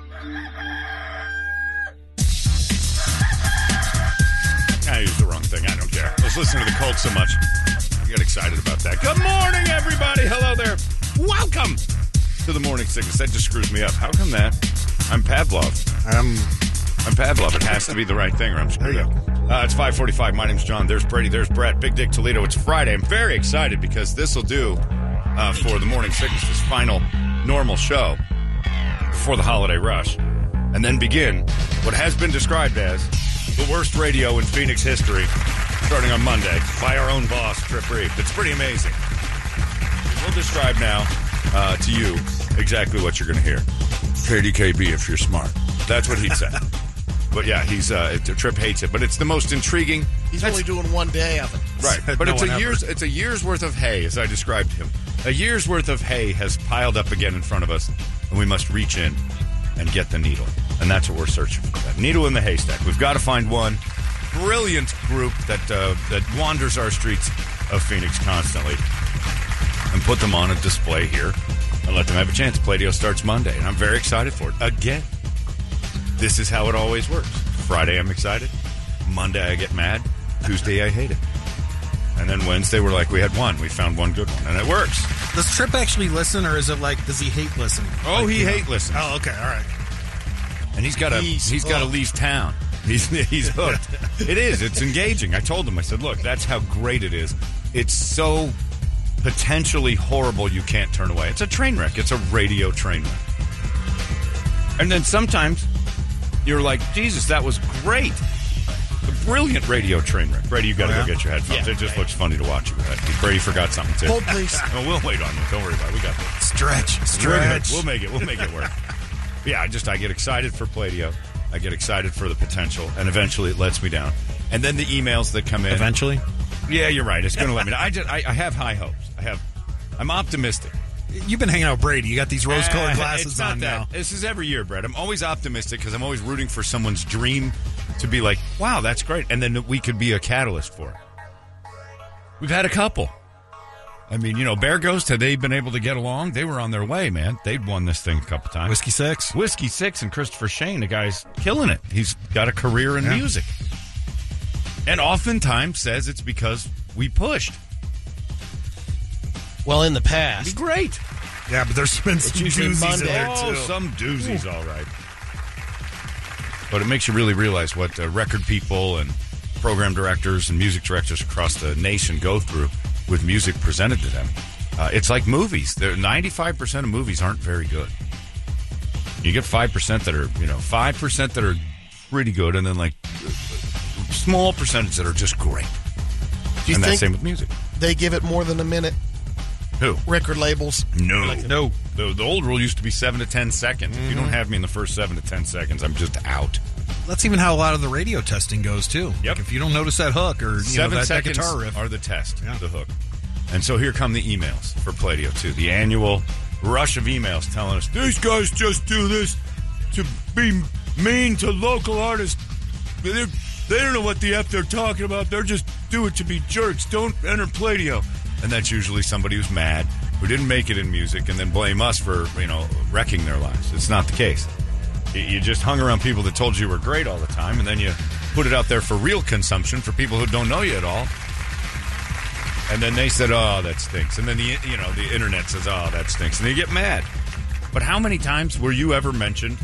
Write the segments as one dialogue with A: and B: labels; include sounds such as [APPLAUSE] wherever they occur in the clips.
A: Ah, just listening to the Colts so much. I got excited about that. Good morning, everybody. Hello there. Welcome to the morning sickness. That just screws me up. How come that? I'm Pavlov.
B: Um,
A: I'm Pavlov. It has to be the right thing, or I'm screwed
B: There
A: up.
B: you
A: Uh, it's 5:45. My name's John. There's Brady. There's Brett. Big Dick Toledo. It's Friday. I'm very excited because this will do uh, for the morning sickness. This final normal show before the holiday rush, and then begin what has been described as the worst radio in Phoenix history, starting on Monday by our own boss, Trip Reeve. It's pretty amazing. We'll describe now uh, to you exactly what you're going to hear. KDKB if you're smart. That's what he said. but yeah, he's uh, Trip hates it, but it's the most intriguing.
B: he's only doing one day of it.
A: Right, but
C: No
A: it's
C: one
A: a
C: ever.
A: year's it's a year's worth of hay, as I described him. A year's worth of hay has piled up again in front of us, and we must reach in and get the needle, and that's what we're searching for. That needle in the haystack. We've got to find one brilliant group that uh, that wanders our streets of Phoenix constantly, and put them on a display here, and let them have a chance. Playdio starts Monday, and I'm very excited for it again. This is how it always works. Friday, I'm excited. Monday, I get mad. Tuesday, I hate it. And then Wednesday, we're like, we had one. We found one good one, and it works.
C: Does Trip actually listen, or is it like does he hate listening?
A: Oh,
C: Like,
A: he
C: you know.
A: hate listens,
C: Oh, okay, all right.
A: and he's got to
B: He's
A: he's got to
B: hooked.
A: leave town. [LAUGHS] He's he's hooked. it is. It's engaging. I told him. I said, look, that's how great it is. It's so potentially horrible you can't turn away. It's a train wreck. It's a radio train wreck. And then sometimes you're like, Jesus, that was great. A brilliant radio train wreck. Brady, you got to go
C: Oh, yeah?
A: get your headphones.
B: Yeah,
A: it just
B: right.
A: looks funny to watch. you with that. Brady forgot something too.
B: Hold, please.
A: No, [LAUGHS] we'll wait on you. Don't worry about it. We got this.
C: Stretch,
A: We're good.
C: stretch.
A: We'll make it. We'll make it
C: [LAUGHS]
A: work. yeah, I just I get excited for Pladio. I get excited for the potential, and eventually it lets me down. And then the emails that come in.
C: Eventually,
A: Yeah, you're right. It's going to let me down. I just I, I have high hopes. I have. I'm optimistic.
C: you've been hanging out with Brady. You got these
A: Uh, [LAUGHS]
C: rose-colored
A: it's
C: glasses
A: not
C: on
A: that.
C: now.
A: This is every year, Brett. I'm always optimistic because I'm always rooting for someone's dream to be like, wow, that's great. And then we could be a catalyst for it. We've had a couple. I mean, you know, Bear Ghost, had they been able to get along? They were on their way, man. They'd won this thing a couple times.
C: Whiskey six.
A: Whiskey Six and Christopher Shane, the guy's killing it. He's got a career in
C: Yeah.
A: music. And oftentimes says it's because we pushed.
B: Well, in the
A: It's
B: past,
A: great.
C: Yeah, but there's been some
B: usually
C: doozies
B: Monday.
C: in there
A: Oh,
C: too.
A: some doozies, all right. But it makes you really realize what uh, record people and program directors and music directors across the nation go through with music presented to them. Uh, it's like movies. There- 95% of movies aren't very good. You get 5% that are, you know, 5% that are pretty good, and then like a small percentage that are just great.
B: do you
A: and
B: think
A: that's same with music.
B: they give it more than a minute?
A: Who?
B: Record labels.
A: No.
C: No.
A: The, the old rule used to be seven to ten seconds. If you
B: Mm-hmm.
A: don't have me in the first seven to ten seconds, I'm just out.
C: That's even how a lot of the radio testing goes too.
A: Yep.
C: Like, if you don't notice that hook or you
A: seven
C: know, that, that
A: seconds
C: guitar riff,
A: are the test,
C: Yeah.
A: the hook. And so here come the emails for Pladio too. The annual rush of emails telling us these guys just do this to be mean to local artists. They're, they don't know what the f they're talking about. They're just do it to be jerks. Don't enter Pladio. And that's usually somebody who's mad who didn't make it in music and then blame us for you know wrecking their lives. It's not the case. You- You just hung around people that told you you were great all the time, and then you put it out there for real consumption for people who don't know you at all. And then they said, "Oh, that stinks." And then the you know the internet says, "Oh, that stinks," and they get mad. But how many times were you ever mentioned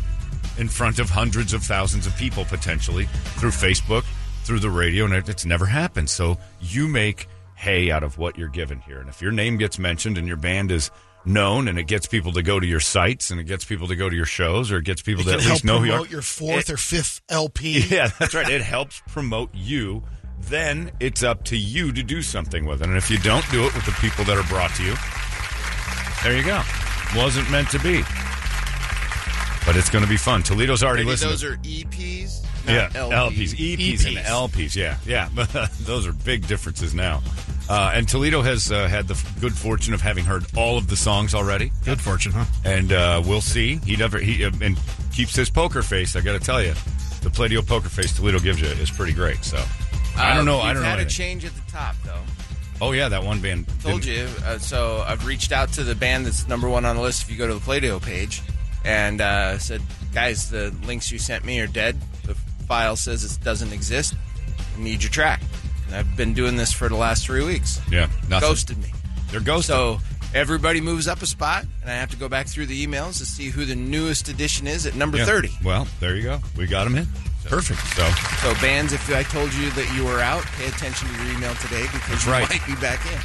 A: in front of hundreds of thousands of people potentially through Facebook, through the radio, and it- it's never happened. So you make hay out of what you're given here, and if your name gets mentioned and your band is known and it gets people to go to your sites and it gets people to go to your shows or it gets people
B: You
A: to
B: can
A: at
B: help
A: least know who you are.
B: promote your fourth
A: It-
B: or fifth LP.
A: [LAUGHS] yeah, that's right. It helps promote you. Then it's up to you to do something with it. And if you don't do it with the people that are brought to you, there you go. Wasn't meant to be. But it's going to be fun. Toledo's already
D: Maybe
A: listening.
D: those are EPs, not E
A: yeah,
D: LPs.
A: LPs. EPs, and LPs. Yeah, [LAUGHS] yeah. those are big differences now. Uh, and Toledo has uh, had the f- good fortune of having heard all of the songs already
C: good fortune, huh?
A: and uh, we'll see. He never he uh, and keeps his poker face. I got to tell you, the Pladio poker face Toledo gives you is pretty great. So I don't know.
D: Uh,
A: I
D: we've
A: don't know.
D: Had a
A: anything.
D: change at the top, though.
A: oh yeah, that one band.
D: Told
A: didn't-
D: you. Uh, so I've reached out to the band that's number one on the list. If you go to the Play-Doh page, and uh, said, "Guys, the links you sent me are dead. The file says it doesn't exist. I need your track." I've been doing this for the last three weeks.
A: Yeah, nothing.
D: Ghosted me.
A: They're ghosted.
D: So everybody moves up a spot, and I have to go back through the emails to see who the newest edition is at number
A: Yeah.
D: 30.
A: Well, there you go. We got them in. Perfect. So
D: So, bands, if I told you that you were out, pay attention to your email today because
A: right.
D: you might be back in.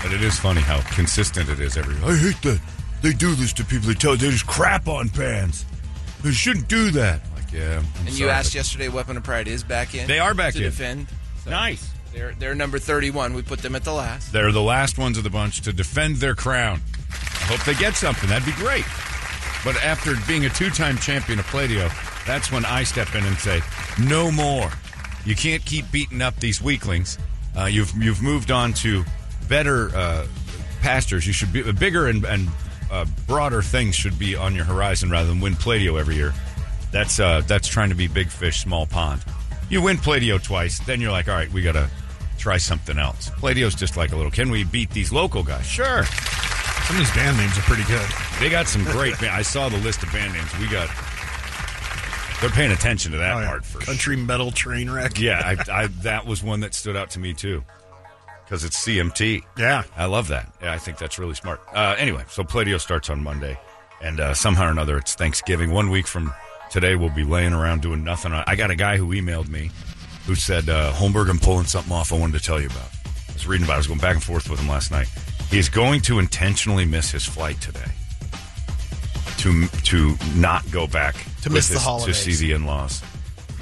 A: But it is funny how consistent it is every. I hate that they do this to people. They tell they just crap on bands. They shouldn't do that. Like yeah. I'm
D: And you
A: sorry,
D: asked
A: but-
D: yesterday, Weapon of Pride is back in.
A: They are back
D: to
A: in.
D: defend. So
A: Nice.
D: They're they're number 31. We put them at the last.
A: They're the last ones of the bunch to defend their crown. I hope they get something. That'd be great. But after being a two-time champion of Playdio, that's when I step in and say, "No more. You can't keep beating up these weaklings. Uh, you've you've moved on to better uh, pastures. You should be bigger and, and uh, broader things should be on your horizon rather than win Playdio every year. That's uh, that's trying to be big fish, small pond. You win Playdio twice, then you're like, all right, we gotta try something else. Playdo's just like a little. Can we beat these local guys? Sure.
C: Some of these band names are pretty good.
A: They got some great. ba- I saw the list of band names. We got. They're paying attention to that
C: Oh, yeah.
A: part for sure.
C: Country metal train wreck.
A: Yeah,
C: [LAUGHS]
A: I, I, that was one that stood out to me too, because it's CMT.
C: Yeah.
A: I love that. Yeah, I think that's really smart. Uh, anyway, so Playdio starts on Monday, and uh, somehow or another, it's Thanksgiving. One week from today, we'll be laying around doing nothing. I I got a guy who emailed me who said, uh, Holmberg, I'm pulling something off I wanted to tell you about. I was reading about it. I was going back and forth with him last night. He is going to intentionally miss his flight today to to not go back
B: To
A: with
B: miss the
A: his-
B: holidays.
A: to see the in-laws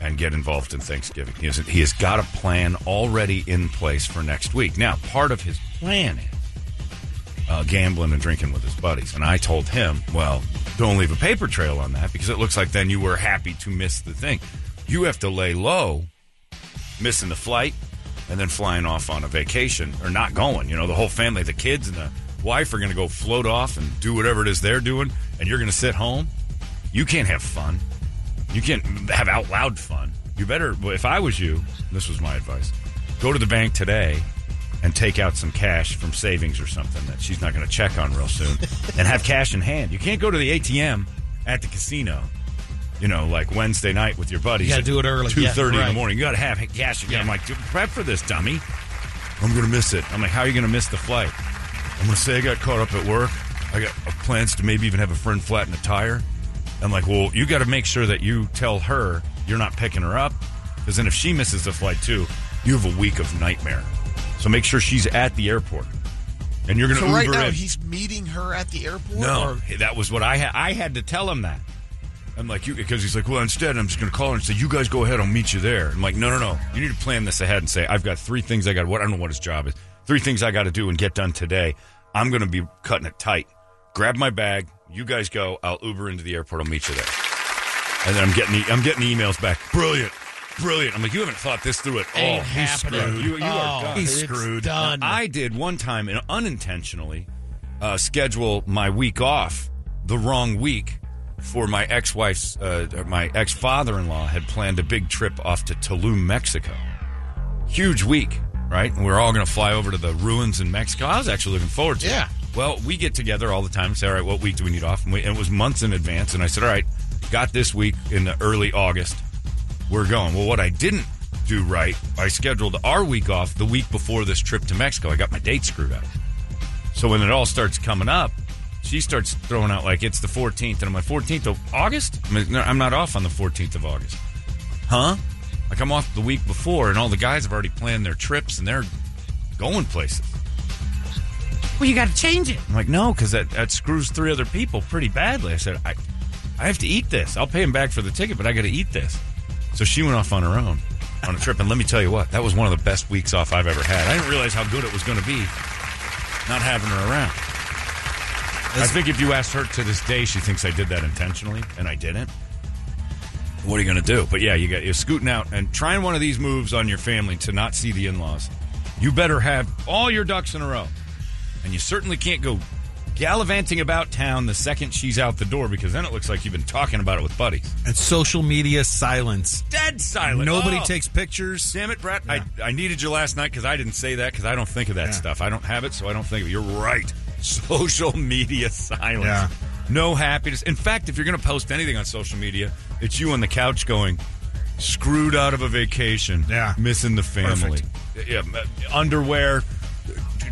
A: and get involved in Thanksgiving. He, is, he has got a plan already in place for next week. Now, part of his plan is uh, gambling and drinking with his buddies, and I told him, "Well, don't leave a paper trail on that because it looks like then you were happy to miss the thing. You have to lay low, missing the flight." And then flying off on a vacation or not going. You know, the whole family, the kids and the wife are going to go float off and do whatever it is they're doing, and you're going to sit home. You can't have fun. You can't have out loud fun. You better, if I was you, this was my advice go to the bank today and take out some cash from savings or something that she's not going to check on real soon and have cash in hand. You can't go to the ATM at the casino, you know, like Wednesday night with your buddies.
B: You gotta
A: at
B: do it early.
A: 2.30
B: Yeah,
A: in the
B: right.
A: morning. You got to have cash again. I'm like, "Dude, prep for this, dummy. I'm going to miss it. I'm like, how are you going to miss the flight? I'm going to say I got caught up at work. I got uh, plans to maybe even have a friend flatten a tire. I'm like, well, you got to make sure that you tell her you're not picking her up. Because then if she misses the flight too, you have a week of nightmare. So make sure she's at the airport. And you're going to
B: So right
A: Uber
B: now
A: in.
B: he's meeting her at the airport.
A: No,
B: or-
A: that was what I had. I had to tell him that. I'm like, you because he's like, well, instead, I'm just going to call her and say, you guys go ahead, I'll meet you there. I'm like, no, no, no, you need to plan this ahead and say, I've got three things I got. What I don't know what his job is. Three things I got to do and get done today. I'm going to be cutting it tight. Grab my bag. You guys go. I'll Uber into the airport. I'll meet you there. And then I'm getting the, I'm getting the emails back. Brilliant, brilliant. I'm like, you haven't thought this through at all.
B: Ain't
A: You
B: happening.
A: screwed. You, you are
B: Oh,
A: done.
B: He's it's screwed. done.
A: Now, I did one time and unintentionally uh, schedule my week off the wrong week for my ex-wife's. Uh, or my ex-father-in-law had planned a big trip off to Tulum, Mexico. Huge week, right? And we are all going to fly over to the ruins in Mexico. I was actually looking forward to. it.
B: Yeah.
A: Well, we get together all the time and say, all right, what week do we need off? And, we, and it was months in advance. And I said, all right, got this week in the early August. We're going. Well, what I didn't do right, I scheduled our week off the week before this trip to Mexico. I got my date screwed up. So when it all starts coming up, she starts throwing out like it's the 14th. And I'm like, 14th of August? I'm, like, no, I'm not off on the 14th of August. Huh? Like I'm off the week before, and all the guys have already planned their trips and they're going places.
E: Well, you got to change it.
A: I'm like, no, because that, that screws three other people pretty badly. I said, I, I have to eat this. I'll pay him back for the ticket, but I got to eat this. So she went off on her own on a trip. And let me tell you what, that was one of the best weeks off I've ever had. I didn't realize how good it was going to be not having her around. I think if you asked her to this day, she thinks I did that intentionally, and I didn't. What are you going to do? But yeah, you got you're scooting out and trying one of these moves on your family to not see the in-laws. You better have all your ducks in a row and you certainly can't go gallivanting about town the second she's out the door because then it looks like you've been talking about it with buddies.
C: And social media silence.
A: Dead silent.
C: Nobody
A: Oh.
C: takes pictures.
A: Damn it, Brett! I, I needed you last night because I didn't say that because I don't think of that
C: Yeah.
A: stuff. I don't have it, so I don't think of it. You're right. [LAUGHS] Social media silence.
C: Yeah.
A: No happiness. In fact, if you're going to post anything on social media, it's you on the couch going screwed out of a vacation,
C: Yeah.
A: missing the family.
C: Perfect.
A: Yeah, uh, underwear,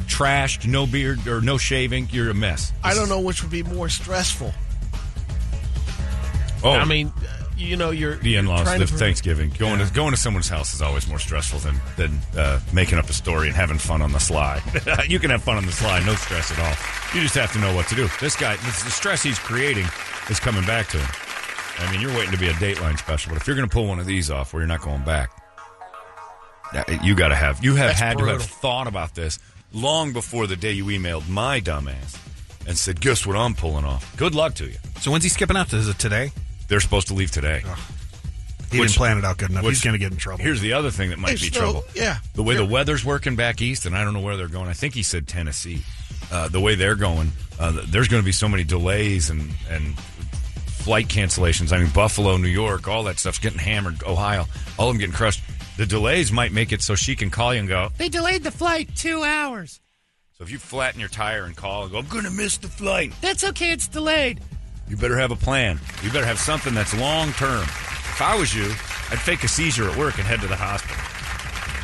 A: trashed, no beard or no shaving. You're a mess.
B: I don't know which would be more stressful.
A: Oh,
B: I mean, uh, you know, you're
A: the
B: you're
A: in-laws
B: trying
A: live
B: to-
A: Thanksgiving. Going to going to someone's house is always more stressful than than uh, making up a story and having fun on the [LAUGHS] sly. you can have fun on the sly, no stress at all. You just have to know what to do. This guy, this, the stress he's creating is coming back to him. I mean, you're waiting to be a Dateline special, but if you're going to pull one of these off, where you're not going back, that- you got to have you have
B: That's
A: had to have
B: brutal.
A: thought about this long before the day you emailed my dumbass and said, "Guess what I'm pulling off." Good luck to you.
C: So when's he skipping out? Is it today?
A: They're supposed to leave today.
C: He
A: Which-
C: didn't plan it out good enough.
A: which-
C: He's going to get in trouble.
A: Here's the other thing that might
B: It's
A: be
B: no-
A: trouble.
B: yeah.
A: The way the weather's working back east, and I don't know where they're going. I think he said Tennessee. Uh, the way they're going, uh, th- there's going to be so many delays and, and flight cancellations. I mean, Buffalo, New York, all that stuff's getting hammered. Ohio, all of them getting crushed. The delays might make it so she can call you and go.
E: They delayed the flight two hours.
A: So if you flatten your tire and call and go, I'm going to miss the flight.
E: That's okay. It's delayed.
A: You better have a plan. You better have something that's long term. If I was you, I'd fake a seizure at work and head to the hospital.
C: [LAUGHS]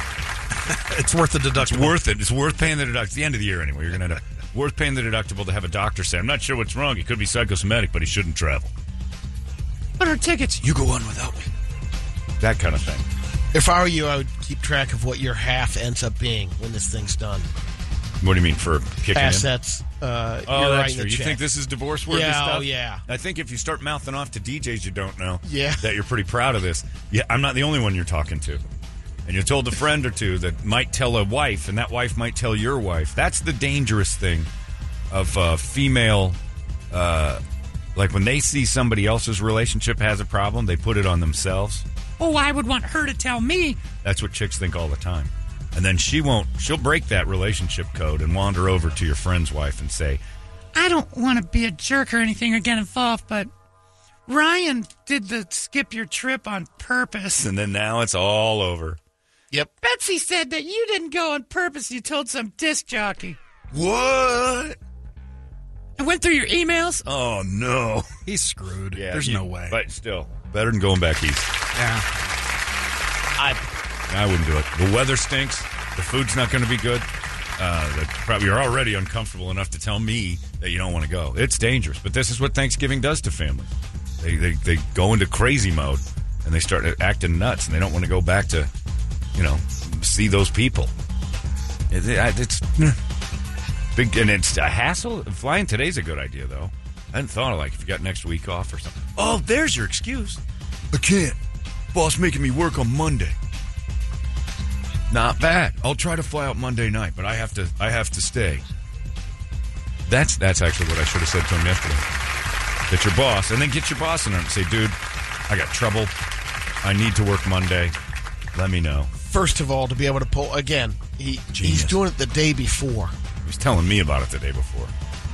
C: it's worth the
A: It's
C: deduction.
A: worth it. It's worth paying the deductible. It's the end of the year anyway. You're gonna end up worth paying the deductible to have a doctor say, "I'm not sure what's wrong. It could be psychosomatic, but he shouldn't travel."
E: What are tickets?
A: You go on without me. That kind of thing.
B: If I were you, I would keep track of what your half ends up being when this thing's done.
A: What do you mean for kicking in?
B: Assets. Uh,
A: Oh,
B: you're
A: that's
B: writing
A: true.
B: the
A: You
B: check.
A: think this is divorce worthy
B: Yeah,
A: stuff?
B: oh, yeah.
A: I think if you start mouthing off to DJs you don't know,
B: Yeah.
A: that you're pretty proud of this. Yeah, I'm not the only one you're talking to. And you told a friend or two that might tell a wife, and that wife might tell your wife. That's the dangerous thing of uh, female. Uh, like when they see somebody else's relationship has a problem, they put it on themselves.
E: Oh, I would want her to tell me.
A: That's what chicks think all the time. And then she won't, she'll break that relationship code and wander over to your friend's wife and say,
E: I don't want to be a jerk or anything or get involved, but Ryan did the skip your trip on purpose.
A: and then now it's all over.
B: Yep.
E: Betsy said that you didn't go on purpose. You told some disc jockey.
A: What?
E: I went through your emails.
A: Oh [LAUGHS] no!
C: He's screwed. There's
A: you-
C: no way.
A: But still, better than going back east.
C: yeah.
A: I wouldn't do it. The weather stinks. The food's not going to be good. Uh, the, probably you're already uncomfortable enough to tell me that you don't want to go. It's dangerous. But this is what Thanksgiving does to families. They they, they go into crazy mode and they start acting nuts and they don't want to go back to, you know, see those people. It- it- it's [LAUGHS] big and it's a hassle. Flying today's a good idea though. I hadn't thought of like if you got next week off or something. Oh, there's your excuse. I can't. Boss making me work on Monday. Not bad. I'll try to fly out Monday night, but I have to. I have to stay. That's that's actually what I should have said to him yesterday. Get your boss, and then get your boss in there and say, "Dude, I got trouble. I need to work Monday. Let me know."
B: First of all, to be able to pull again, he
A: Genius.
B: he's doing it the day before.
A: He was telling me about it the day before.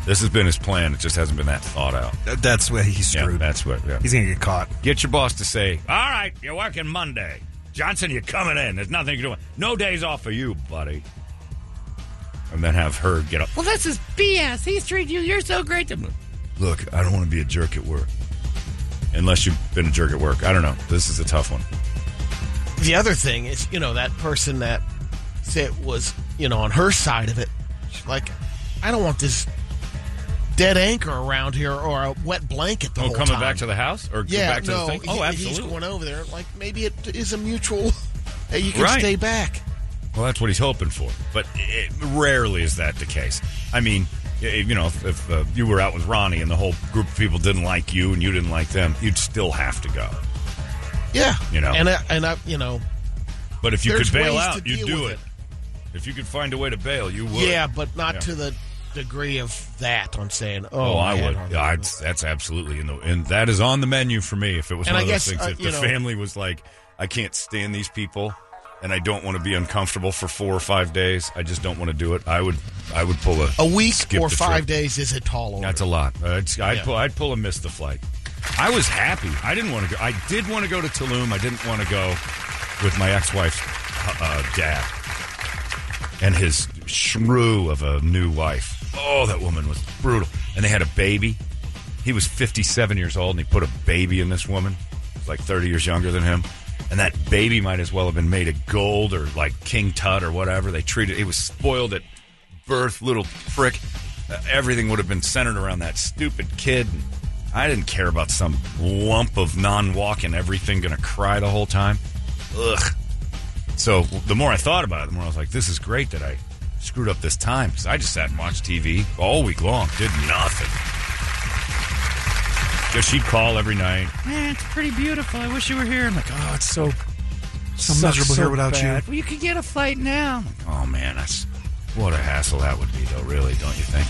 A: This has been his plan. It just hasn't been that thought out.
C: Th- That's where he's
A: Yeah,
C: screwed.
A: that's what. Yeah.
C: he's going to get caught.
A: Get your boss to say, "All right, you're working Monday, Johnson. You're coming in. There's nothing you can do. No days off for you, buddy." And then have her get up.
E: Well, this is BS. He's treating you. You're so great to me.
A: look, I don't want to be a jerk at work. Unless you've been a jerk at work. I don't know. This is a tough one.
B: The other thing is, you know, that person that said was, you know, on her side of it, she's like, I don't want this dead anchor around here or a wet blanket the
A: Oh,
B: whole
A: coming
B: time.
A: back to the house or go
B: yeah,
A: back to
B: no,
A: the thing?
B: he-
A: Oh,
B: He's
A: absolutely.
B: going over there. Like maybe it is a mutual. [LAUGHS] that you can
A: Right.
B: stay back.
A: Well, that's what he's hoping for. But it, rarely is that the case. I mean, i- you know, if, if uh, you were out with Ronnie and the whole group of people didn't like you and you didn't like them, you'd still have to go.
B: Yeah,
A: You know.
B: and I, and I, you know,
A: But if you
B: There's
A: could bail
B: ways
A: out,
B: to
A: you'd
B: deal
A: do
B: with
A: it. If you could find a way to bail, you would.
B: yeah, but not
A: Yeah.
B: to the degree of that. I'm saying, oh,
A: Oh, I
B: man,
A: would.
B: I'm-
A: I'd, that's absolutely in the and that is on the menu for me. If it was
B: And
A: one
B: I
A: of those
B: guess,
A: things,
B: uh,
A: if
B: you
A: the
B: know-
A: family was like, I can't stand these people, and I don't want to be uncomfortable for four or five days. I just don't want to do it. I would. I would pull a.
B: a week
A: skip
B: or
A: the
B: five
A: trip.
B: days is a tall order.
A: That's a lot. I'd, Uh, I'd
B: Yeah.
A: pull. I'd pull a miss the flight. I was happy. I didn't want to go. I did want to go to Tulum. I didn't want to go with my ex-wife's uh, dad and his shrew of a new wife. Oh, that woman was brutal. And they had a baby. He was 57 years old, and he put a baby in this woman, like 30 years younger than him. and that baby might as well have been made of gold or like King Tut or whatever. They treated it was spoiled at birth, little prick. Uh, everything would have been centered around that stupid kid. And I didn't care about some lump of non-walking everything going to cry the whole time. Ugh. So the more I thought about it, the more I was like, this is great that I screwed up this time because I just sat and watched TV all week long, did nothing. Because she'd call every night.
E: Man, it's pretty beautiful. I wish you were here. I'm like, oh,
C: it's so, so miserable here without you.
E: well, you could get a flight now.
A: Oh man, that's what a hassle that would be, though. Really, don't you think?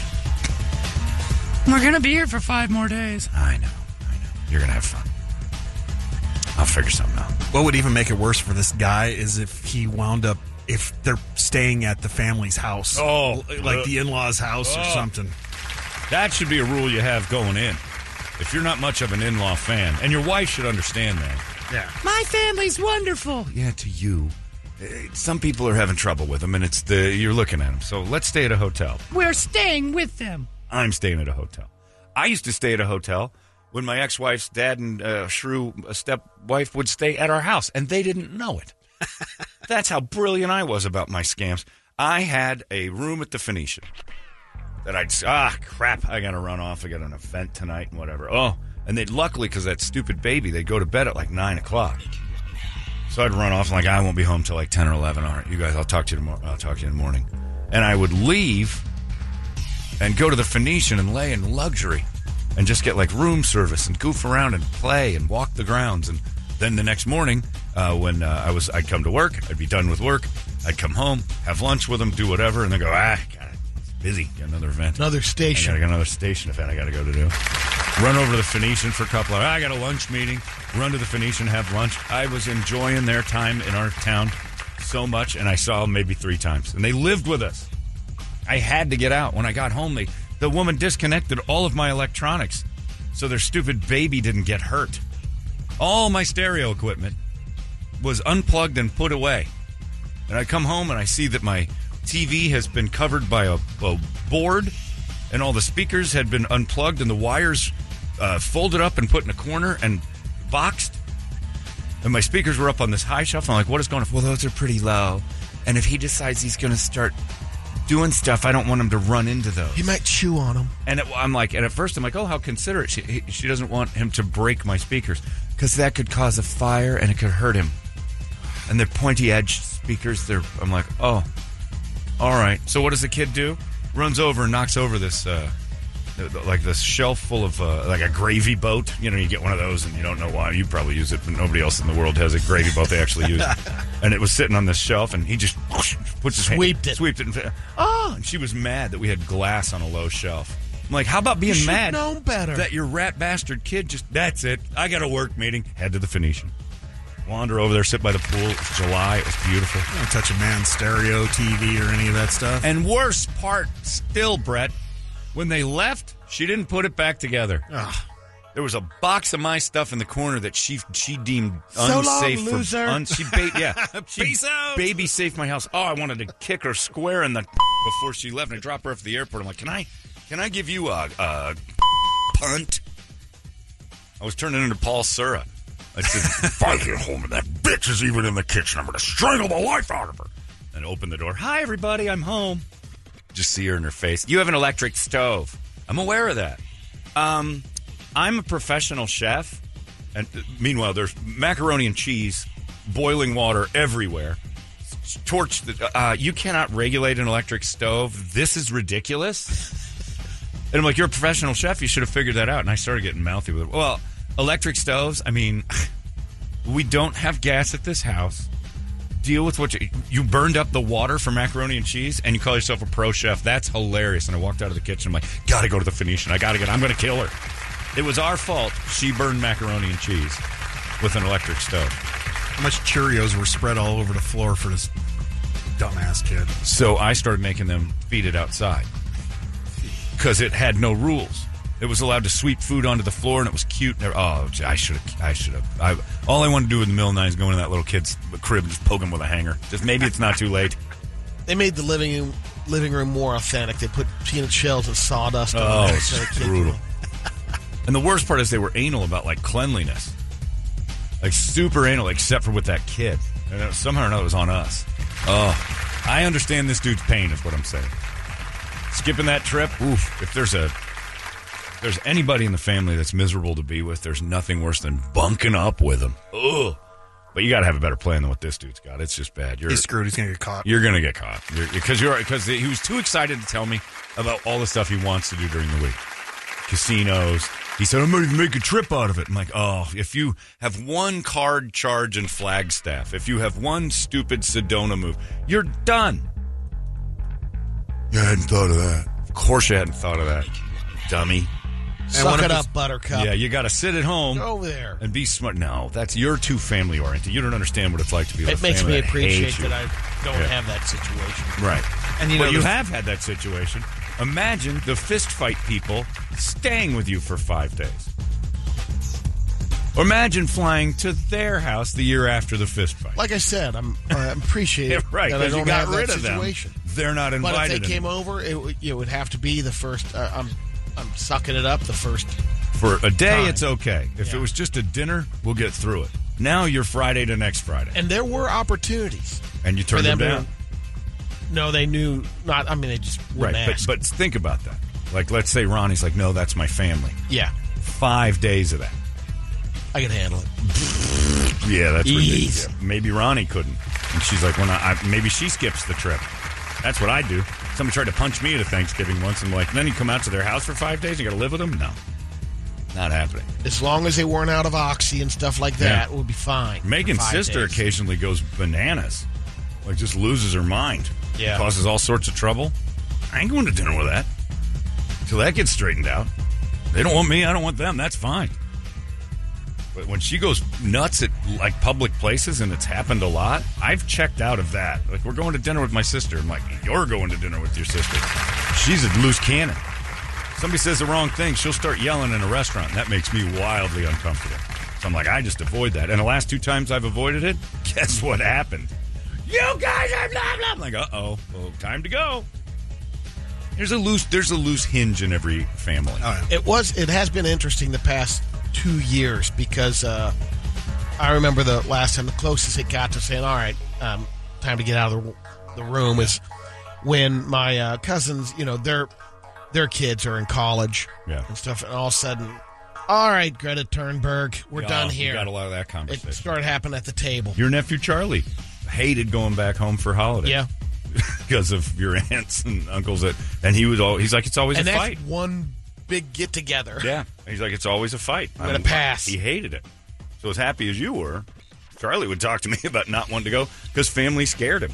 E: We're gonna be here for five more days.
A: I know, I know. You're gonna have fun. I'll figure something out.
C: What would even make it worse for this guy is if he wound up if they're staying at the family's house,
A: Oh,
C: L- like
A: uh,
C: the in-laws' house or
A: oh.
C: something.
A: That should be a rule you have going in. If you're not much of an in-law fan, and your wife should understand that.
C: Yeah,
E: My family's wonderful.
A: Yeah, to you. eh, Some people are having trouble with them, and it's the you're looking at them. So let's stay at a hotel.
E: We're staying with them.
A: I'm staying at a hotel. I used to stay at a hotel when my ex-wife's dad and uh, shrew stepwife would stay at our house, and they didn't know it. That's how brilliant I was about my scams. I had a room at the Phoenician that I'd s- ah crap, I gotta run off. I got an event tonight and whatever. Oh, and they'd luckily because that stupid baby, they'd go to bed at like nine o'clock. So I'd run off like I won't be home till like ten or eleven. All right, you guys, I'll talk to you tomorrow. I'll talk to you in the morning. And I would leave and go to the Phoenician and lay in luxury and just get like room service and goof around and play and walk the grounds. And then the next morning, uh, when uh, I was, I'd come to work, I'd be done with work, I'd come home, have lunch with them, do whatever, and then go, ah, God, it's busy, got another event.
B: Another
A: I
B: station.
A: got another station event I got to go to do. Run over to the Phoenician for a couple hours. I got a lunch meeting. Run to the Phoenician, have lunch. I was enjoying their time in our town so much, and I saw them maybe three times. And they lived with us. I had to get out. When I got home, they, the woman disconnected all of my electronics so their stupid baby didn't get hurt. All my stereo equipment was unplugged and put away. And I come home and I see that my TV has been covered by a, a board, and all the speakers had been unplugged, and the wires uh, folded up and put in a corner and boxed. And my speakers were up on this high shelf. I'm like, what is going on? Well, those are pretty low. And if he decides he's going to start doing stuff, I don't want him to run into those.
B: He might chew on them.
A: And it, I'm like, and at first I'm like, oh, how considerate. She, he, she doesn't want him to break my speakers because that could cause a fire and it could hurt him. And they're pointy edge speakers. They're, I'm like, oh, all right. So what does the kid do? Runs over and knocks over this, uh, th- th- like this shelf full of uh, like a gravy boat. You know, you get one of those and you don't know why. You probably use it, but nobody else in the world has a gravy boat they actually use. and it was sitting on this shelf, and he just whoosh, puts his hand-
B: Sweeped it.
A: sweeped it, and oh, and she was mad that we had glass on a low shelf. I'm like, how about being
B: You should
A: mad?
B: know better.
A: That your rat bastard kid just that's it. I got a work meeting. Head to the Phoenician. Wander over there, sit by the pool. It was July. It was beautiful.
C: I don't touch a man's stereo, TV, or any of that
B: Uh-huh.
C: stuff.
A: And worst part still, Brett, when they left, she didn't put it back together.
B: Ah.
A: There was a box of my stuff in the corner that she she deemed
B: So long,
A: unsafe. for-
B: loser.
A: un- she ba-
B: [LAUGHS]
A: yeah, she
C: Peace out.
A: baby safe my house. Oh, I wanted to kick her square in the before she left. And I dropped her off at the airport. I'm like, can I can I give you a, a punt? I was turning into Paul Sura.
B: [LAUGHS]
A: I said, if I get home and that bitch is even in the kitchen, I'm going to strangle the life out of her. And open the door. Hi, everybody. I'm home. Just see her in her face. You have an electric stove. I'm aware of that. Um, I'm a professional chef. And uh, meanwhile, there's macaroni and cheese, boiling water everywhere. S- Torch. The, uh, you cannot regulate an electric stove. This is ridiculous. And I'm like, you're a professional chef. You should have figured that out. And I started getting mouthy with it. Well, electric stoves, I mean, [LAUGHS] we don't have gas at this house. Deal with what you, you burned up the water for macaroni and cheese and you call yourself a pro chef. That's hilarious. And I walked out of the kitchen. I'm like, gotta go to the Phoenician. I gotta get, I'm gonna kill her. It was our fault. She burned macaroni and cheese with an electric stove.
C: How much Cheerios were spread all over the floor for this dumbass kid?
A: So I started making them feed it outside because it had no rules. It was allowed to sweep food onto the floor, and it was cute. And oh, gee, I should have. I should have. I, all I wanted to do in the middle of the night is go into that little kid's crib and just poke him with a hanger. Just maybe it's not too late.
B: They made the living room, living room more authentic. They put peanut shells and sawdust
A: Oh,
B: on it.
A: it's [LAUGHS]
B: instead of
A: brutal.
B: kids.
A: And the worst part is they were anal about like cleanliness. Like super anal, except for with that kid. And it was- somehow or another, it was on us. Oh, I understand this dude's pain, is what I'm saying. Skipping that trip, oof. If there's a if there's anybody in the family that's miserable to be with, there's nothing worse than bunking up with them. Ugh. But you got to have a better plan than what this dude's got. It's just bad. You're
C: He's screwed. He's going to get caught.
A: you're gonna get caught because you're because he was too excited to tell me about all the stuff he wants to do during the week, casinos. He said, "I'm ready to make a trip out of it." I'm like, "Oh, if you have one card charge in Flagstaff, if you have one stupid Sedona move, you're done." Yeah, I hadn't thought of that. Of course, you hadn't thought of that, dummy.
B: Suck it up, Buttercup.
A: Yeah, you got to sit at home
B: Go there.
A: and be smart. No, that's you're too family oriented. You don't understand what it's like to be. With
B: It
A: a
B: makes
A: family
B: me
A: that
B: appreciate
A: hates you.
B: that I don't
A: Yeah.
B: have that situation.
A: Right.
D: And you
A: but
D: know,
A: you
D: the-
A: have had that situation. Imagine the fist fight people staying with you for five days. Or imagine flying to their house the year after the fist fight.
B: Like I said, I'm I appreciate
A: [LAUGHS] Yeah,
B: it
A: right,
B: that I
A: because you
B: don't
A: got
B: have
A: rid
B: that
A: of
B: situation.
A: them. They're not invited.
B: But if they came
A: anymore.
B: over, it, would- it would have to be the first. Uh, I'm I'm sucking it up the first.
A: for a day,
B: Time.
A: it's okay. If it
B: Yeah.
A: was just a dinner, we'll get through it. Now you're Friday to next Friday, and,
B: And there were opportunities.
A: you turn
B: for
A: them,
B: them
A: down.
B: to- no, they knew not. I mean, they just
A: right,
B: wouldn't
A: but,
B: ask.
A: but think about that. Like, let's say Ronnie's like, "No, that's my family."
B: yeah,
A: Five days of that.
B: I can handle it.
A: Yeah, that's
B: Ease.
A: ridiculous. Yeah, Maybe Ronnie couldn't. And she's like, when I, I maybe she skips the trip. That's what I do. Somebody tried to punch me at a Thanksgiving once, and I'm like, then you come out to their house for five days. You got to live with them. No, not happening.
B: As long as they weren't out of oxy and stuff like
A: Yeah.
B: that, we'll be fine. for
A: Megan's
B: five
A: sister
B: days.
A: occasionally goes bananas, like just loses her mind.
B: Yeah.
A: causes all sorts of trouble. I ain't going to dinner with that till that gets straightened out. They don't want me. I don't want them. That's fine. But when she goes nuts at like public places, and it's happened a lot, I've checked out of that. Like we're going to dinner with my sister. I'm like, you're going to dinner with your sister. She's a loose cannon. Somebody says the wrong thing, she'll start yelling in a restaurant. That makes me wildly uncomfortable. So I'm like, I just avoid that. And the last two times I've avoided it, [LAUGHS] guess what happened? You guys are blah blah. I'm like, uh oh, well, time to go. There's a loose, there's a loose hinge in every family.
C: Oh, yeah.
B: It was. It has been interesting the past two years because uh, I remember the last time the closest it got to saying, "All right, um, time to get out of the, the room," is when my uh, cousins, you know, their their kids are in college
A: Yeah.
B: and stuff, and all of a sudden, all right, Greta Turnberg, we're
A: Oh,
B: done
A: we
B: here.
A: Got a lot of that
B: it
A: conversation.
B: started happening at the table.
A: Your nephew Charlie hated going back home for holidays.
B: yeah,
A: [LAUGHS] because of your [LAUGHS] aunts and uncles. That and he was all he's like, it's always
B: and
A: a
B: that's
A: fight.
B: one big get together.
A: Yeah. He's like, it's always a fight. I'm
B: gonna pass.
A: He hated it. So as happy as you were, Charlie would talk to me [LAUGHS] about not wanting to go because family scared him.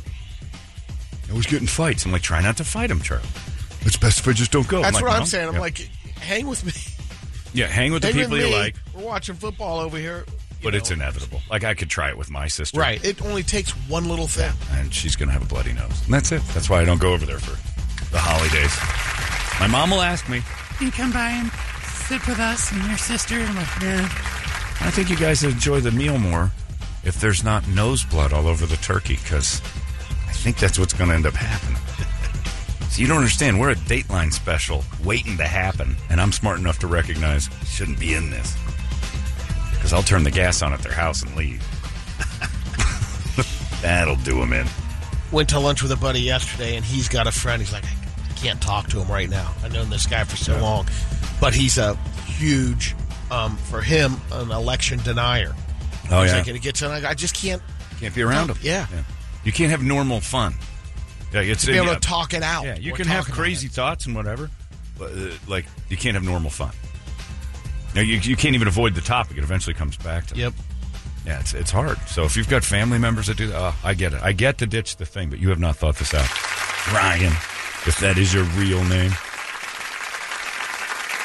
A: I was getting fights. I'm like, try not to fight him, Charlie. It's best if I just don't go.
B: That's
A: like,
B: what I'm
A: "No."
B: saying. I'm
A: yeah.
B: like, hang with me.
A: yeah, hang with the
B: Hang with
A: people you
B: me.
A: like,
B: We're watching football over here. you
A: but it's
B: know.
A: inevitable. Like I could try it with my sister,
B: Right. It only takes one little thing.
A: And she's gonna have a bloody nose, and that's it. That's why I don't go over there for the holidays. My mom will ask me.
E: You come by and sit with us and your sister. And I'm like, yeah.
A: I think you guys enjoy the meal more if there's not nose blood all over the turkey, because I think that's what's going to end up happening. [LAUGHS] So you don't understand. We're a Dateline special waiting to happen, and I'm smart enough to recognize I shouldn't be in this because I'll turn the gas on at their house and leave. [LAUGHS] That'll do them in.
B: Went to lunch with a buddy yesterday, and he's got a friend. He's like, I can't talk to him right now. I've known this guy for so long, but he's a huge, um, for him, an election denier.
A: Oh
B: he's
A: yeah,
B: like, and it gets in. I just can't
A: can't be around them.
B: Yeah.
A: you can't have normal fun. Yeah, it's
B: be able
A: yeah.
B: to talk it out.
A: Yeah, you
B: or
A: can
B: talk
A: have
B: about
A: crazy
B: it.
A: thoughts and whatever, but uh, like you can't have normal fun. No, you, you can't even avoid the topic. It eventually comes back to.
B: Yep.
A: Yeah, it's it's hard. So if you've got family members that do that, oh, I get it. I get to ditch the thing, but you have not thought this out, Ryan. If that is your real name,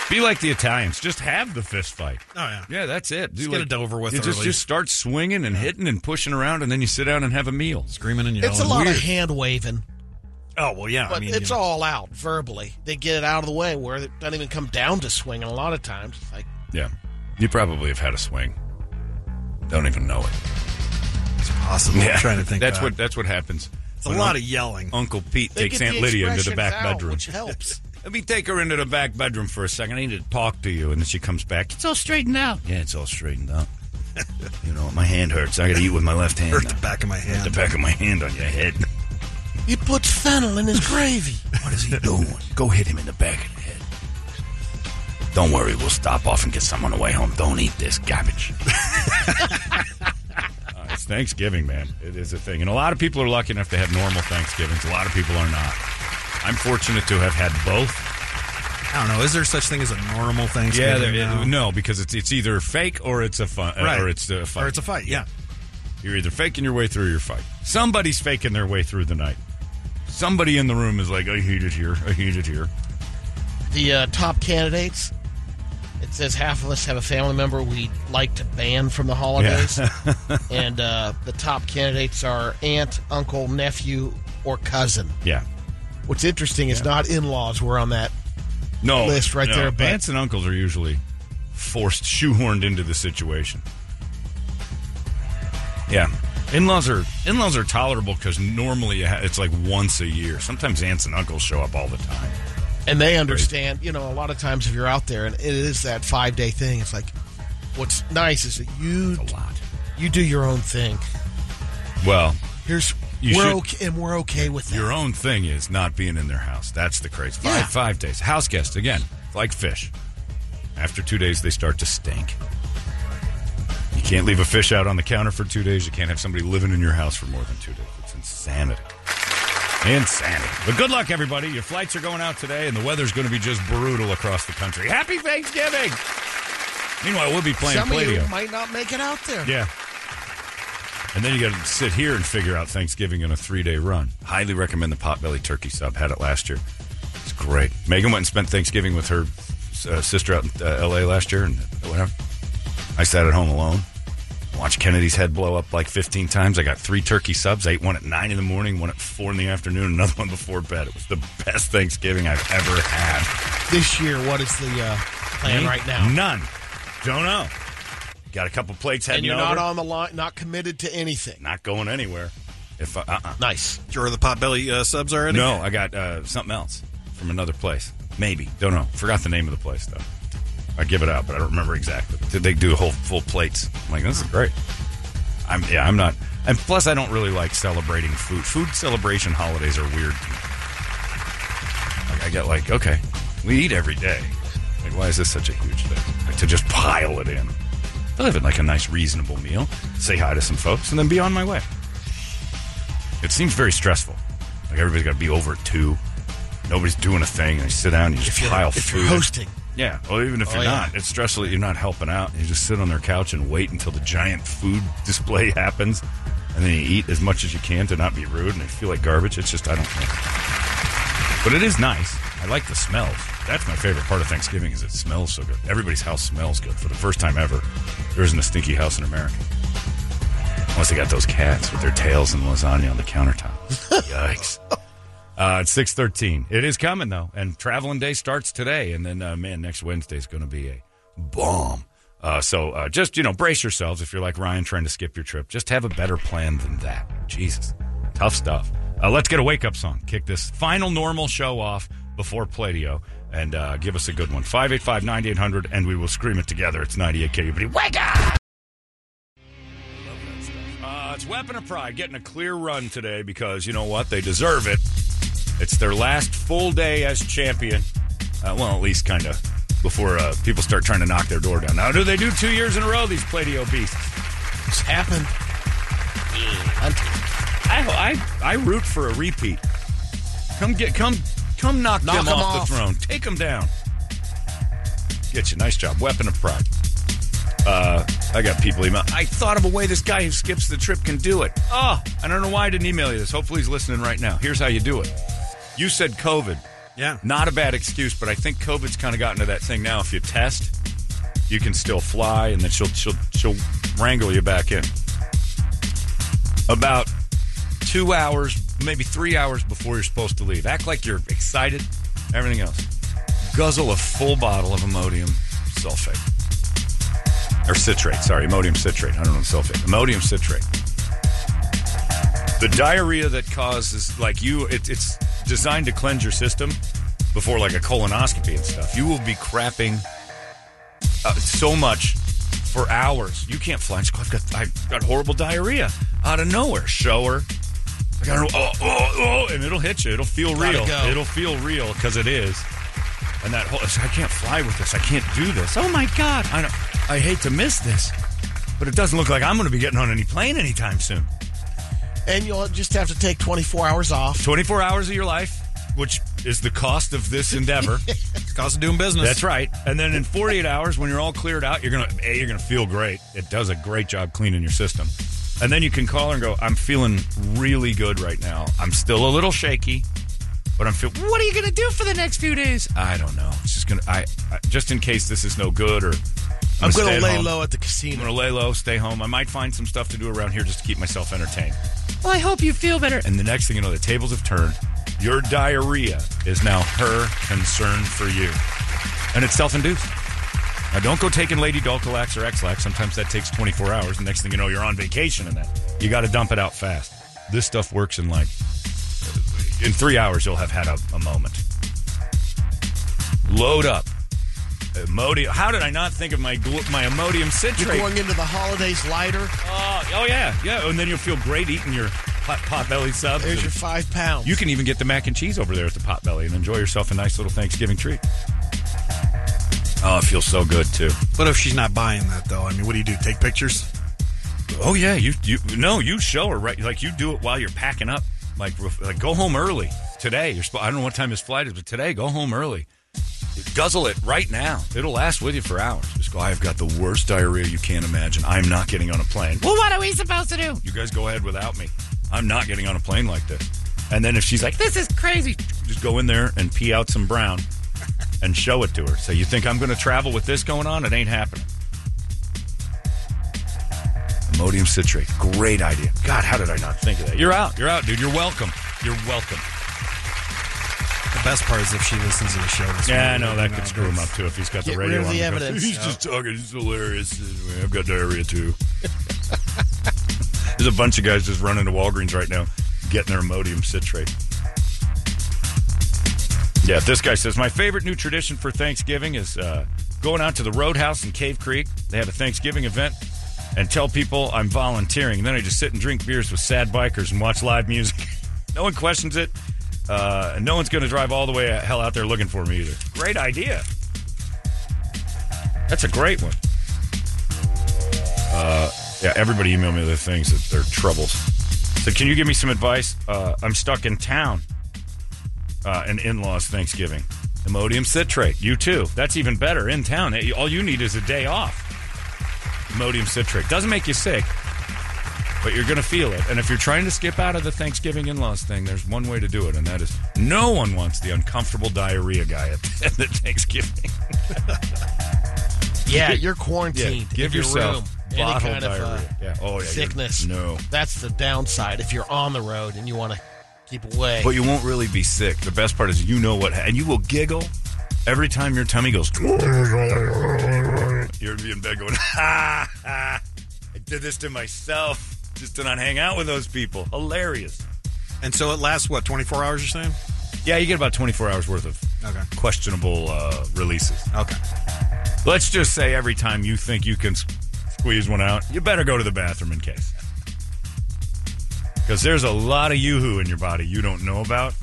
A: be like the Italians. Just have the fist fight.
C: Oh, yeah.
A: Yeah, that's it. Do
C: Just get it over with
A: you Just
C: early.
A: just start swinging and hitting and pushing around, and then you sit down and have a meal.
C: Screaming and yelling.
B: It's a lot of hand waving,
C: Oh, well, yeah.
B: but
C: I mean,
B: it's
C: you know,
B: all out verbally. They get it out of the way where it doesn't even come down to swinging a lot of times. It's like,
A: Yeah, you probably have had a swing. Don't even know it.
C: it's possible. I'm trying to think.
A: That's
C: back.
A: what that's what happens.
C: It's a lot of yelling.
A: Uncle Pete
B: they
A: takes
B: get
A: Aunt
B: the
A: Lydia into the
B: expressions
A: back
B: out,
A: bedroom.
B: Which helps.
A: [LAUGHS] Let me take her into the back bedroom for a second. I need to talk to you. And then she comes back.
E: It's all straightened out.
A: Yeah, it's all straightened up. you know, my hand hurts. I got to eat with my left hand.
C: [LAUGHS] Hurt
A: now.
C: the back of my
A: The
C: hand.
A: back of my hand on your head.
B: He puts fennel in his gravy.
A: What is he doing? Go hit him in the back of the head. Don't worry, we'll stop off and get some on the way home. Don't eat this garbage. [LAUGHS] Uh, it's Thanksgiving, man. It is a thing. And a lot of people are lucky enough to have normal Thanksgivings. A lot of people are not. I'm fortunate to have had both.
C: I don't know. Is there such thing as a normal Thanksgiving?
A: Yeah, there,
C: now?
A: no, because it's it's either fake or it's a fun
C: Right.
A: or it's a fight.
C: Or it's a fight. Yeah.
A: You're either faking your way through or your fight. Somebody's faking their way through the night. Somebody in the room is like, I hate it here. I hate it here.
B: The uh, top candidates. It says half of us have a family member we'd like to ban from the holidays.
A: [LAUGHS]
B: and uh, the top candidates are aunt, uncle, nephew, or cousin.
A: Yeah.
B: What's interesting is not in laws were on that.
A: No
B: List right
A: no.
B: there, but-
A: Aunts and uncles are usually forced, shoehorned into the situation. Yeah. In-laws are in-laws are tolerable because normally you ha- it's like once a year. Sometimes aunts and uncles show up all the time.
B: And they understand, you know, a lot of times if you're out there and it is that five day thing, it's like, what's nice is that you
A: A lot.
B: you do your own thing.
A: Well,
B: Here's
A: You
B: we're
A: should-
B: okay, and we're okay with that.
A: Your own thing is not being in their house. That's the craze. Five,
B: Yeah.
A: five days. House guests, again, like fish. After two days, they start to stink. You can't leave a fish out on the counter for two days. You can't have somebody living in your house for more than two days. It's insanity. Insanity. But good luck, everybody. Your flights are going out today, and the weather's going to be just brutal across the country. Happy Thanksgiving! Meanwhile, we'll be playing
B: Some
A: Play-Doh.
B: of you might not make it out there.
A: Yeah. And then you got to sit here and figure out Thanksgiving in a three day run. Highly recommend the Potbelly Turkey Sub. Had it last year. It's great. Megan went and spent Thanksgiving with her uh, sister out in uh, LA last year and whatever. I sat at home alone, watched Kennedy's head blow up like 15 times. I got three turkey subs. I ate one at 9 in the morning, one at 4 in the afternoon, another one before bed. It was the best Thanksgiving I've ever had.
B: This year, what is the uh, plan
A: Me?
B: right now?
A: None. Don't know. Got a couple plates heading
B: and you're
A: over.
B: not on the line, not committed to anything.
A: not going anywhere. If I, uh-uh.
B: Nice.
C: Sure, the potbelly uh, subs already.
A: no, I got uh, something else from another place. Maybe don't know. Forgot the name of the place though. I give it out, but I don't remember exactly. Did they do whole full plates? I'm like, this is great. I'm yeah, I'm not. And plus, I don't really like celebrating food. Food celebration holidays are weird. to me. Like, I get like, okay, we eat every day. Like, why is this such a huge thing? Like to just pile it in. I live in like a nice, reasonable meal. Say hi to some folks, and then be on my way. It seems very stressful. Like everybody's got to be over at two. Nobody's doing a thing. And you sit down, and you just
B: If you're,
A: pile
B: if
A: food.
B: you're hosting,
A: Yeah. Well, even if
B: Oh,
A: you're
B: yeah.
A: not, it's stressful that you're not helping out. You just sit on their couch and wait until the giant food [LAUGHS] display happens, and then you eat as much as you can to not be rude and they feel like garbage. It's just I don't know. But it is nice. I like the smells. That's my favorite part of Thanksgiving is it smells so good. Everybody's house smells good for the first time ever. There isn't a stinky house in America. Unless they got those cats with their tails and lasagna on
B: [LAUGHS]
A: the countertop. Yikes. Uh, it's six thirteen. It is coming though, and traveling day starts today, and then uh, man, next Wednesday is going to be a bomb. Uh, so uh, just you know, brace yourselves if you're like Ryan trying to skip your trip. Just have a better plan than that. Jesus, tough stuff. Uh, let's get a wake up song. Kick this final normal show off before Pladio, and uh, give us a good one. 585-9800, and we will scream it together. It's ninety eight KUBD. Wake up! Uh, it's Weapon of Pride getting a clear run today because you know what? They deserve it. It's their last full day as champion. Uh, well, at least kind of before uh, people start trying to knock their door down. Now, do they do two years in a row, these Pladio beasts?
B: it's happened.
A: I, I, I root for a repeat. Come get, come, come knock,
B: Knock
A: them
B: 'em
A: off,
B: off.
A: the throne. Take them down. Get you. Nice job. Weapon of pride. Uh, I got people email. I thought of a way this guy who skips the trip can do it. Oh, I don't know why I didn't email you this. Hopefully he's listening right now. Here's how you do it. You said COVID.
C: Yeah.
A: Not a bad excuse, but I think COVID's kind of gotten to that thing now. If you test, you can still fly, and then she'll she'll she'll wrangle you back in. About two hours, maybe three hours before you're supposed to leave. Act like you're excited. Everything else. Guzzle a full bottle of Imodium sulfate or citrate. Sorry, Imodium citrate. I don't know sulfate. Imodium citrate. The diarrhea that causes, like you, it, it's designed to cleanse your system before like a colonoscopy and stuff. You will be crapping uh, so much for hours. You can't fly in school. I've got I've got horrible diarrhea out of nowhere. Show her. I got oh, oh, oh, and it'll hit you. It'll feel
B: Gotta
A: real.
B: go.
A: It'll feel real because it is. And that whole I can't fly with this. I can't do this. Oh my god! I know, I hate to miss this, but it doesn't look like I'm going to be getting on any plane anytime soon.
B: And you'll just have to take 24 hours off.
A: 24 hours of your life, which is the cost of this endeavor.
C: It's cost of doing business.
A: That's right. And then in 48 hours, when you're all cleared out, you're gonna a you're gonna feel great. It does a great job cleaning your system. And then you can call her and go, "I'm feeling really good right now. I'm still a little shaky, but I'm feel.
E: What are you going to do for the next few days?
A: I don't know. It's just gonna. I, I just in case this is no good or
B: I'm going
A: gonna stay
B: to
A: at
B: lay
A: home.
B: low at the
A: I'm
B: casino.
A: gonna lay low, stay home. I might find some stuff to do around here just to keep myself entertained.
E: Well, I hope you feel
C: [LAUGHS]
E: better.
A: And the next thing you know, the tables have turned. Your diarrhea is now her concern for you. And it's self induced. Now, don't go taking Lady Dulcolax or Xlax. Sometimes that takes 24 hours. And next thing you know, you're on vacation and that. You got to dump it out fast. This stuff works in like, in three hours, you'll have had a, a moment. Load up. Imodium. How did I not think of my, glu- my Imodium
B: You're
A: citrate?
B: going into the holidays lighter.
A: Oh, oh, yeah. Yeah. And then you'll feel great eating your pot, pot belly subs.
B: There's
A: and-
B: your five pounds.
A: you can even get the mac and cheese over there at the Potbelly and enjoy yourself a nice little Thanksgiving treat. Oh, it feels so good too.
C: But if she's not buying that, though, I mean, what do you do? Take pictures?
A: Oh yeah, you you no, you show her right like you do it while you're packing up. Like ref- like go home early today. You're sp- I don't know what time his flight is, but today go home early. Guzzle it right now. It'll last with you for hours. Just go. I've got the worst diarrhea you can't imagine. I'm not getting on a plane.
E: Well, what are we supposed to do?
A: You guys go ahead without me. I'm not getting on a plane like this. And then if she's like,
E: This is crazy.
A: just go in there and pee out some brown and show it to her. So you think I'm going to travel with this going on? It ain't happening. Imodium citrate, great idea. God, how did I not think of that? You're out. You're out, dude. You're welcome. You're welcome.
C: The best part is if she listens to the show. This
A: Yeah, I
C: morning,
A: know
C: you
A: that could screw him up too if he's got the
B: Get
A: radio
B: rid of the
A: on. He goes,
B: evidence.
A: He's just talking. It's hilarious. I've got diarrhea too. There's a bunch of guys just running to Walgreens right now, getting their Imodium citrate. Yeah, this guy says my favorite new tradition for Thanksgiving is uh, going out to the Roadhouse in Cave Creek. They have a Thanksgiving event and tell people I'm volunteering. And then I just sit and drink beers with sad bikers and watch live music. [LAUGHS] no one questions it. Uh, and no one's going to drive all the way uh, hell out there looking for me either. Great idea. That's a great one. Uh, yeah, everybody email me the things that their troubles. So, can you give me some advice? Uh, I'm stuck in town. Uh, an in-laws Thanksgiving. Imodium citrate. You too. That's even better. In town, Eh, all you need is a day off. Imodium citrate doesn't make you sick, but you're going to feel it. And if you're trying to skip out of the Thanksgiving in-laws thing, there's one way to do it, and that is no one wants the uncomfortable diarrhea guy at the [LAUGHS] end of Thanksgiving.
B: yeah, you're quarantined.
A: Yeah, give
B: in your
A: yourself
B: room. Any
A: bottle
B: kind of, uh,
A: diarrhea. Yeah. Oh, yeah, you're-
B: sickness.
A: no.
B: That's the downside if you're on the road and you want to keep away.
A: But you won't really be sick. The best part is you know what, and you will giggle every time your tummy goes. [LAUGHS] You're be in bed going, [LAUGHS] ha, ha, I did this to myself just to not hang out with those people. Hilarious.
C: And so it lasts, what, 24 hours, you're saying?
A: Yeah, you get about 24 hours worth of
C: Okay.
A: questionable uh, releases.
C: Okay.
A: Let's just say every time you think you can s- squeeze one out, you better go to the bathroom in case. Because there's a lot of yoo-hoo in your body you don't know about,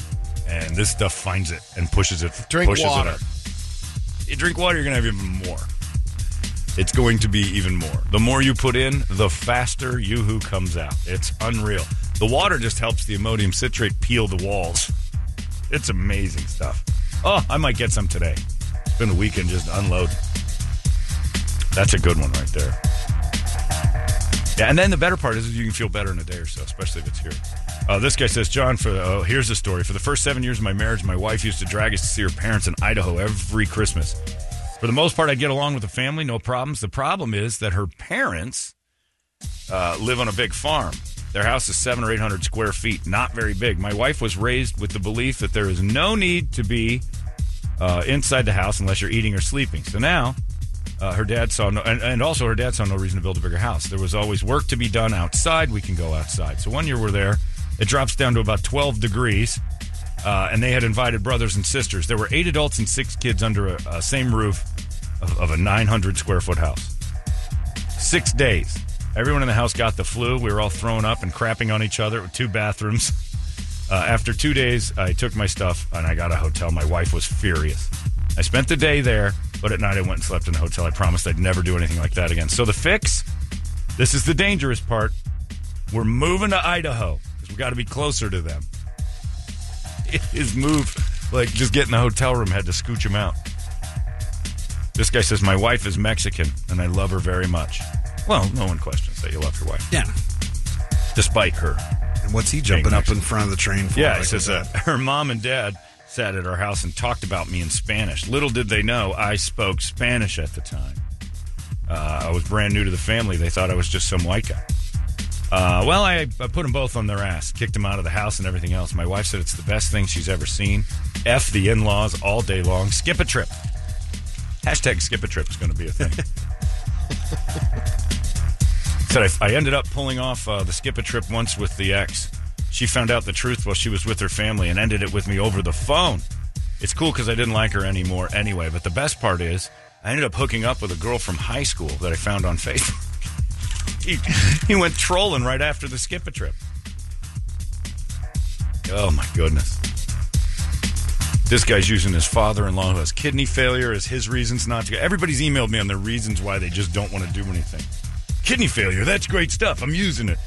A: and this stuff finds it and pushes it.
B: Drink
A: pushes
B: water.
A: It up. You drink water, you're going to have even more. It's going to be even more. The more you put in, the faster yoo-hoo comes out. It's unreal. The water just helps the Imodium citrate peel the walls. It's amazing stuff. Oh, I might get some today. Spend a weekend just unload. That's a good one right there. Yeah, and then the better part is you can feel better in a day or so, especially if it's here. Uh, this guy says, John, for oh, here's the story. For the first seven years of my marriage, my wife used to drag us to see her parents in Idaho every Christmas. For the most part, I'd get along with the family, no problems. The problem is that her parents uh, live on a big farm. Their house is seven or eight hundred square feet, not very big. My wife was raised with the belief that there is no need to be uh, inside the house unless you're eating or sleeping. So now uh, her dad saw no, and, and also her dad saw no reason to build a bigger house. There was always work to be done outside. We can go outside. So one year we're there, it drops down to about 12 degrees, uh, and they had invited brothers and sisters. There were eight adults and six kids under a, a same roof of, of a 900 square foot house. Six days. Everyone in the house got the flu. We were all thrown up and crapping on each other with two bathrooms. [LAUGHS] Uh, after two days, I took my stuff and I got a hotel. My wife was furious. I spent the day there, but at night I went and slept in the hotel. I promised I'd never do anything like that again. So the fix this is the dangerous part. We're moving to Idaho because we got to be closer to them. [LAUGHS] His move, like just getting a hotel room, had to scooch him out. This guy says, My wife is Mexican and I love her very much. Well, no one questions that you love your wife,
C: Yeah.
A: despite her.
C: And what's he jumping
A: Dang,
C: up in front of the train for?
A: Yeah,
C: Like,
A: it says uh, her mom and dad sat at our house and talked about me in Spanish. Little did they know I spoke Spanish at the time. Uh, I was brand new to the family. They thought I was just some white guy. Uh, well, I, I put them both on their ass, kicked them out of the house and everything else. My wife said it's the best thing she's ever seen. F the in laws all day long. Skip a trip. Hashtag skip a trip is going to be a thing.
C: [LAUGHS]
A: said I, I ended up pulling off uh, the skip a trip once with the ex. She found out the truth while she was with her family and ended it with me over the phone. It's cool because I didn't like her anymore anyway. But the best part is, I ended up hooking up with a girl from high school that I found on Facebook. [LAUGHS] he, he went trolling right after the skip a trip. Oh my goodness. This guy's using his father in law who has kidney failure as his reasons not to go. Everybody's emailed me on their reasons why they just don't want to do anything. Kidney failure, that's great stuff. I'm using it.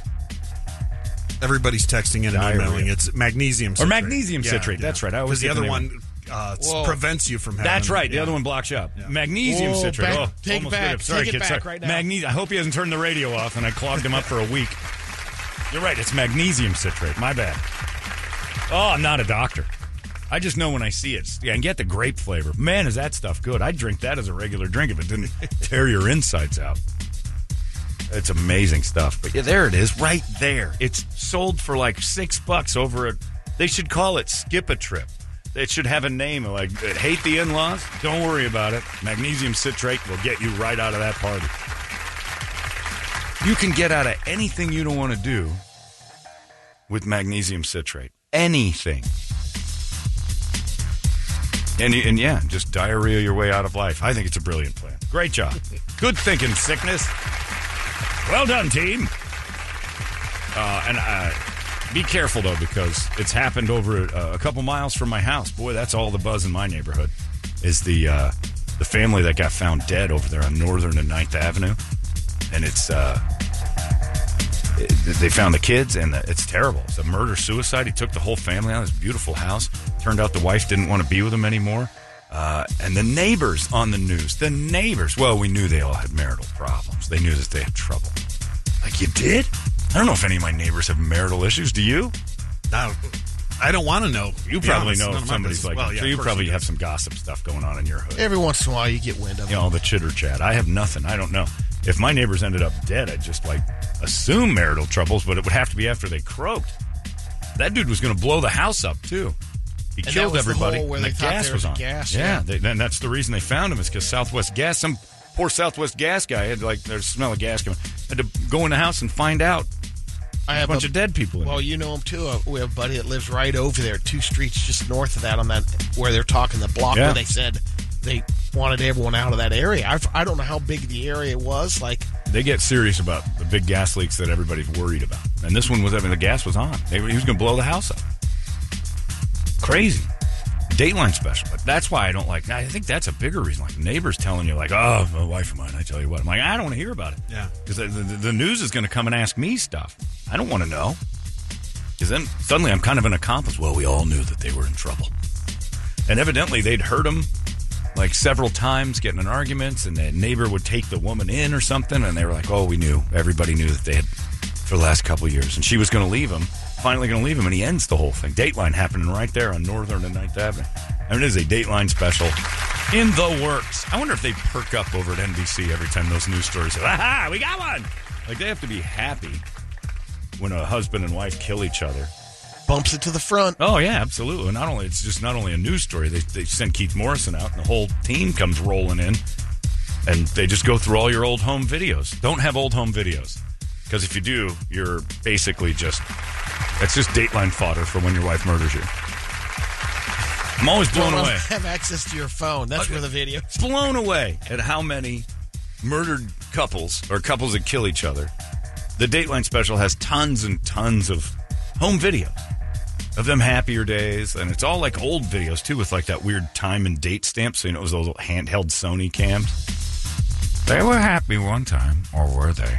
C: Everybody's texting in and
A: Diarrhea.
C: emailing. It's magnesium
A: Or
C: citrate.
A: magnesium citrate, that's right. I always
C: Because the
A: get the
C: other
A: name
C: one uh, s-
D: Whoa.
C: prevents you from having
A: That's right. The
C: yeah.
A: other one blocks you up. Magnesium
B: Whoa,
A: citrate.
B: back-
A: oh,
B: take
A: almost
B: back.
A: did it. Sorry,
B: Take it
A: kid.
B: back
A: Sorry.
B: right now.
A: Magne- I hope he hasn't turned the radio off and I clogged him up for a week. You're right. It's magnesium citrate. My bad. Oh, I'm not a doctor. I just know when I see it. Yeah, and get the grape flavor. Man, is that stuff good. I'd drink that as a regular drink if it
C: [LAUGHS]
A: didn't tear your insides out. It's amazing stuff. But yeah, there it is, right there. It's sold for like six bucks over a. They should call it Skip a Trip. It should have a name like uh, Hate the In Laws. Don't worry about it. Magnesium citrate will get you right out of that party. You can get out of anything you don't want to do with magnesium citrate. Anything. And, you- and yeah, just diarrhea your way out of life. I think it's a brilliant plan. Great job. Good thinking, sickness. Well done, team. Uh, and uh, be careful, though, because it's happened over uh, a couple miles from my house. Boy, that's all the buzz in my neighborhood is the, uh, the family that got found dead over there on Northern and 9th Avenue. And it's. Uh, it- they found the kids, and the, it's terrible. It's a murder suicide. He took the whole family out of this beautiful house. Turned out the wife didn't want to be with him anymore. Uh, and the neighbors on the news, the neighbors, well, we knew they all had marital problems. They knew that they had trouble. Like, you did? I don't know if any of my neighbors have marital issues. Do you?
C: I I don't want to know.
A: You
C: Be
A: probably
C: honest,
A: know
C: none
A: if
C: of my
A: somebody's
C: business.
A: like,
C: well, yeah,
A: so
C: of
A: you
C: course
A: probably
C: do.
A: have some gossip stuff going on in your hood.
B: Every once in a while, you get wind of it.
A: you know, all the chitter chat. I have nothing. I don't know. If my neighbors ended up dead, I'd just like assume marital troubles, but it would have to be after they croaked. That dude was going to blow the house up too. He
B: that
A: killed
B: was the
A: everybody.
B: hole where
A: and
B: they
A: the
B: thought
A: gas
B: there
A: was
B: was
A: on.
B: gas,
A: yeah,
B: yeah.
A: They, and that's the reason they found him is because Southwest Gas. Some poor Southwest Gas guy had like there's smell of gas coming. Had to go in the house and find out
B: I
A: a
B: have
A: bunch of dead people. In
B: Well,
A: there.
B: you know him too. Uh, We have a buddy that lives right over there, two streets just north of that, on that where they're talking the block
A: Yeah.
B: where they said they wanted everyone out of that area. I've, I don't know how big the area was. Like,
A: they get serious about the big gas leaks that everybody's worried about. And this one was, I mean, the gas was on. They were, he was going to blow the house up. Crazy. Dateline special. But that's why I don't like, I think that's a bigger reason. Like neighbors telling you, like, oh, my wife of mine, I tell you what. I'm like, I don't want to hear about it.
C: Yeah.
A: Because the, the, the news is going to come and ask me stuff. I don't want to know. Because then suddenly I'm kind of an accomplice. Well, we all knew that they were in trouble. And evidently they'd heard him like several times getting in arguments, and the neighbor would take the woman in or something. And they were like, oh, we knew. Everybody knew that they had for the last couple of years. And she was going to leave him, finally going to leave him. And he ends the whole thing. Dateline happening right there on Northern and 9th Avenue. I mean, it is a Dateline special in the works. I wonder if they perk up over at NBC every time those news stories say, [LAUGHS] aha, we got one. Like they have to be happy when a husband and wife kill each other.
B: bumps it to the front.
A: Oh yeah, absolutely. Not only it's just not only a news story. They they send Keith Morrison out, and the whole team comes rolling in, and they just go through all your old home videos. Don't have old home videos because if you do, you're basically just that's just Dateline fodder for when your wife murders you. I'm always blown
B: Don't
A: away,
B: Have access to your phone. That's where the video.
A: blown away at how many murdered couples or couples that kill each other. The Dateline special has tons and tons of home videos of them happier days, and it's all like old videos too, with like that weird time and date stamp. So you know, it was those little handheld Sony cams. They were happy one time, or were they?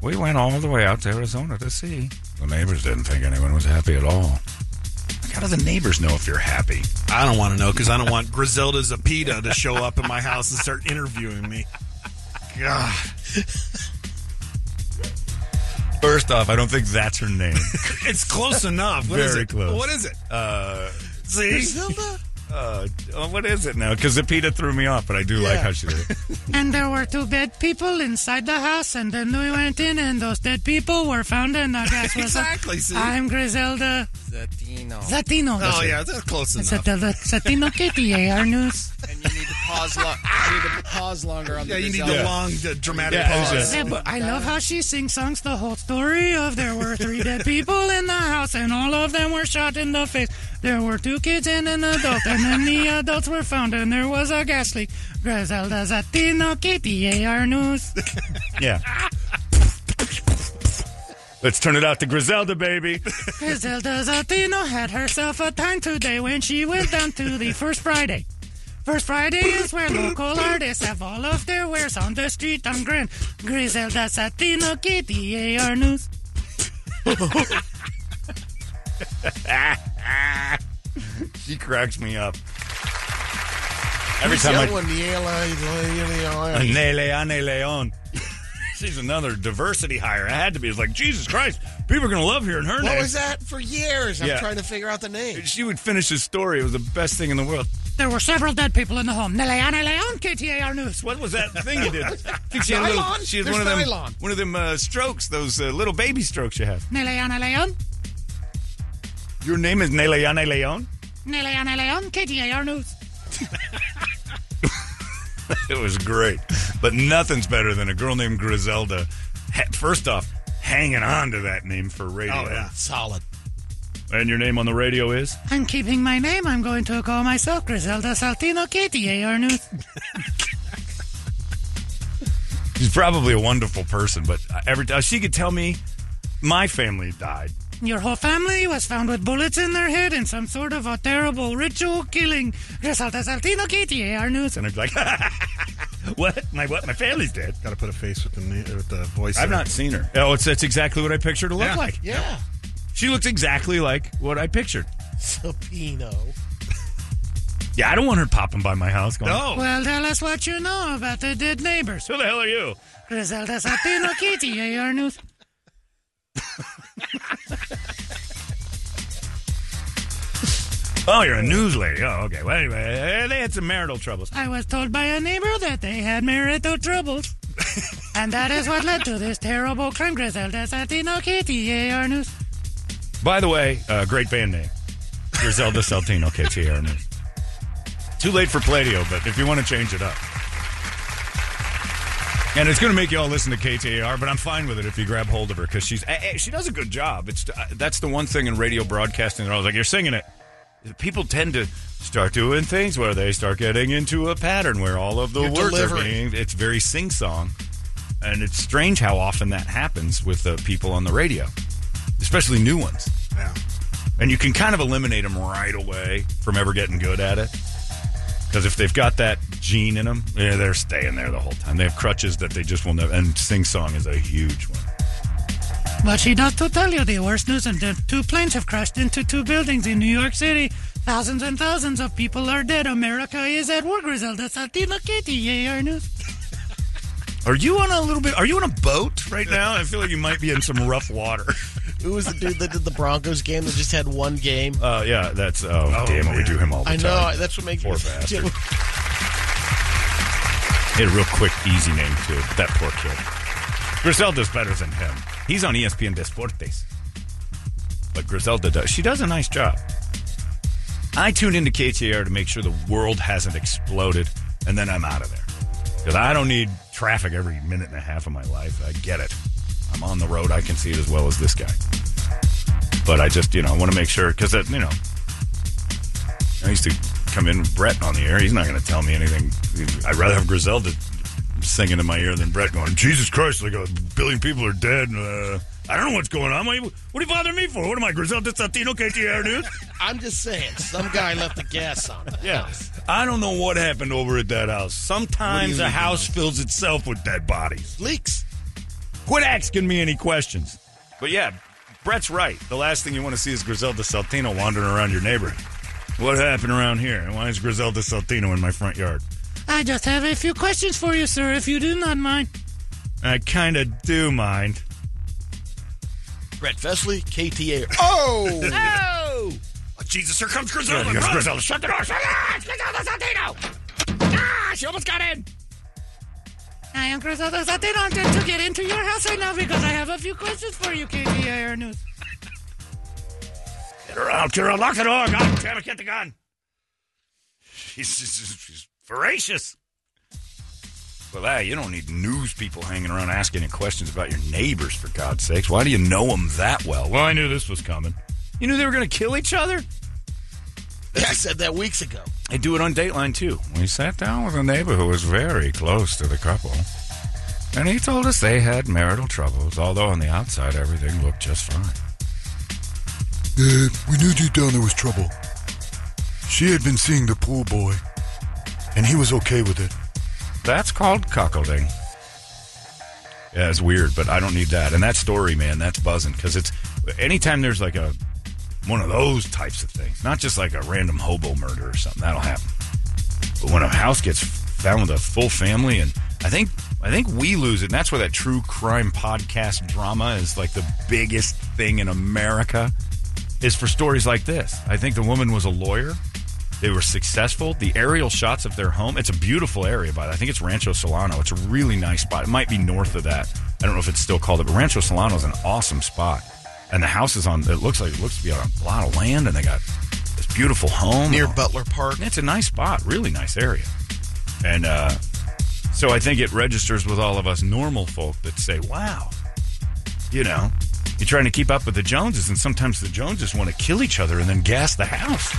A: We went all the way out to Arizona to see. The neighbors didn't think anyone was happy at all. Like, how do the neighbors know if you're happy?
C: I don't want to know because I don't want Griselda Zapita to show up at my house and start interviewing me.
A: God. First off, I don't think that's her [LAUGHS] name.
C: It's close enough. What is
A: Very
C: it?
A: close.
C: What is it?
A: Uh,
C: See?
A: uh, oh, what is it now? Because Zapita threw me off, but I do like how she did it.
E: And there were two dead people inside the house, and then we went in, and those dead people were found, and
C: [LAUGHS]
E: I guess was
C: Exactly, see?
E: I'm Griselda
D: Zatino.
E: Zatino.
C: Oh, yeah, that's close enough.
E: Zatino Zatino KPAR News.
D: and you need to pause. Lo- you need to pause longer on
C: Yeah,
D: the
C: you need
D: Griselda.
C: the long, uh, dramatic
A: Yeah,
C: pause.
A: it's
E: Yeah, but I love how she sings songs the whole story of there were three dead people in the house and all of them were shot in the face. There were two kids and an adult and then the adults were found and there was a gas leak. Griselda Zatino KPAR News.
A: Yeah. Let's turn it out to Griselda, baby. [LAUGHS]
E: Griselda Zatino had herself a time today when she went down to the First Friday. First Friday is where local artists have all of their wares on the street on Grand. Griselda Zatino, KDAR News.
A: She cracks me up. Every
B: Who's
A: time
B: the
A: I.
B: other one? The LA, LA, LA.
A: Nele Ane Leon. [LAUGHS] She's another diversity hire. It had to be. It's like, Jesus Christ, people are going to love hearing her
B: What
A: name.
B: was that for years?
A: Yeah.
B: I'm trying to figure out the name.
A: She would finish his story. It was the best thing in the world. [LAUGHS]
E: There were several dead people in the home. Neleana Leon, KTAR News.
A: What was that thing you did?
E: [LAUGHS]
A: I think she had, a little,
B: Nylon?
A: she had
B: There's
A: one of them,
B: nylon.
A: one of them uh, strokes, those uh, little baby strokes you have.
E: Neleana Leon,
A: Your name is Neleane Leon?
E: Neleana Leon, KTAR News. [LAUGHS]
A: [LAUGHS] It was great. But nothing's better than a girl named Griselda. ha- First off, hanging on to that name for radio.
C: Oh, yeah.
B: Solid.
A: And your name on the radio is?
E: I'm keeping my name. I'm going to call myself Griselda Saltino, KTAR News.
A: She's probably a wonderful person, but uh, every time she could tell me my family died.
E: Your whole family was found with bullets in their head in some sort of a terrible ritual killing. Griselda Saltino, KTAR News.
A: And I'd be like, [LAUGHS] what? My what? My family's dead.
C: Got to put a face with the, na- with the voice.
A: I've
C: there.
A: not seen her. Oh, it's that's exactly what I pictured her to look
C: Yeah.
A: like.
B: Yeah.
A: She looks exactly like what I pictured.
B: Sapino.
A: Yeah, I don't want her popping by my house. Going,
C: No.
E: Well, tell us what you know about the dead neighbors.
A: Who the hell are you?
E: Griselda Satino Kitty, AR News.
A: Oh, you're a news lady. Oh, okay. Well, anyway, eh, they had some marital troubles.
E: I was told by a neighbor that they had marital troubles. and that is what led to this terrible crime, Griselda Satino Kitty, AR News.
A: By the way, uh, great band name. Griselda Saltino, KTR News. Too late for Pladio, but if you want to change it up. And it's going to make you all listen to KTAR, but I'm fine with it if you grab hold of her because she's eh, eh, she does a good job. It's uh, that's the one thing in radio broadcasting. They're always like, "You're singing it." People tend to start doing things where they start getting into a pattern where all of the
B: You're
A: words are
B: delivering.
A: being. It's very sing song, and it's strange how often that happens with uh, people on the radio, especially new ones
C: Yeah.
A: and you can kind of eliminate them right away from ever getting good at it. Because if they've got that gene in them, yeah, they're staying there the whole time. They have crutches that they just will never. And sing song is a huge one.
E: But she does to tell you the worst news, and the two planes have crashed into two buildings in New York City. Thousands and thousands of people are dead. America is at war, Griselda Satino Kitty, AR News.
A: Are you on a little bit? Are you on a boat right now? I feel like you might be in some rough water.
B: Who was the dude that did the Broncos game that just had one game?
A: Uh, yeah, that's oh, damn it. We do him all the
B: I know.
A: time.
B: That's what makes
A: Poor
B: me.
A: bastard. He had a real quick, easy name too. But that poor kid. Griselda's better than him. He's on E ESPN Desportes. But Griselda does. She does a nice job. I tune into KTR to make sure the world hasn't exploded, and then I'm out of there. Because I don't need traffic every minute and a half of my life. I get it. I'm on the road. I can see it as well as this guy. But I just, you know, I want to make sure because, you know, I used to come in with Brett on the air. He's not going to tell me anything. I'd rather have Griselda singing in my ear than Brett going, Jesus Christ, like a billion people are dead. And, uh, I don't know what's going on. What are you bothering me for? What am I, Griselda Santino, KTR News?
B: [LAUGHS] I'm just saying, some guy left the gas on. It.
A: I don't know what happened over at that house. Sometimes a house fills itself with dead bodies.
B: leaks.
A: Quit asking me any questions. But yeah, Brett's right. The last thing you want to see is Griselda Saltino wandering around your neighborhood. What happened around here? Why is Griselda Saltino in my front yard?
E: I just have a few questions for you, sir, if you do not mind.
A: I kind of do mind.
B: Brett Vesley, KTA.
A: [LAUGHS] Oh, Jesus, here comes Griselda. Griselda, shut the door. Shut the door. It's Griselda Saltino. Ah, she almost got in.
E: I am Griselda Santino. I'm going to get into your house right now because I have a few questions for you, KTAR News.
A: Get her out, Gerald. Lock the door. God [LAUGHS] damn it, get the gun. She's, she's, she's voracious. Well, hey, you don't need news people hanging around asking you questions about your neighbors, for God's sakes. Why do you know them that well? Well, I knew this was coming. You knew they were going to kill each other?
B: I said that weeks ago.
A: They do it on Dateline, too. We sat down with a neighbor who was very close to the couple, and he told us they had marital troubles, although on the outside everything looked just fine.
F: Uh, we knew deep down there was trouble. She had been seeing the pool boy, and he was okay with it.
A: That's called cuckolding. Yeah, it's weird, but I don't need that. And that story, man, that's buzzing because it's anytime there's like a one of those types of things, not just like a random hobo murder or something. That'll happen. But when a house gets found with a full family, and I think I think we lose it. And that's where that true crime podcast drama is like the biggest thing in America. Is for stories like this. I think the woman was a lawyer. They were successful. The aerial shots of their home, it's a beautiful area, by the I think it's Rancho Solano. It's a really nice spot. It might be north of that. I don't know if it's still called it, but Rancho Solano is an awesome spot. And the house is on, it looks like it looks to be on a lot of land, and they got this beautiful home.
B: Near
A: And-
B: Butler Park.
A: it's a nice spot, really nice area. And uh, so I think it registers with all of us normal folk that say, wow, you know, you're trying to keep up with the Joneses, and sometimes the Joneses want to kill each other and then gas the house.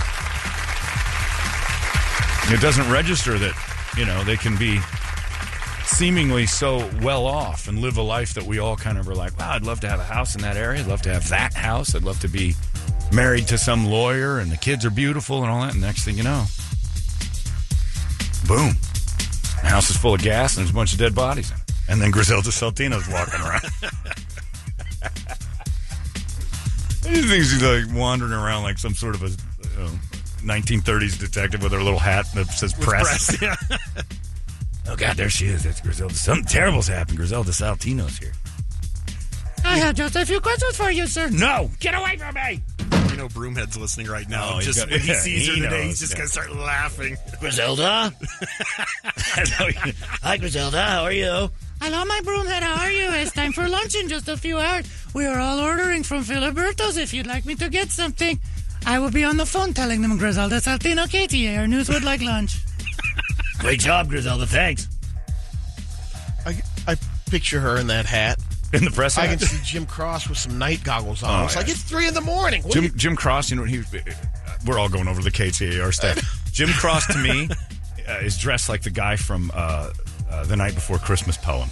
A: It doesn't register that, you know, they can be seemingly so well off and live a life that we all kind of are like, wow, I'd love to have a house in that area. I'd love to have that house. I'd love to be married to some lawyer and the kids are beautiful and all that. And next thing you know, boom, the house is full of gas and there's a bunch of dead bodies in it. And then Griselda Saltino's walking around. [LAUGHS] he thinks he's like wandering around like some sort of a you know, 1930s detective with her little hat that says press. [LAUGHS] Oh God, there she is. That's Griselda. Something terrible's happened. Griselda Saltino's here.
E: I have just a few questions for you, sir.
A: No, get away from me.
C: You know, Broomhead's listening right
A: Oh,
C: now.
A: he's
C: just
A: got-
C: when he
A: yeah,
C: sees
A: he
C: her today,
A: knows,
C: he's just
A: yeah.
C: gonna start laughing.
A: [LAUGHS]
B: Griselda? Hi, Griselda. How are you?
E: Hello, my broomhead. How are you? It's time for lunch in just a few hours. We are all ordering from Filiberto's. If you'd like me to get something, I will be on the phone telling them Griselda Saltino KTAR News would like lunch.
B: Great job, Griselda. Thanks. I, I picture her in that hat.
A: In the press,
B: I
A: hat?
B: can see Jim Cross with some night goggles on.
A: Oh,
B: it's
A: yeah.
B: like it's three in the morning. What
A: Jim Jim Cross, you know what he? We're all going over the KTAR [LAUGHS] stuff. Jim Cross to me uh, is dressed like the guy from uh, uh, the night before Christmas poem.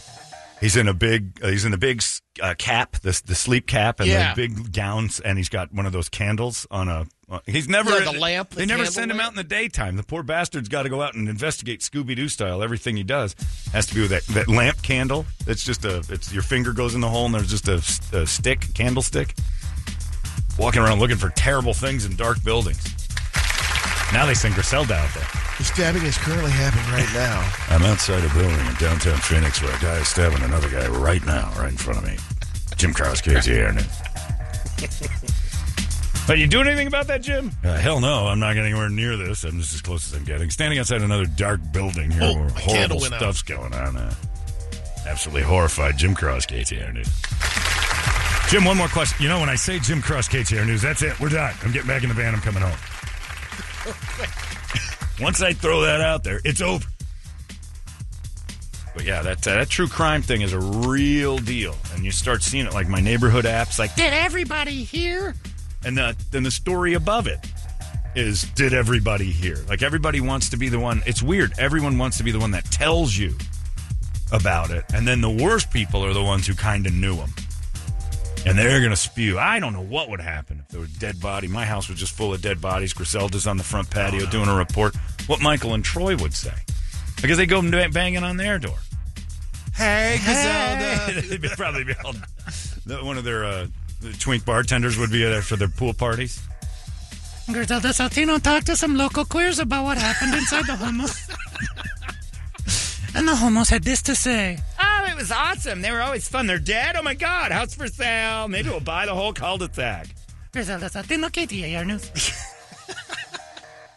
A: He's in a big uh, he's in the big uh, cap, the the sleep cap, and
B: Yeah.
A: the big gowns, and he's got one of those candles on a. uh, he's never
B: Yeah, the lamp, the
A: They never
B: candle
A: send him
B: lamp.
A: out in the daytime. The poor bastard's got to go out and investigate Scooby Doo style. Everything he does has to be with that, that lamp candle. It's just a it's your finger goes in the hole, and there's just a, a stick candlestick walking around looking for terrible things in dark buildings. Now they send Griselda out there.
B: The stabbing is currently happening right [LAUGHS] now.
A: I'm outside a building in downtown Phoenix where a guy is stabbing another guy right now, right in front of me. Jim Krause, KTR News. Are you doing anything about that, Jim? Uh, hell no, I'm not getting anywhere near this. I'm just as close as I'm getting. Standing outside another dark building here
B: Oh,
A: where
B: my
A: horrible
B: candle went out.
A: stuff's going on. Uh, absolutely horrified Jim Krause, KTR News. Jim, one more question. You know, when I say Jim Cross KTR News, that's it. We're done. I'm getting back in the van. I'm coming
B: [LAUGHS]
A: home. Once I throw that out there, it's over. But yeah, that uh, that true crime thing is a real deal, and you start seeing it like my neighborhood apps, like
E: Did everybody hear?
A: and the then the story above it is did everybody hear? Like everybody wants to be the one. It's weird. Everyone wants to be the one that tells you about it, and then the worst people are the ones who kind of knew him, and they're going to spew. I don't know what would happen if there was a dead body. My house was just full of dead bodies. Griselda's on the front patio doing a report. What Michael and Troy would say, because they go ba- banging on their door.
C: Hey,
A: [LAUGHS] They'd be- probably be all, the- one of their uh, the twink bartenders would be there for their pool parties.
E: Griselda Saltino talked to some local queers about what happened inside the [LAUGHS] homos. and the homos had this to say.
A: Oh, it was awesome. They were always fun. They're dead. Oh my god, house for sale. Maybe we'll buy the whole cul-de-sac.
E: Griselda Saltino, KTAR News. [LAUGHS]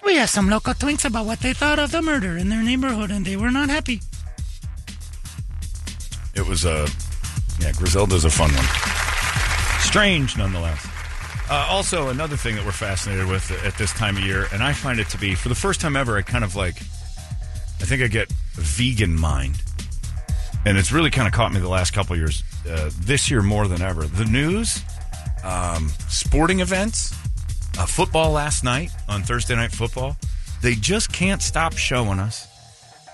E: we asked some local twinks about what they thought of the murder in their neighborhood, and they were not happy.
A: It was a yeah. Griselda's a fun one. Strange, nonetheless. Uh, also, another thing that we're fascinated with at this time of year, and I find it to be for the first time ever, I kind of like. I think I get vegan mind, and it's really kind of caught me the last couple years. Uh, this year more than ever, the news, um, sporting events, uh, football last night on Thursday night football, they just can't stop showing us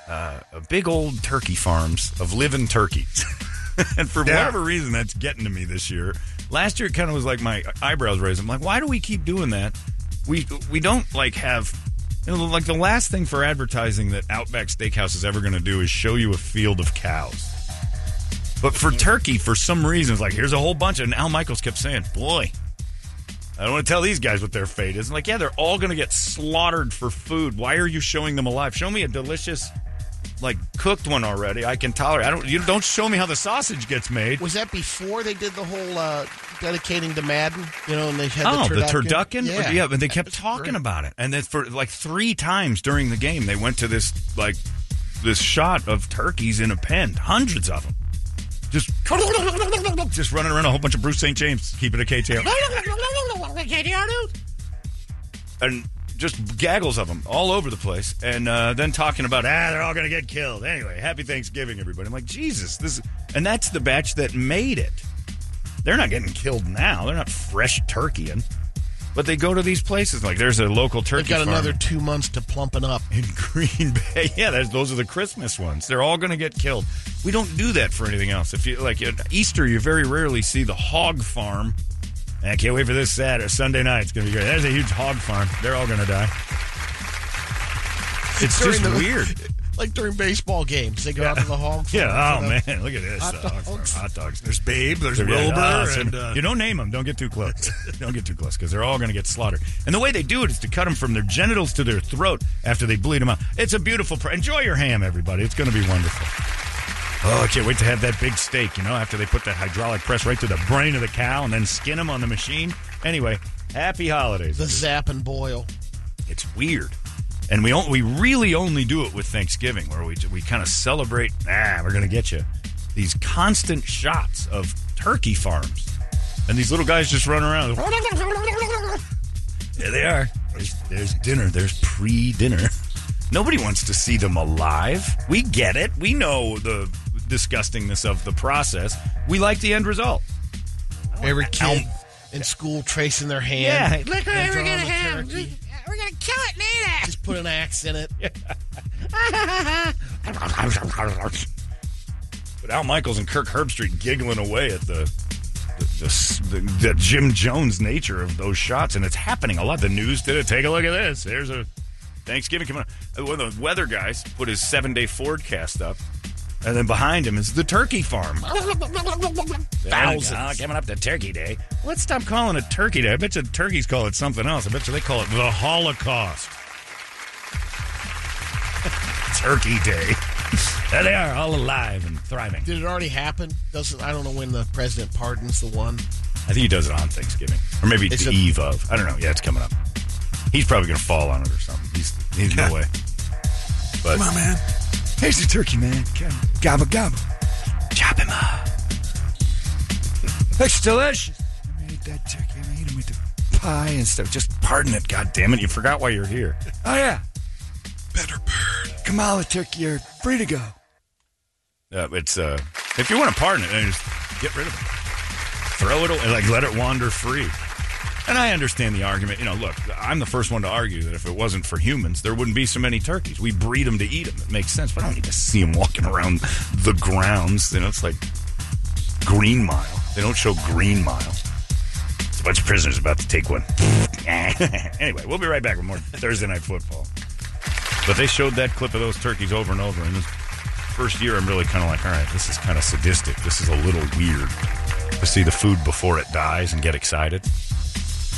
A: uh, big old turkey farms of living turkeys. [LAUGHS] and for whatever reason, that's getting to me this year. Last year, it kind of was like my eyebrows raised. I'm like, why do we keep doing that? We we don't like have. you know, like the last thing for advertising that Outback Steakhouse is ever going to do is show you a field of cows. But for turkey, for some reason, it's like here's a whole bunch. And Al Michaels kept saying, "Boy, I don't want to tell these guys what their fate is." I'm like, yeah, they're all going to get slaughtered for food. Why are you showing them alive? Show me a delicious like cooked one already. I can tolerate. I don't. You don't show me how the sausage gets made.
B: Was that before they did the whole uh, dedicating to Madden? You know, and they had
A: oh,
B: the
A: the
B: turducken.
A: turducken.
B: Yeah,
A: Yeah. but they kept talking about it, and then for like three times during the game, they went to this like this shot of turkeys in a pen, hundreds of them, just [LAUGHS] just running around a whole bunch of Bruce St. James keeping
E: [LAUGHS]
A: a KTL. and just gaggles of them all over the place, and uh, then talking about ah, they're all going to get killed anyway. Happy Thanksgiving, everybody! I'm like Jesus, this, is, and that's the batch that made it. They're not getting killed now. They're not fresh turkeying, but they go to these places like there's a local turkey.
B: They've got
A: farm
B: another two months to plumping up.
A: in Green
B: [LAUGHS]
A: Bay. [LAUGHS] Yeah, that's, those are the Christmas ones. They're all going to get killed. We don't do that for anything else. If you like at Easter, you very rarely see the hog farm. I can't wait for this Saturday, Sunday night. It's going to be great. There's a huge hog farm. They're all going to die. It's
B: During
A: just
B: the-
A: weird.
B: [LAUGHS] Like during baseball games, they go out to the hall. for-
A: Yeah.
B: for
A: Oh
B: the-
A: man, look at this. um,
B: Hot
A: The hog farm.
B: dogs.
A: Hot dogs.
C: There's Babe. There's
A: They're
C: Wilbur.
A: really awesome.
C: and uh,
A: you don't name them. Don't get too close.
C: [LAUGHS]
A: don't get too close because they're all going to get slaughtered. And the way they do it is to cut them from their genitals to their throat after they bleed them out. It's a beautiful. Pr- Enjoy your ham, everybody. It's going to be wonderful. Oh, I can't wait to have that big steak. You know, after they put that hydraulic press right to the brain of the cow and then skin them on the machine. Anyway, happy holidays.
B: The zap and boil.
A: It's weird. And we on, we really only do it with Thanksgiving, where we we kind of celebrate. Ah, we're gonna get you these constant shots of turkey farms, and these little guys just run around. There they are. There's, there's dinner. There's pre-dinner. [LAUGHS] Nobody wants to see them alive. We get it. We know the disgustingness of the process. We like the end result.
B: Every kid in school tracing their hand.
A: Yeah.
E: Look what
B: And
E: we're
B: drawing
E: gonna
B: a
E: have. We're
B: turkey.
E: gonna kill it later.
B: Just
A: [LAUGHS]
B: put an axe in it.
A: But Al Michaels and Kirk Herbstreit giggling away at the the, the, the the Jim Jones nature of those shots, and it's happening a lot. The news did it. Take a look at this. There's a Thanksgiving coming up. Uh, One of the weather guys put his seven day forecast up, and then behind him is the turkey farm. Thousands oh, coming up to Turkey Day. Let's stop calling it Turkey Day. I bet you turkeys call it something else. I bet you they call it the Holocaust. [LAUGHS] Turkey Day. [LAUGHS] there they are, all alive and thriving.
B: Did it already happen? Doesn't I don't know when the president pardons the one.
A: I think he does it on Thanksgiving, or maybe
B: It's
A: the
B: a-
A: eve of. I don't know. Yeah, it's coming up. He's probably going to fall on it or something. He's he's
C: [LAUGHS]
A: no way. But
C: come on, man.
A: here's the turkey, man.
C: Gabba gabba.
A: Chop him up. That's delicious.
F: I ate that turkey. I ate him with the
A: Pie and stuff. Just pardon it. God damn it! You forgot why you're here.
F: Oh, yeah. Better bird. Kamala turkey, you're free to go.
A: Uh, it's uh, if you want to pardon it, then just get rid of it. Throw it away. Like let it wander free. And I understand the argument. You know, look, I'm the first one to argue that if it wasn't for humans, there wouldn't be so many turkeys. We breed them to eat them. It makes sense. But I don't need to see them walking around the grounds. You know, it's like Green Mile. They don't show Green Mile. It's a bunch of prisoners about to take one. [LAUGHS] anyway, we'll be right back with more Thursday Night Football. But they showed that clip of those turkeys over and over. And this first year, I'm really kind of like, all right, this is kind of sadistic. This is a little weird to see the food before it dies and get excited.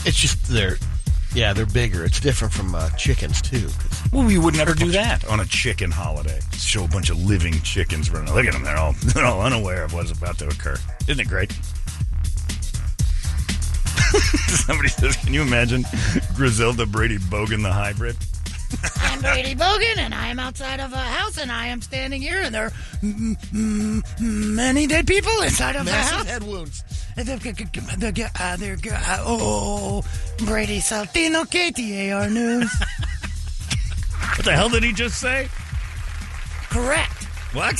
B: It's just they're, yeah, they're bigger. It's different from uh, chickens too. 'cause
A: Well, we would never do that on a chicken holiday. Show a bunch of living chickens running. Look at them; they're all [LAUGHS] they're all unaware of what's about to occur. Isn't it great? [LAUGHS] Somebody says, "Can you imagine Griselda Brady Bogan the hybrid?"
E: I'm Brady Bogan, and I am outside of a house, and I am standing here, and there are m- m- m- many dead people inside of the
B: Massive
E: house.
B: head wounds.
E: And they're, g- g- g- they're, g- uh, they're, g- uh, oh, Brady Saltino, KTAR News.
A: What the hell did he just say?
E: Correct.
A: What?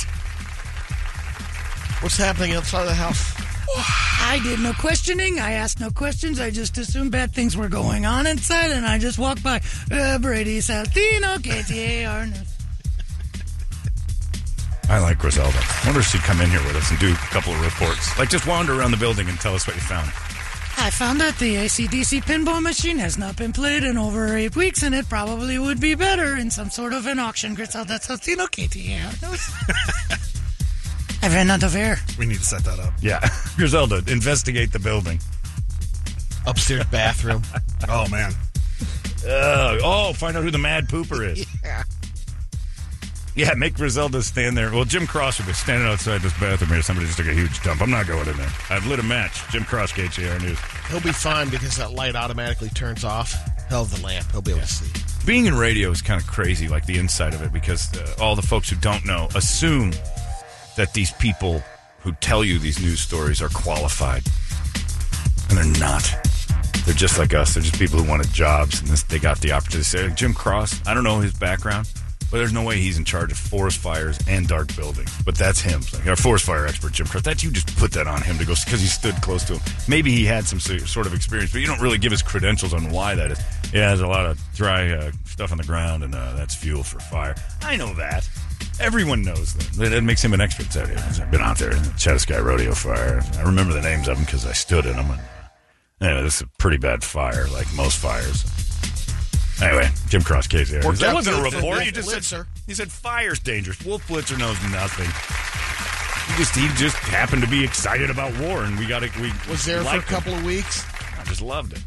B: What's happening outside of the house?
E: I did no questioning. I asked no questions. I just assumed bad things were going on inside, and I just walked by. Uh, Brady Saltino, KTAR News.
A: I like Griselda. I wonder if she'd come in here with us and do a couple of reports. Like, just wander around the building and tell us what you found.
E: I found out the ACDC pinball machine has not been played in over eight weeks, and it probably would be better in some sort of an auction. Griselda Tostino, KTR. I ran out of air.
C: We need to set that up.
A: Yeah, [LAUGHS] Griselda, investigate the building.
B: Upstairs bathroom.
C: [LAUGHS] Oh man,
A: Uh, oh, find out who the mad pooper is.
B: yeah.
A: Yeah, make Griselda stand there. Well, Jim Cross would be standing outside this bathroom here. Somebody just took a huge dump. I'm not going in there. I've lit a match. Jim Cross, KJR News.
B: He'll be fine because that light automatically turns off. Hell of the lamp. He'll be able to see.
A: Being in radio is kind of crazy, like the inside of it, because uh, all the folks who don't know assume that these people who tell you these news stories are qualified. And they're not. They're just like us. They're just people who wanted jobs, and this, they got the opportunity. Say, Jim Cross, I don't know his background, but there's no way he's in charge of forest fires and dark buildings. But that's him. It's Like our forest fire expert, Jim Cross. That you just put that on him to go because he stood close to him. Maybe he had some se- sort of experience, but you don't really give his credentials on why that is. Yeah, there's a lot of dry uh, stuff on the ground, and uh, that's fuel for fire. I know that. Everyone knows that. That- That makes him an expert. So, yeah, I've been out there in the Chattosky Rodeo Fire. I remember the names of them because I stood in them. And, yeah, this is a pretty bad fire, like most fires. Anyway, Jim Cross case here.
B: Worked
A: That
B: out
A: wasn't a
B: good for
A: report.
B: Wolf
A: You just said
B: Blitzer.
A: he said fire's dangerous. Wolf Blitzer knows nothing. He just he just happened to be excited about war, and we got it. We
B: Was there for a
A: liked him.
B: couple of weeks.
A: I just loved it.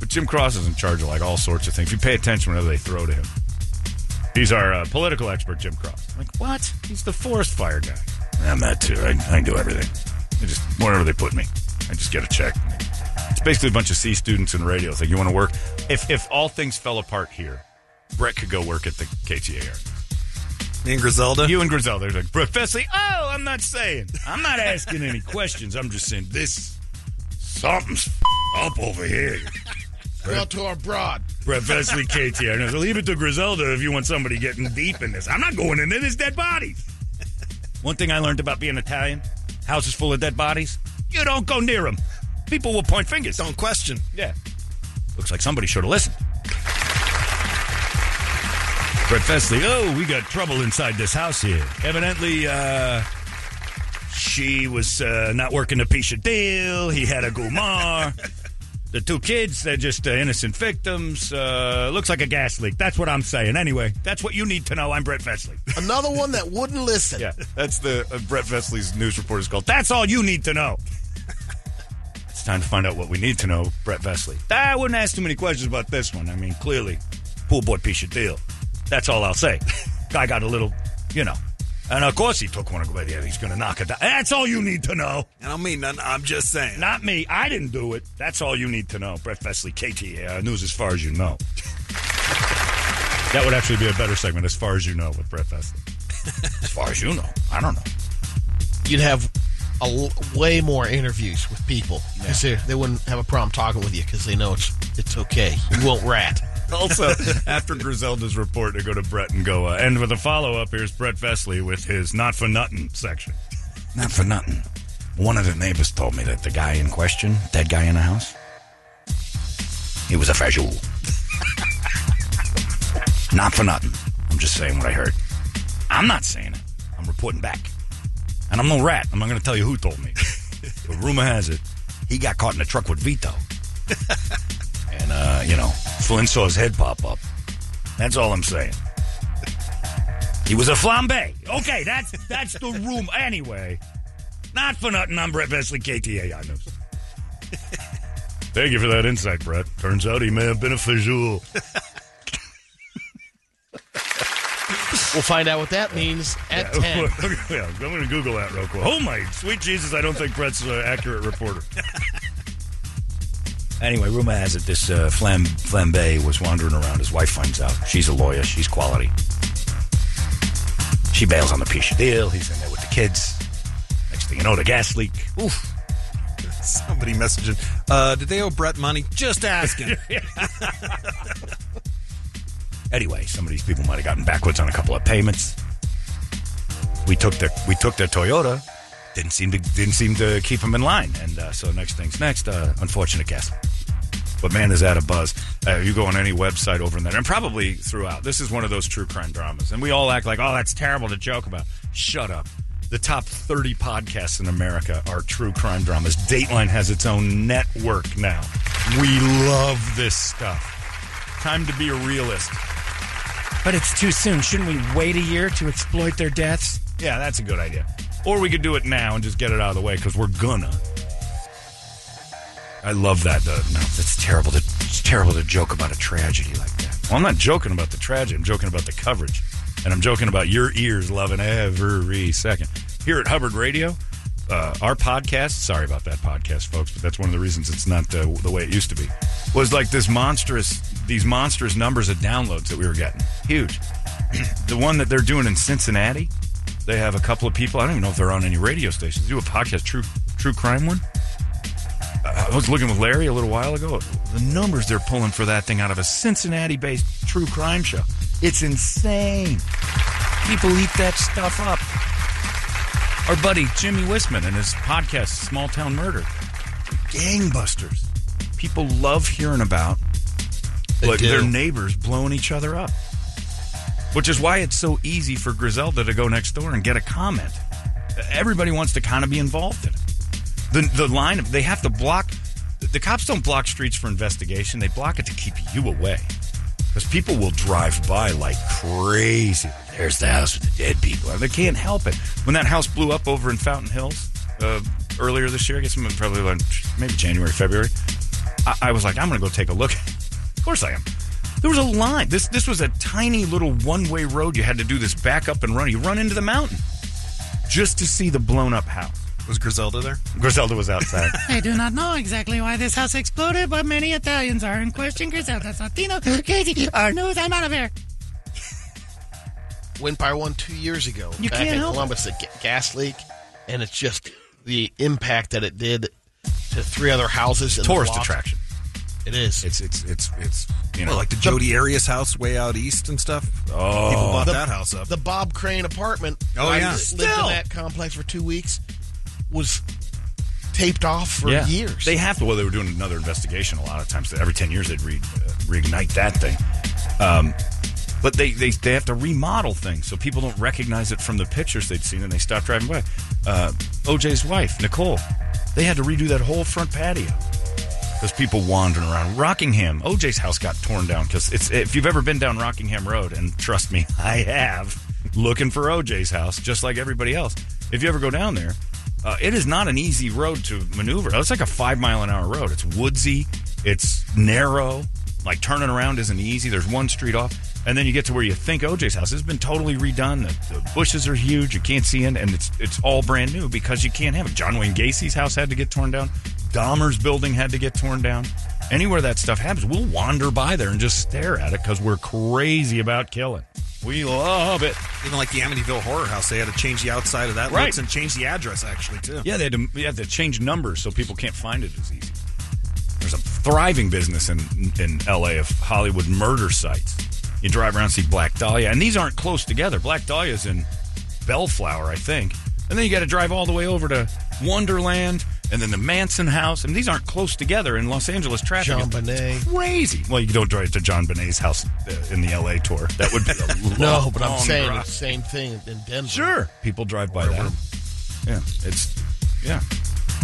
A: But Jim Cross is in charge of like all sorts of things. You pay attention whenever they throw to him. He's our uh, political expert, Jim Cross. I'm like what? He's the forest fire guy. I'm that too. I, I can do everything. I just wherever they put me, I just get a check. It's basically a bunch of C students in radio. It's like you want to work. If if all things fell apart here, Brett could go work at the KTAR.
C: me and Griselda.
A: You and Griselda are like, Professor, oh, I'm not saying. I'm not asking any questions. I'm just saying this. Something's up over here.
B: Go to our broad. [LAUGHS]
A: Professor KTR. knows. leave it to Griselda if you want somebody getting deep in this. I'm not going into this dead bodies. One thing I learned about being Italian houses full of dead bodies, you don't go near them. People will point fingers.
C: Don't question.
A: Yeah. Looks like somebody should have listened. Brett Festley, oh, we got trouble inside this house here. Evidently, uh, she was uh, not working a piece of deal. He had a gumar. the two kids, they're just uh, innocent victims. Uh, looks like a gas leak. That's what I'm saying. Anyway, that's what you need to know. I'm Brett Festley.
B: Another one that wouldn't listen.
A: Yeah, [LAUGHS] that's the uh, Brett Vesley's news report is called. That's all you need to know. [LAUGHS] it's time to find out what we need to know, Brett Vesley. Ah, I wouldn't ask too many questions about this one. I mean, clearly, pool boy piece of deal. That's all I'll
C: [LAUGHS]
A: say. Guy got a little, you know. And of course, he took one away. Yeah, he's going to knock it down. That's all you need to know.
C: I don't mean nothing. I'm just saying.
A: Not me. I didn't do it. That's all you need to know. Brett Vesley, KT, uh, news as far as you
C: [LAUGHS]
A: know. that would actually be a better segment, as far as you know, with Brett Vesley. as far as you know. I don't know.
B: You'd have a l- way more interviews with people. 'Cause they- They wouldn't have a problem talking with you because they know it's it's [LAUGHS] okay. You won't rat.
A: also, after Griselda's report, to go to Brett and go, uh, and with a follow up, here's Brett Vesley with his not for nothing section. Not for nothing. One of the neighbors told me that the guy in question, that guy in the house,
G: He was a fajoule. [LAUGHS] not for nothing. I'm just saying what I heard. I'm not saying it. I'm reporting back. And I'm no rat. I'm not going to tell you who
A: [LAUGHS]
G: told me. but rumor has it, he got caught in a truck with
A: [LAUGHS]
G: Vito. and, uh, you know, Flynn saw his head pop up. That's all I'm saying. He was a flambe. Okay, that's that's the room. Anyway, not for nothing. I'm Brett Vesley, KTAI News.
A: Thank you for that insight, Brett. Turns out he may have been a fajoule.
B: We'll find out what that means at [LAUGHS]
A: yeah, [LAUGHS]
B: 10.
A: I'm going to Google that real quick. Oh, my sweet Jesus. I don't think Brett's an accurate reporter.
G: [LAUGHS] Anyway, rumor has it this uh, flam- flambe was wandering around. His wife finds out. She's a lawyer. She's quality. She bails on the piece of deal. He's in there with the kids. Next thing you know, the gas leak. Oof.
C: [LAUGHS] Somebody messaging. Uh, did they owe Brett money? Just asking.
A: [LAUGHS]
C: [LAUGHS]
G: Anyway, some of these people might have gotten backwards on a couple of payments. We took their we took their Toyota. Didn't seem to didn't seem to keep them in line, and uh, so next things next. Uh, unfortunate guess.
A: But man, is that a buzz. Uh, you go on any website over in there, and probably throughout. This is one of those true crime dramas. And we all act like, oh, that's terrible to joke about. Shut up. The top 30 podcasts in America are true crime dramas. Dateline has its own network now. We love this stuff. Time to be a realist.
H: But it's too soon. Shouldn't we wait a year to exploit their deaths?
A: Yeah, that's a good idea. Or we could do it now and just get it out of the way because we're gonna. I love that. Though.
G: No, it's terrible to it's terrible to joke about a tragedy like that.
A: Well, I'm not joking about the tragedy. I'm joking about the coverage. And I'm joking about your ears loving every second. Here at Hubbard Radio, uh, our podcast, sorry about that podcast, folks, but that's one of the reasons it's not uh, the way it used to be, was like this monstrous, these monstrous numbers of downloads that we were getting. Huge. [CLEARS THROAT] the one that they're doing in Cincinnati, they have a couple of people. I don't even know if they're on any radio stations. They do a podcast, true true crime one. Uh, I was looking with Larry a little while ago. The numbers they're pulling for that thing out of a Cincinnati based true crime show. It's insane. People eat that stuff up. Our buddy Jimmy Wisman and his podcast, Small Town Murder. Gangbusters. People love hearing about
B: They
A: like
B: do.
A: their neighbors blowing each other up. Which is why it's so easy for Griselda to go next door and get a comment. Everybody wants to kind of be involved in it the the line of they have to block the cops don't block streets for investigation they block it to keep you away because people will drive by like crazy there's the house with the dead people they can't help it when that house blew up over in fountain hills uh, earlier this year i guess I'm probably like maybe january february I, I was like i'm gonna go take a look of course i am there was a line this this was a tiny little one-way road you had to do this back up and run you run into the mountain just to see the blown up house
C: Was Griselda there?
A: griselda was
C: [LAUGHS]
A: outside
E: I do not know exactly why this house exploded, but many Italians are in question. Griselda Santino, Katie, our news, I'm out of here.
B: Went by one two years ago
E: You
B: back
E: can't
B: in
E: help it.
B: Columbus, a ga- gas leak, and it's just the impact that it did to three other houses. And the
A: tourist
B: loss-
A: attraction
B: It is.
A: It's it's it's it's you know
C: Well, like the Jody Arias house way out east and stuff. Oh, people bought
B: The-
C: that house up.
B: the Bob Crane apartment.
C: Oh,
B: I
C: yeah.
B: lived
C: Still.
B: in that complex for two weeks. Was taped off for
A: Yeah.
B: years.
A: They have to. Well, they were doing another investigation a lot of times. Every ten years they'd re, uh, reignite that thing. Um, but they, they they have to remodel things so people don't recognize it from the pictures they'd seen and they stop driving by. Uh, OJ's wife Nicole, they had to redo that whole front patio because people wandering around. Rockingham, OJ's house got torn down because it's if you've ever been down Rockingham Road, and trust me, [LAUGHS] I have, looking for OJ's house, just like everybody else. If you ever go down there, uh, it is not an easy road to maneuver. It's like a five mile an hour road. It's woodsy, it's narrow. Like turning around isn't easy. There's one street off, and then you get to where you think OJ's house has been totally redone. The, the bushes are huge. You can't see in, and it's it's all brand new because you can't have it. John Wayne Gacy's house had to get torn down. Dahmer's building had to get torn down. Anywhere that stuff happens, we'll wander by there and just stare at it because we're crazy about killing. We love it.
C: Even like the Amityville Horror House, they had to change the outside of that
A: Right.
C: right. and change the address actually too.
A: Yeah, they had to, they had to change numbers so people can't find it as easy. There's a thriving business in in L.A. of Hollywood murder sites. You drive around and see Black Dahlia, and these aren't close together. Black Dahlia's in Bellflower, I think. And then you got to drive all the way over to Wonderland and then the Manson house. And these aren't close together in Los Angeles traffic.
B: John
A: is
B: Bonet.
A: Crazy. Well, you don't drive to John Bonet's house uh, in the LA tour. That would be a
B: [LAUGHS]
A: long,
B: No, but I'm
A: long
B: saying
A: drive.
B: it's the same thing in Denver.
A: Sure. People drive by that. Yeah. It's, yeah.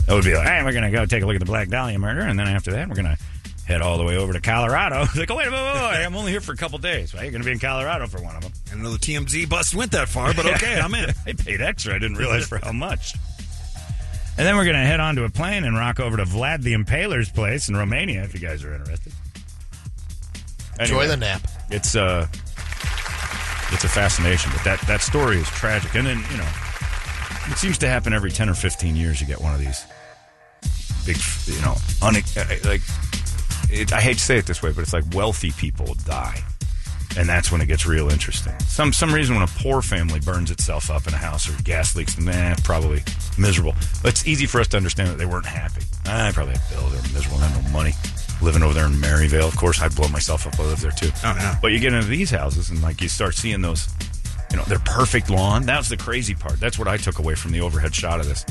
A: That would be like, hey, we're going to go take a look at the Black Dahlia murder. And then after that, we're going to head all the way over to Colorado. [LAUGHS] like, oh, wait, wait, wait, wait. I'm only here for a couple days. Well, you're going to be in Colorado for one of them.
C: I don't know the TMZ bus went that far, but okay, I'm in.
A: I paid [LAUGHS] extra. I didn't realize for how much. And then we're going to head onto a plane and rock over to Vlad the Impaler's place in Romania if you guys are interested.
B: Enjoy
A: Anyway.
B: the nap.
A: it's uh it's a fascination but that that story is tragic and then you know it seems to happen every 10 or 15 years you get one of these big you know un- like it, i hate to say it this way but it's like wealthy people die and that's when it gets real interesting some some reason when a poor family burns itself up in a house or gas leaks nah probably miserable it's easy for us to understand that they weren't happy i probably had bills they were miserable had no money living over there in maryvale of course i'd blow myself up i lived there too
C: Oh, yeah.
A: but you get into these houses and like you start seeing those, you know, their perfect lawn. That was the crazy part. That's what I took away from the overhead shot of this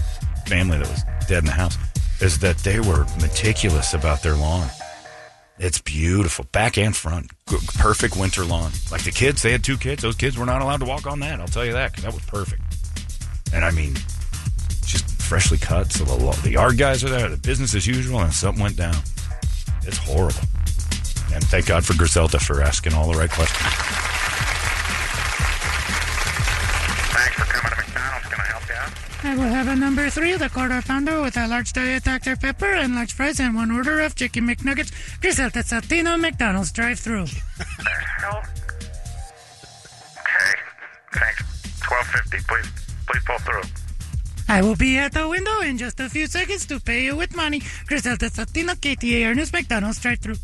A: family that was dead in the house is that they were meticulous about their lawn. It's beautiful, back and front. G- perfect winter lawn. Like the kids, they had two kids. Those kids were not allowed to walk on that. I'll tell you that 'cause that was perfect. And I mean, just freshly cut. So the, lo- the yard guys are there, the business as usual, and something went down. It's horrible. And thank God for Griselda for asking all the right questions.
I: Thanks for coming to McDonald's. Can I help you out?
E: I will have a number three, the quarter pounder with a large diet Dr. Pepper and large fries and one order of chicken McNuggets. Griselda Satino McDonald's drive through.
I: The hell? Okay. Thanks. 1250. Please, please pull through.
E: I will be at the window in just a few seconds to pay you with money. Griselda Satino KTA Ernest McDonald's drive through.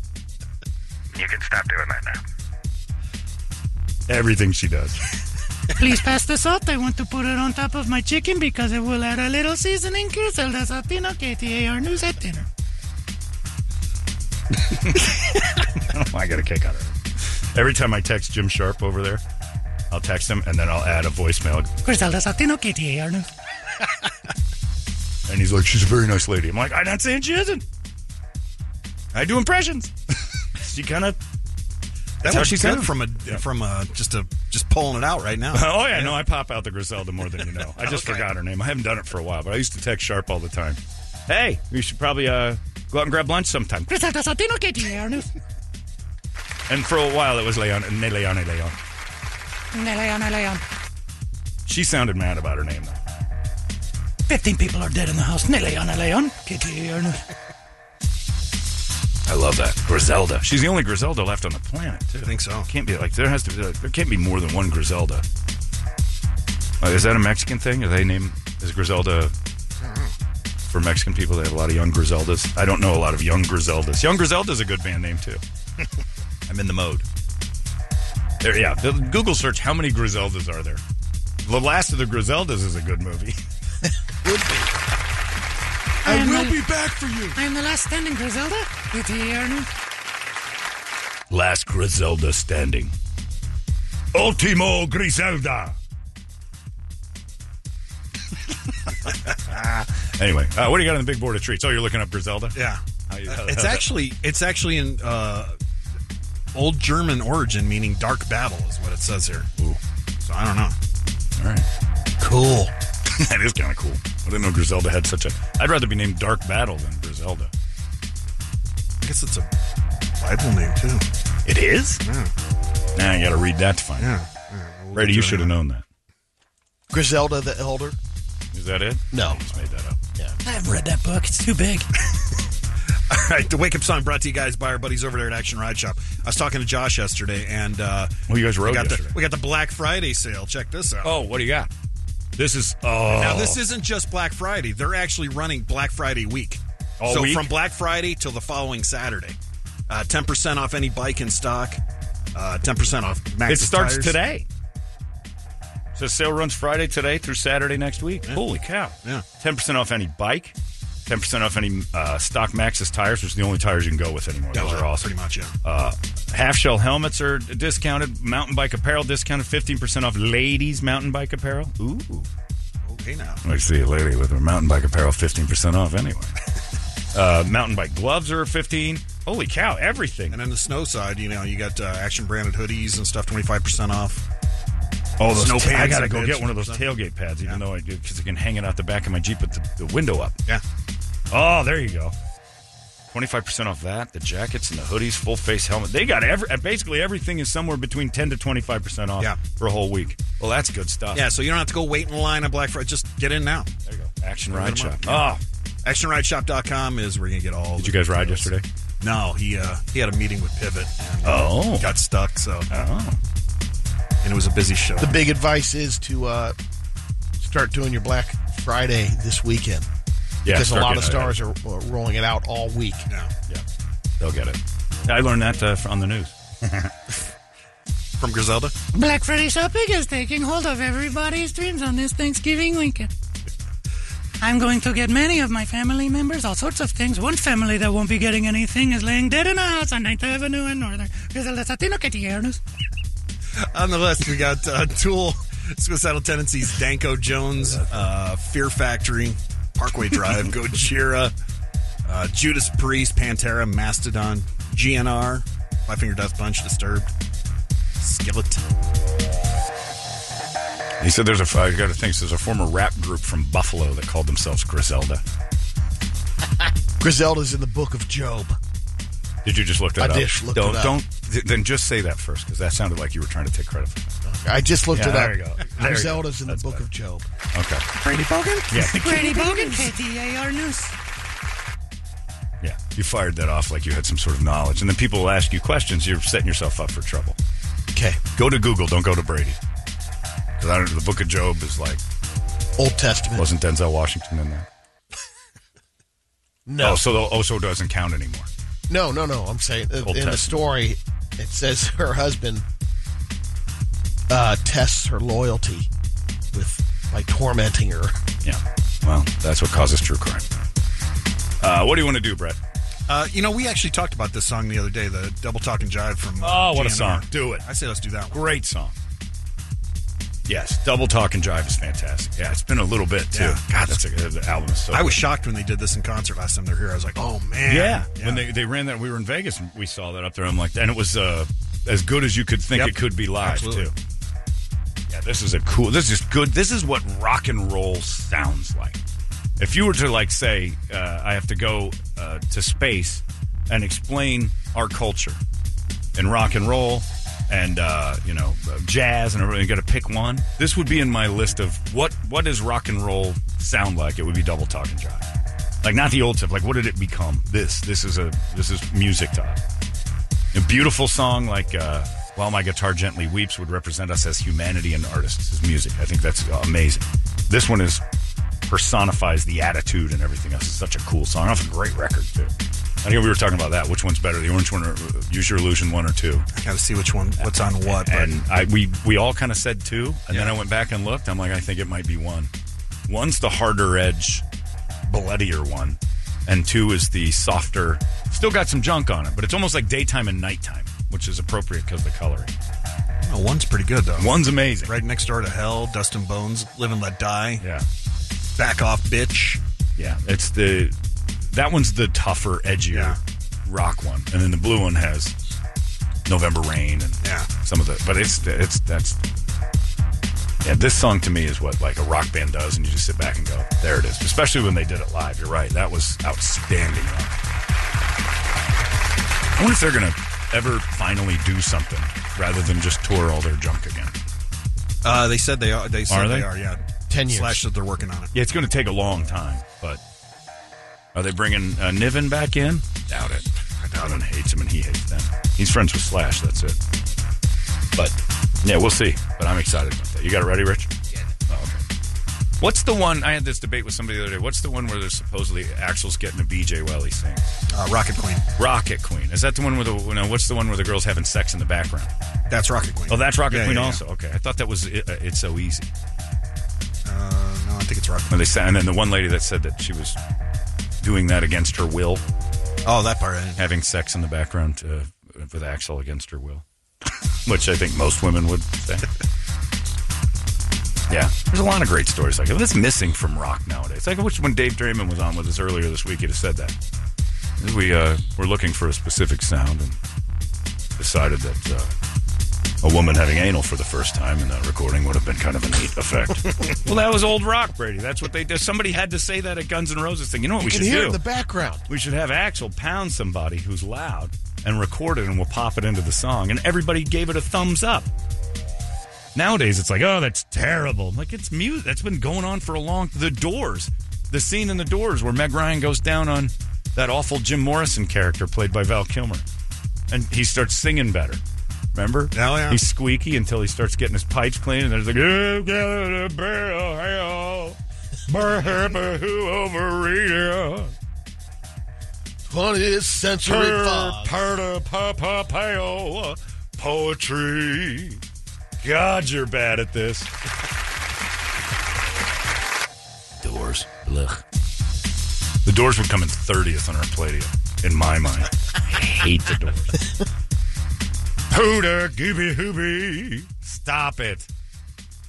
I: You can stop doing that now.
A: Everything she does. [LAUGHS]
E: Please pass the salt. I want to put it on top of my chicken because it will add a little seasoning. Griselda Satino KTA Ernest at dinner.
A: Oh, I got a kick out of her. Every time I text Jim Sharp over there, I'll text him and then I'll add a voicemail.
E: Griselda Satino KTA Ernest.
A: And he's like, she's a very nice lady. I'm like, I'm not saying she isn't. I do impressions. she kind of.
C: That's
A: how
C: how
A: she
C: she
A: said
C: said
A: it.
C: from a from a just a just pulling it out right now.
A: [LAUGHS]
C: Uh,
A: Oh, yeah, no, I pop out the Griselda more than you know. I [LAUGHS] just forgot her name. I haven't done it for a while, but I used to text Sharp all the time. Hey, we should probably uh, go out and grab lunch sometime.
E: Griselda Satino KTA Ernest.
A: And for a while, it was Leon, Ne Leon, Ne Leon.
E: Neleon, Neleon.
A: She sounded mad about her name, though.
E: 15 people are dead in the house. Neleon, Neleon. KTA Ernest.
A: I love that Griselda. She's the only Griselda left on the planet. Too.
C: I think so.
A: Can't be like there has to be like, there can't be more than one Griselda. Like, is that a Mexican thing? Are they name is Griselda for Mexican people? They have a lot of young Griseldas. I don't know a lot of young Griseldas. Young Griselda's a good band name too. I'm in the mode. There, yeah. The- Google search how many Griseldas are there. The Last of the Griseldas is a good movie. [LAUGHS]
E: I am the-
F: be back for you.
E: I am the last standing, Griselda. KTA Ernest.
A: Last Griselda standing. Ultimo Griselda. anyway, uh, what do you got on the big board of treats? Oh, you're looking up Griselda?
C: Yeah, Uh,
A: How you- how-
C: it's
A: how-
C: actually it's actually in uh, old German origin, meaning dark battle, is what it says here. Ooh, so I don't know.
A: All right.
C: Cool.
A: [LAUGHS] that is kind of cool. I didn't know Griselda had such a. I'd rather be named Dark Battle than Griselda.
C: I guess it's a Bible name too.
A: It is? Now you got to read that to find out.
C: Yeah, yeah we'll
A: Brady,
C: get
A: you
C: to it
A: should
C: in a
A: have known that.
B: Griselda the Elder.
A: Is that it?
B: No.
A: I just made that up.
H: I haven't read that book. It's too big.
C: [LAUGHS] All right, the wake up song brought to you guys by our buddies over there at Action Ride Shop. I was talking to Josh yesterday, and uh,
A: Well, you guys
C: we
A: rode
C: got the
A: yesterday.
C: we got the Black Friday sale. Check this out.
A: oh, what do you got? This is. Oh.
C: Now this isn't just Black Friday; they're actually running Black Friday week.
A: All
C: so
A: week?
C: from Black Friday till the following Saturday, Uh, ten percent off any bike in stock. Uh, Ten percent off.
A: It
C: Maxxis
A: starts
C: tires.
A: today. So sale runs Friday today through Saturday next week. Holy cow!
C: Yeah.
A: ten percent off any bike, ten percent off any uh, stock Maxxis tires, which are the only tires you can go with anymore.
C: Yeah,
A: Those are awesome.
C: Pretty much, yeah.
A: Uh, half shell helmets are discounted. Mountain bike apparel discounted. Fifteen percent off ladies mountain bike apparel. Ooh,
C: okay now.
A: I see a lady with her mountain bike apparel 15% off
C: [LAUGHS]
A: anyway. uh, mountain bike gloves are 15 Holy cow, everything.
C: And then the snow side, you know, you got uh, action branded hoodies and stuff, 25% off.
A: Oh, those
C: Snow
A: ta- I
C: pants
A: gotta
C: and
A: go
C: bibs
A: get one of those
C: and stuff.
A: tailgate pads, even
C: Yeah.
A: though I do because I can hang it out the back of my Jeep with the, the window up.
C: Yeah.
A: Oh, there you go. Twenty five percent off that. The jackets and the hoodies, full face helmet. They got every basically everything is somewhere between ten to twenty five percent off
C: Yeah.
A: for a whole week. Well, that's good stuff.
C: Yeah, so you don't have to go wait in line on Black Friday. Just get in now.
A: There you go. Action Ride Shop. Oh,
C: ActionRideShop.com is where you can get all.
A: did
C: the
A: you guys ride
C: details.
A: yesterday?
C: No, he uh, he had a meeting with Pivot. And, uh,
A: Oh,
C: got stuck. So
A: oh.
C: and it was a busy show.
B: The big advice is to uh, start doing your Black Friday this weekend
A: Yeah,
B: because a
A: start
B: lot of
A: getting out
B: stars are, are rolling it out all week.
C: Yeah.
A: Yeah, they'll get it. I learned that uh, on the news.
C: [LAUGHS] From Griselda.
E: Black Friday shopping is taking hold of everybody's dreams on this Thanksgiving weekend. I'm going to get many of my family members all sorts of things. One family that won't be getting anything is laying dead in a house on 9th Avenue and Northern. Here's a Latino que tienes.
C: On the list, we got uh, Tool, Suicidal Tendencies, Danko Jones, uh, Fear Factory,
A: [LAUGHS]
C: Parkway Drive, Gojira, uh, Judas Priest, Pantera, Mastodon, GNR, Five Finger Death Punch, Disturbed, Skillet.
A: He said there's a I got to think there's a former rap group from Buffalo that called themselves Griselda.
B: Griselda's in the book of Job.
A: Did you just look that
B: I
A: up?
B: just looked
A: don't
B: it up.
A: don't th- then just say that first because that sounded like you were trying to take credit for that.
B: I just looked
A: Yeah,
B: it
A: there
B: up.
A: you go. There you go.
B: Griselda's in the
A: That's
B: book
A: better.
B: of Job.
A: Okay.
E: Brady Bogan?
A: Yeah.
E: Brady Bogan, KTAR News.
A: Yeah. You fired that off like you had some sort of knowledge, and then people will ask you questions. You're setting yourself up for trouble.
B: Okay,
A: Go to Google. Don't go to Brady. Because I don't. The Book of Job is like
B: Old Testament.
A: wasn't Denzel Washington in there?
B: [LAUGHS] no,
A: Oh, so the, oh, so it doesn't count anymore.
B: no, no, no. I'm saying uh, in
A: Old
B: the
A: Testament.
B: story, it says her husband uh, tests her loyalty with by tormenting her.
A: Yeah. Well, that's what causes true crime. Uh, what do you want to do, Brett?
C: Uh, you know, we actually talked about this song the other day, the Double Talk and Jive from. uh,
A: Oh, what a
C: GNR.
A: song. Do it.
C: I say let's do that one.
A: Great song. Yes, Double Talk and Jive is fantastic. Yeah, it's been a little bit too.
C: Yeah.
A: God, that's a, the album is so.
C: I was
A: good.
C: shocked when they did this in concert last time they were here. I was like, oh, man.
A: Yeah. when they, they ran that, we were in Vegas and we saw that up there. I'm like, and it was uh, as good as you could think
C: Yep.
A: it could be live
C: Absolutely.
A: too. Yeah, this is a cool. This is good. This is what rock and roll sounds like. If you were to like say, uh, I have to go uh, to space and explain our culture and rock and roll and uh, you know uh, jazz and everything, you got to pick one. This would be in my list of what what does rock and roll sound like? It would be double talk and jive. Like not the old stuff. Like what did it become? This this is a this is music to us. A beautiful song like uh, "While My Guitar Gently Weeps" would represent us as humanity and artists as music. I think that's uh, amazing. This one is personifies the attitude and everything else. It's such a cool song. Off a great record too. I think we were talking about that. Which one's better, the Orange one or uh, Use Your Illusion one or two?
C: I got to see which one, what's on what. But
A: And I we we all kind of said two, and then I went back and looked. I'm like, I think it might be one. One's the harder edge, bloodier one, and two is the softer. Still got some junk on it, but it's almost like daytime and nighttime, which is appropriate because the coloring.
C: no, one's pretty good, though.
A: One's amazing.
C: Right next door to Hell, Dust and Bones, Live and Let Die,
A: Yeah.
C: Back Off Bitch.
A: Yeah. It's the that one's the tougher, edgier
C: Yeah.
A: rock one, and then the blue one has November Rain and
C: Yeah.
A: some of the. But it's it's that's yeah. This song to me is what like a rock band does, and you just sit back and go, there it is. Especially when they did it live. You're right. That was outstanding. I wonder if they're gonna ever finally do something rather than just tour all their junk again.
C: Uh, they said they are. They said
A: Are
C: they?
A: they?
C: are. Yeah,
B: 10 years.
C: Slash said they're working on it.
A: Yeah, it's going to take a long time, but are they bringing uh, Niven back in? Doubt it. Everyone hates him, and he hates them. He's friends with Slash. That's it. But yeah, we'll see. But I'm excited about that. You got it ready, Rich? Yeah. Oh, okay. What's the one? I had this debate with somebody the other day. What's the one where there's supposedly Axel's getting a BJ while he sings?
C: Uh, Rocket Queen.
A: Rocket Queen. Is that the one where the no? What's the one where the girls having sex in the background?
C: That's Rocket Queen.
A: Oh, that's Rocket
C: Yeah,
A: Queen
C: yeah, yeah.
A: also. Okay, I thought that was it, uh, it's so easy.
C: Uh, no, I think it's Rocket. Queen.
A: And they sa- and then the one lady that said that she was doing that against her will.
C: Oh, that part. I didn't-
A: having sex in the background uh, with [LAUGHS] Axel against her will, which I think most women would say. [LAUGHS] Yeah, there's a lot of great stories like that. That's missing from rock nowadays. Like I wish when Dave Draymond was on with us earlier this week, he'd have said that. We uh, were looking for a specific sound and decided that uh, a woman having anal for the first time in that recording would have been kind of a neat
C: [LAUGHS]
A: effect. well, that was old rock, Brady. That's what they did. Somebody had to say that at Guns N' Roses thing. You know what
J: You
A: we
J: can
A: should
J: hear
A: do?
J: it in the background.
A: We should have Axel pound somebody who's loud and record it, and we'll pop it into the song. And everybody gave it a thumbs up. Nowadays, it's like, oh, that's terrible. I'm Like it's music that's been going on for a long. The Doors, the scene in The Doors where Meg Ryan goes down on that awful Jim Morrison character played by Val Kilmer, and he starts singing better. Remember?
C: Oh, yeah.
A: He's squeaky until he starts getting his pipes clean, and there's like, "Oh, God, barrel, hell, barrel, who over here?"
J: Twentieth century
A: Purr,
J: fog.
A: purr, purr, purr, purr, poetry. God, you're bad at this. Doors. Blech. The Doors would come in 30th on our Palladium, in my mind. [LAUGHS] I hate the Doors. Hooter, gooby hooby. Stop it.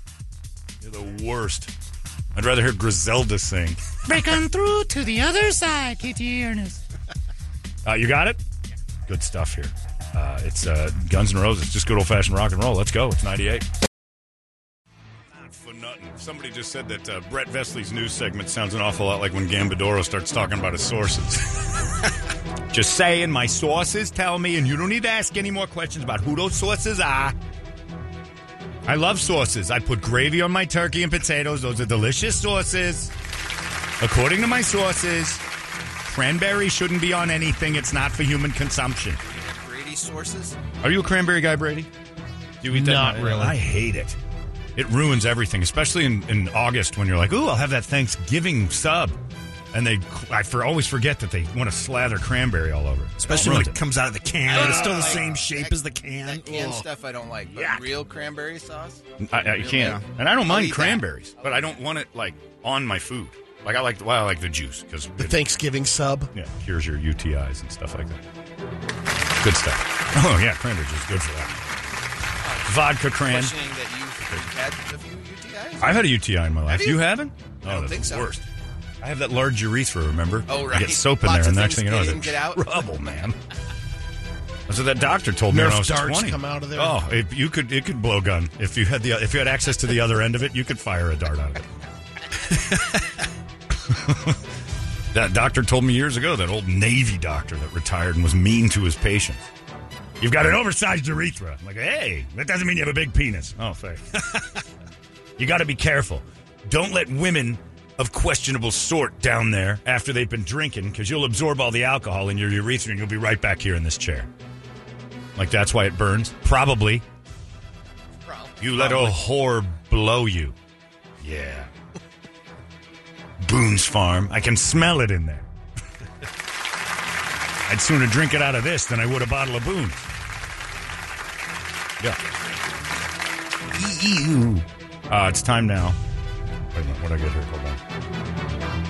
A: [LAUGHS] You're the worst. I'd rather hear Griselda sing.
E: Break on through to the other side, KT Ernest.
A: Uh, you got it? Good stuff here. Uh, it's uh, Guns N' Roses. Just good old fashioned rock and roll. Let's go. It's 98. Not for nothing. Somebody just said that uh, Brett Vesley's news segment sounds an awful lot like when Gambadoro starts talking about his sources. [LAUGHS] just saying, my sources tell me, and you don't need to ask any more questions about who those sources are. I love sauces. I put gravy on my turkey and potatoes. Those are delicious sauces. According to my sources, cranberry shouldn't be on anything. It's not for human consumption.
D: Brady sources.
A: Are you a cranberry guy, Brady? Do you eat that?
J: Not really.
A: I hate it. It ruins everything, especially in, in August when you're like, "Ooh, I'll have that Thanksgiving sub," and they I for, always forget that they want to slather cranberry all over. it.
C: Especially when
A: Ruins
C: it comes out of the can.
D: Ah,
C: it's still the
D: like-
C: same shape as the can.
D: That canned
C: Ugh.
D: stuff I don't like, but
C: Yuck.
D: real cranberry sauce.
A: I, I can't,
D: Yeah.
A: and I don't mind
D: eat that.
A: cranberries, but I don't want it like on my food. Like I like, well, I like the juice because
J: The Thanksgiving sub.
A: yeah, cures your UTIs and stuff like that. Good stuff. Oh yeah, cranberry juice, good for that. Vodka cran.
D: Questioning that you've had a few UTIs.
A: I've had a UTI in my life.
D: Have
A: you?
D: you?
A: haven't? Oh,
D: I don't
A: that's
D: think
A: the
D: so.
A: Worst. I have that large urethra. Remember?
D: Oh,
A: I
D: right.
A: get soap in
D: Lots
A: there, and
D: of
A: the next
D: things
A: thing you know,
D: they
A: it's
D: didn't get out.
A: rubble, man. That's what that doctor told me when
J: Nerf
A: I was
J: darts
A: twenty.
J: come out of there.
A: Oh, it, you could it could blow gun if you had the if you had access to the other end of it, you could fire a dart out of it. [LAUGHS] that doctor told me years ago. That old Navy doctor that retired and was mean to his patients. You've got an oversized urethra. I'm like, hey, that doesn't mean you have a big penis. Oh, thanks. [LAUGHS] You got to be careful. Don't let women of questionable sort down there after they've been drinking because you'll absorb all the alcohol in your urethra and you'll be right back here in this chair. Like that's why it burns? Probably. You let a
B: [LAUGHS]
A: whore blow you. Yeah. Boone's Farm. I can smell it in there. [LAUGHS] I'd sooner drink it out of this than I would a bottle of Boone. Yeah. E Uh, it's time now. Wait a minute, what did I get here? Hold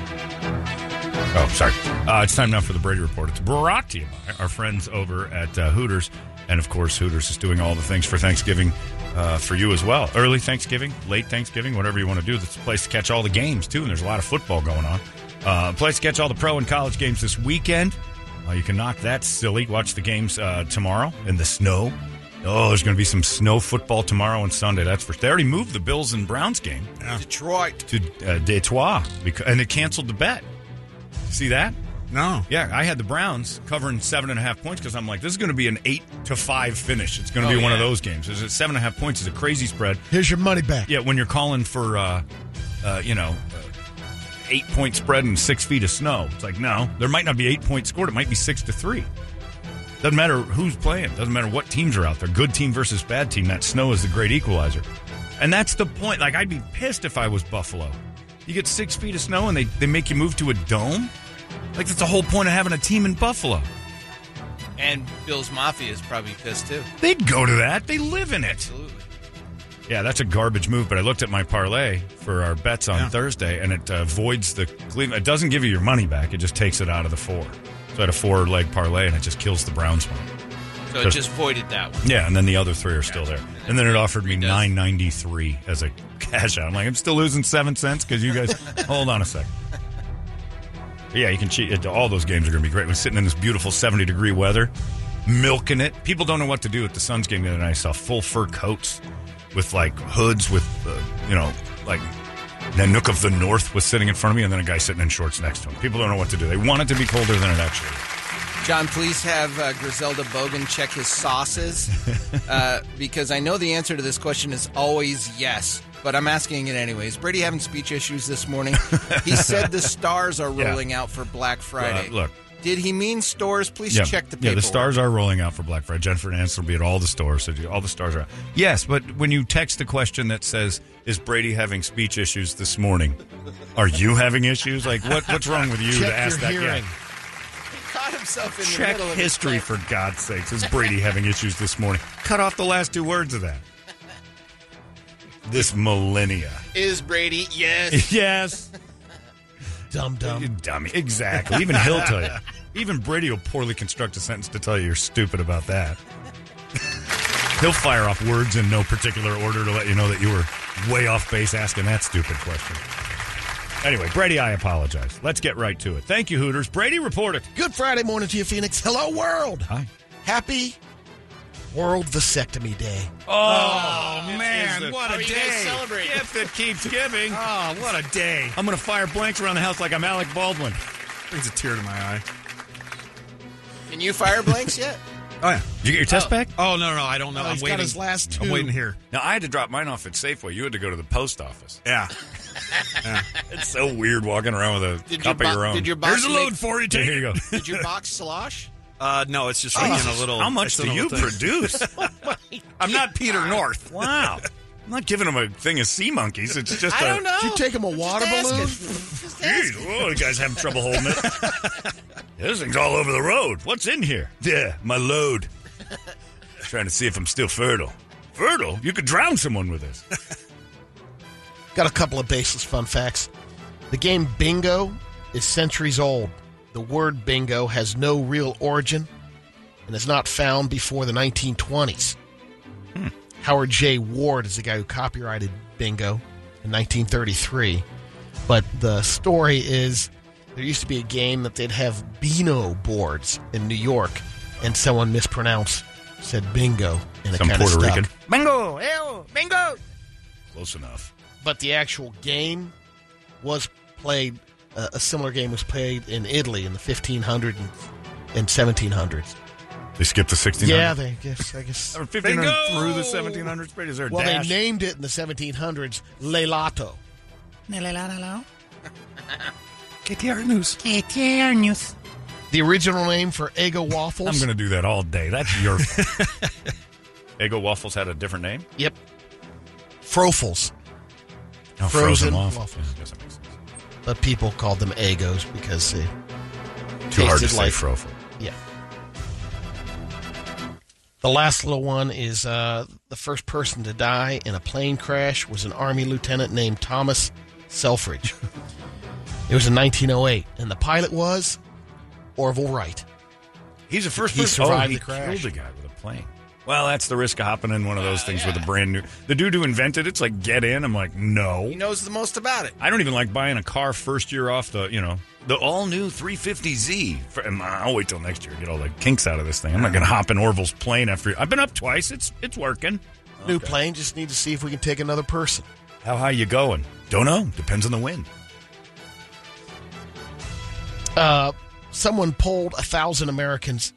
A: on. Oh, sorry. Uh, it's time now for the Brady Report. It's brought to you by our friends over at uh, Hooters. And of course, Hooters is doing all the things for Thanksgiving uh, for you as well. Early Thanksgiving, late Thanksgiving, whatever you want to do. It's a place to catch all the games, too. And there's a lot of football going on. Uh, a place to catch all the pro and college games this weekend. Uh, you can knock that silly. Watch the games uh, tomorrow in the snow. Oh, there's going to be some snow football tomorrow and Sunday. That's for. They already moved the Bills and Browns game
D: Detroit.
A: to uh, Detroit, because, and they canceled the bet. See that?
C: No.
A: Yeah, I had the Browns covering seven and a half points because I'm like, this is going to be an eight to five finish. It's going to
D: Oh,
A: be one of
D: yeah.
A: those games. It's at seven and a half points is a crazy spread.
J: Here's your money back.
A: Yeah, when you're calling for, uh, uh, you know, uh, eight point spread and six feet of snow, it's like no, there might not be eight points scored. It might be six to three. Doesn't matter who's playing. Doesn't matter what teams are out there. Good team versus bad team. That snow is the great equalizer, and that's the point. Like I'd be pissed if I was Buffalo. You get six feet of snow and they they make you move to a dome. Like that's the whole point of having a team in Buffalo.
D: And Bill's Mafia is probably pissed too.
A: They'd go to that. They live in it.
D: Absolutely.
A: Yeah, that's a garbage move. But I looked at my parlay for our bets on Thursday, and it uh, voids the Cleveland. It doesn't give you your money back. It just takes it out of the four. So I had a four leg parlay, and it just kills the Browns one.
D: So it
A: Just-
D: just voided that one.
A: Yeah, and then the other three are still there. And then it offered me nine ninety three as a [LAUGHS] cash out. I'm like, I'm still losing seven cents because you guys. hold on a second. Yeah, you can cheat. All those games are going to be great. We're sitting in this beautiful 70 degree weather, milking it. People don't know what to do at the Suns game the other night. I saw full fur coats with like hoods with, uh, you know, like Nanook of the North was sitting in front of me, and then a guy sitting in shorts next to him. People don't know what to do. They want it to be colder than it actually is.
D: John, please have uh, Griselda Bogan check his
A: [LAUGHS]
D: sauces uh, because I know the answer to this question is always yes, but I'm asking it anyways. Brady having speech issues this morning.
A: [LAUGHS]
D: He said the stars are
A: Yeah.
D: rolling out for Black Friday.
A: Uh, look.
D: did he mean stores? Please
A: yeah.
D: check the
A: Yeah,
D: paperwork.
A: the stars are rolling out for Black Friday. Jennifer Aniston will be at all the stores. So all the stars are out. Yes, but when you text the question that says, "Is Brady having speech issues this morning?" Are you having issues? Like what? What's wrong with you
B: Check
A: to ask
B: your
A: that?
B: hearing.
D: Caught himself in
A: Check
D: the middle of his
A: history for God's sakes. Is Brady having issues this morning? Cut off the last two words of that. This
D: [LAUGHS]
A: millennia.
D: Is Brady?
A: [LAUGHS]
D: Yes.
A: yes.
B: Dumb
A: You
B: dumb.
A: dummy. Exactly. Even he'll tell you. Even Brady will poorly construct a sentence to tell you you're stupid about that. he'll fire off words in no particular order to let you know that you were way off base asking that stupid question. Anyway, Brady, I apologize. Let's get right to it. Thank you, Hooters. Brady, report it.
B: Good Friday morning to you, Phoenix. Hello, world.
A: Hi.
B: Happy World Vasectomy Day.
A: Oh, man, what a
D: guys celebrating?
A: Gift that keeps giving.
C: Oh, what a day.
A: I'm going to fire blanks around the house like I'm Alec Baldwin.
C: Brings a tear to my eye.
D: Can you fire blanks yet?
C: Oh, yeah.
A: Did you get your test back?
C: Oh, no, no, I don't know.
B: Oh,
C: I'm
B: he's got
C: waiting.
B: his last
C: I'm
B: two.
C: waiting here.
A: Now, I had to drop mine off at Safeway. You had to go to the post office. [LAUGHS]
C: Yeah.
A: It's so weird walking around with a
D: Did
A: cup
D: your
A: of
D: bo-
A: your own.
D: did your box Here's a make- load
A: for you. Take here you [LAUGHS] go.
D: [LAUGHS] Did your box slosh?
C: Uh, no, it's just like in a little.
A: How much
C: it's in
A: do
C: a
A: you
C: little thing.
A: produce?
C: [LAUGHS] I'm not Peter North.
A: wow. I'm not giving them a thing of sea monkeys. It's just
D: I
A: a-
D: don't know.
B: Did you take him a water balloon?
A: Jeez, whoa, Oh, you guys having trouble holding it. this thing's all over the road. What's in here? Yeah, my load. Trying to see if I'm still fertile. Fertile? You could drown someone with this.
B: Got a couple of baseless fun facts. The game bingo is centuries old. The word bingo has no real origin and is not found before the 1920s.
A: hmm.
B: Howard J. Ward is the guy who copyrighted bingo in 1933. But the story is there used to be a game that they'd have Beano boards in New York, and someone mispronounced, said bingo, and it
A: Some
B: kind of
A: Puerto
B: stuck.
A: Rican.
H: Bingo! Ew, bingo!
A: Close enough.
B: but the actual game was played. Uh, a similar game was played in Italy in the 1500s and, and 1700s.
A: They skipped the 1600s.
B: Yeah, they guess I guess.
A: Or 1500
C: Bingo!
A: through the 1700s. Brady, Is there a
B: Well,
A: dash?
B: they named it in the 1700s Lelato.
F: [LAUGHS]
E: Hello. KTR News. KTR
F: [LAUGHS]
E: News.
B: The original name for Eggo waffles.
A: [LAUGHS] I'm going to do that all day. That's your fault. [LAUGHS] Eggo Waffles had a different name?
B: Yep. Frofels,
A: No,
B: Frozen
A: waffles.
B: waffles.
A: Yeah, I guess that makes sense.
B: but people called them Eggos because they.
A: Too hard to
B: Tasted
A: say
B: like-
A: frofo.
B: Yeah. The last little one is uh, the first person to die in a plane crash was an Army lieutenant named Thomas Selfridge. it was in 1908, and the pilot was Orville Wright.
A: He's the first
B: He
A: person
B: survived
A: oh, he
B: the crash.
A: killed a guy with a plane. Well, that's the risk of hopping in one of
D: Oh,
A: those things with a brand new. The dude who invented it's like get in. I'm like no.
D: He knows the most about it.
A: I don't even like buying a car first year off the you know the all new 350Z. For- um, I'll wait till next year to get all the kinks out of this thing. I'm not going to hop in Orville's plane after. I've been up twice. It's it's working.
B: New plane, just need to see if we can take another person.
A: How high you going? Don't know. Depends on the wind.
B: Uh, someone polled a thousand Americans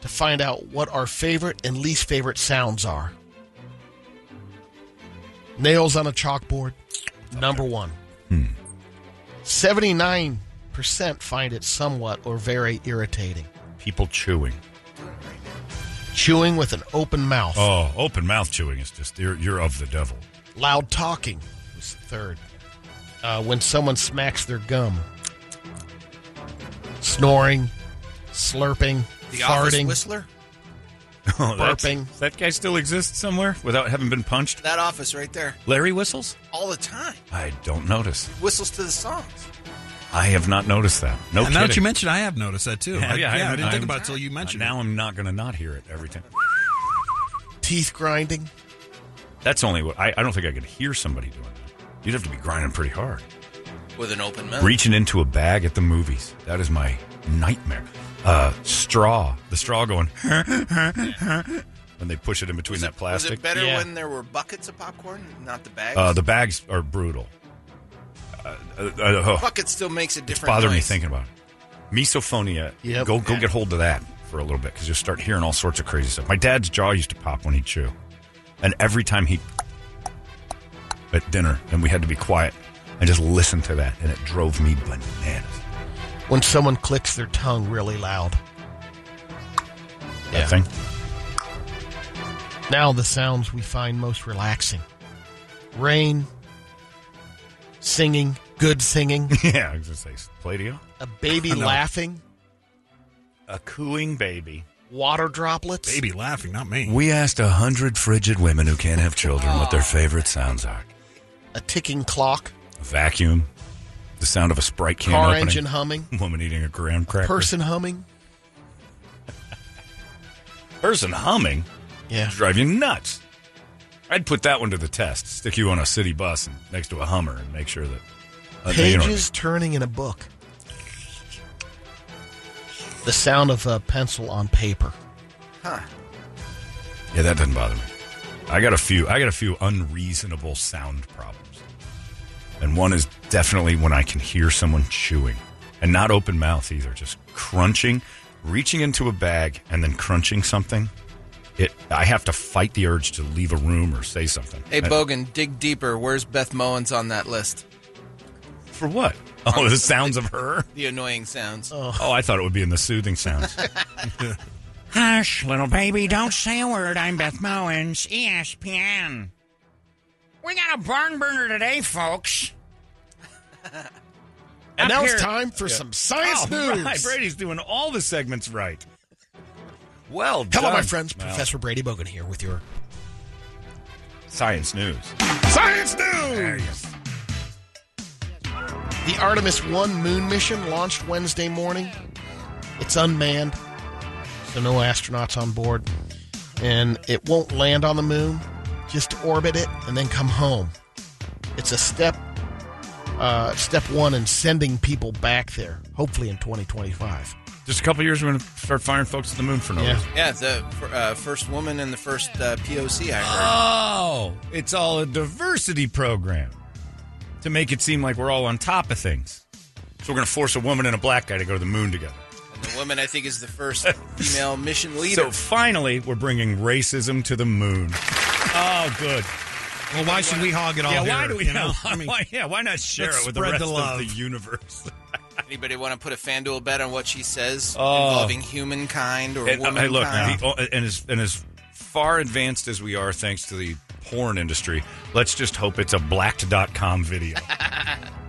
B: to find out what our favorite and least favorite sounds are. Nails on a chalkboard, number one. Seventy-nine percent find it somewhat or very irritating.
A: People chewing.
B: Chewing with an open mouth,
A: Oh, open mouth chewing is just you're you're of the devil.
B: loud talking was the third. Uh, when someone smacks their gum, snoring, slurping,
D: The office
B: farting.
D: whistler.
A: Oh, that's-
B: Burping.
A: That guy still exists somewhere without having been punched.
D: That office right there.
A: Larry whistles.
D: All the time.
A: I don't notice.
D: Whistles to the songs.
A: I have not noticed that. No
C: And now that you
A: kidding.
C: mention, it, I have noticed that too. I, yeah, I, didn't think about it until you mentioned
A: Now I'm not going to not hear it every time.
B: teeth grinding,
A: That's only what I, I don't think I could hear somebody doing that. You'd have to be grinding pretty hard.
D: with an open mouth.
A: Reaching into a bag at the movies. That is my nightmare. Uh, straw. The straw going [LAUGHS]
D: [LAUGHS]
A: when they push it in between that
D: Was
A: plastic.
D: it better
B: Yeah.
D: when there were buckets of popcorn, not the bags?
A: Uh, the bags are brutal. Uh, uh, uh, oh,
D: bucket still makes a
A: it's
D: different.
A: bothering me
D: noise.
A: thinking about it. Misophonia.
B: Yep.
A: Go go get hold of that for a little bit because you'll start hearing all sorts of crazy stuff. My dad's jaw used to pop when he chew, and every time he at dinner, and we had to be quiet and just listen to that, and it drove me bananas.
B: When someone clicks their tongue really loud. Yeah.
A: That thing.
B: Now the sounds we find most relaxing. Rain, singing, good singing,
A: [LAUGHS] Yeah, I was gonna say Pladio.
B: a
A: [LAUGHS]
B: baby laughing,
A: A cooing baby.
B: water droplets.
C: Baby laughing, not me.
A: We asked a hundred frigid women who can't have children what their favorite sounds are.
B: a ticking clock,
A: A vacuum, the sound of a sprite can
B: car
A: opening,
B: engine humming,
A: [LAUGHS] woman eating a graham cracker,
B: person humming.
A: person humming,
B: Yeah.
A: drive you nuts. I'd put that one to the test. Stick you on a city bus and next to a Hummer and make sure that uh, you know what I mean.
B: Pages turning in a book. The sound of a pencil on paper.
A: Yeah, that doesn't bother me. I got a few. I got a few unreasonable sound problems, and one is definitely when I can hear someone chewing, and not open mouth either, just crunching, reaching into a bag and then crunching something. It. I have to fight the urge to leave a room or say something.
D: Hey,
A: I-
D: Bogan, dig deeper. Where's Beth Mowens on that list?
A: for what? Oh, the sounds of her.
D: The annoying sounds.
A: Oh, I thought it would be in the soothing
D: [LAUGHS]
A: sounds.
H: Hush, little baby, don't say a word. I'm Beth Mowens,
A: E
H: ESPN. We got a barn burner today, folks.
B: And
H: Up
B: now
H: here-
B: it's time for some science
A: Oh, [LAUGHS]
B: news.
A: right, Brady's doing all the segments right. Well,
B: Hello,
A: done.
B: my friends.
A: Well,
B: Professor Brady Bogan here with your
A: Science news.
B: science news. The Artemis 1 moon mission launched Wednesday morning. It's unmanned, so no astronauts on board. And it won't land on the moon, just orbit it and then come home. It's a step, uh, step one in sending people back there, hopefully in 2025.
A: Just a couple years, we're going to start firing folks at the moon for no
B: Yeah.
A: reason.
D: Yeah, the uh, first woman and the first uh, POC I heard.
A: Oh, it's all a diversity program to make it seem like we're all on top of things. So we're going to force a woman and a black guy to go to the moon together.
D: And the woman, I think, is the
A: [LAUGHS]
D: first female mission leader.
A: So finally, we're bringing racism to the moon. Oh, good.
C: Well, why should we hog it all
A: yeah, why
C: here,
A: do we?
C: you know? [LAUGHS]
A: why, yeah, why not share
C: let's
A: it with the
C: spread
A: rest
C: the
A: of
C: love.
A: the universe?
D: Anybody want to put a FanDuel bet on what she says
A: Oh.
D: involving humankind or
A: And, uh,
D: womankind?
A: hey, look, the- and as and as far advanced as we are, thanks to the porn industry, let's just hope it's a blacked.com video.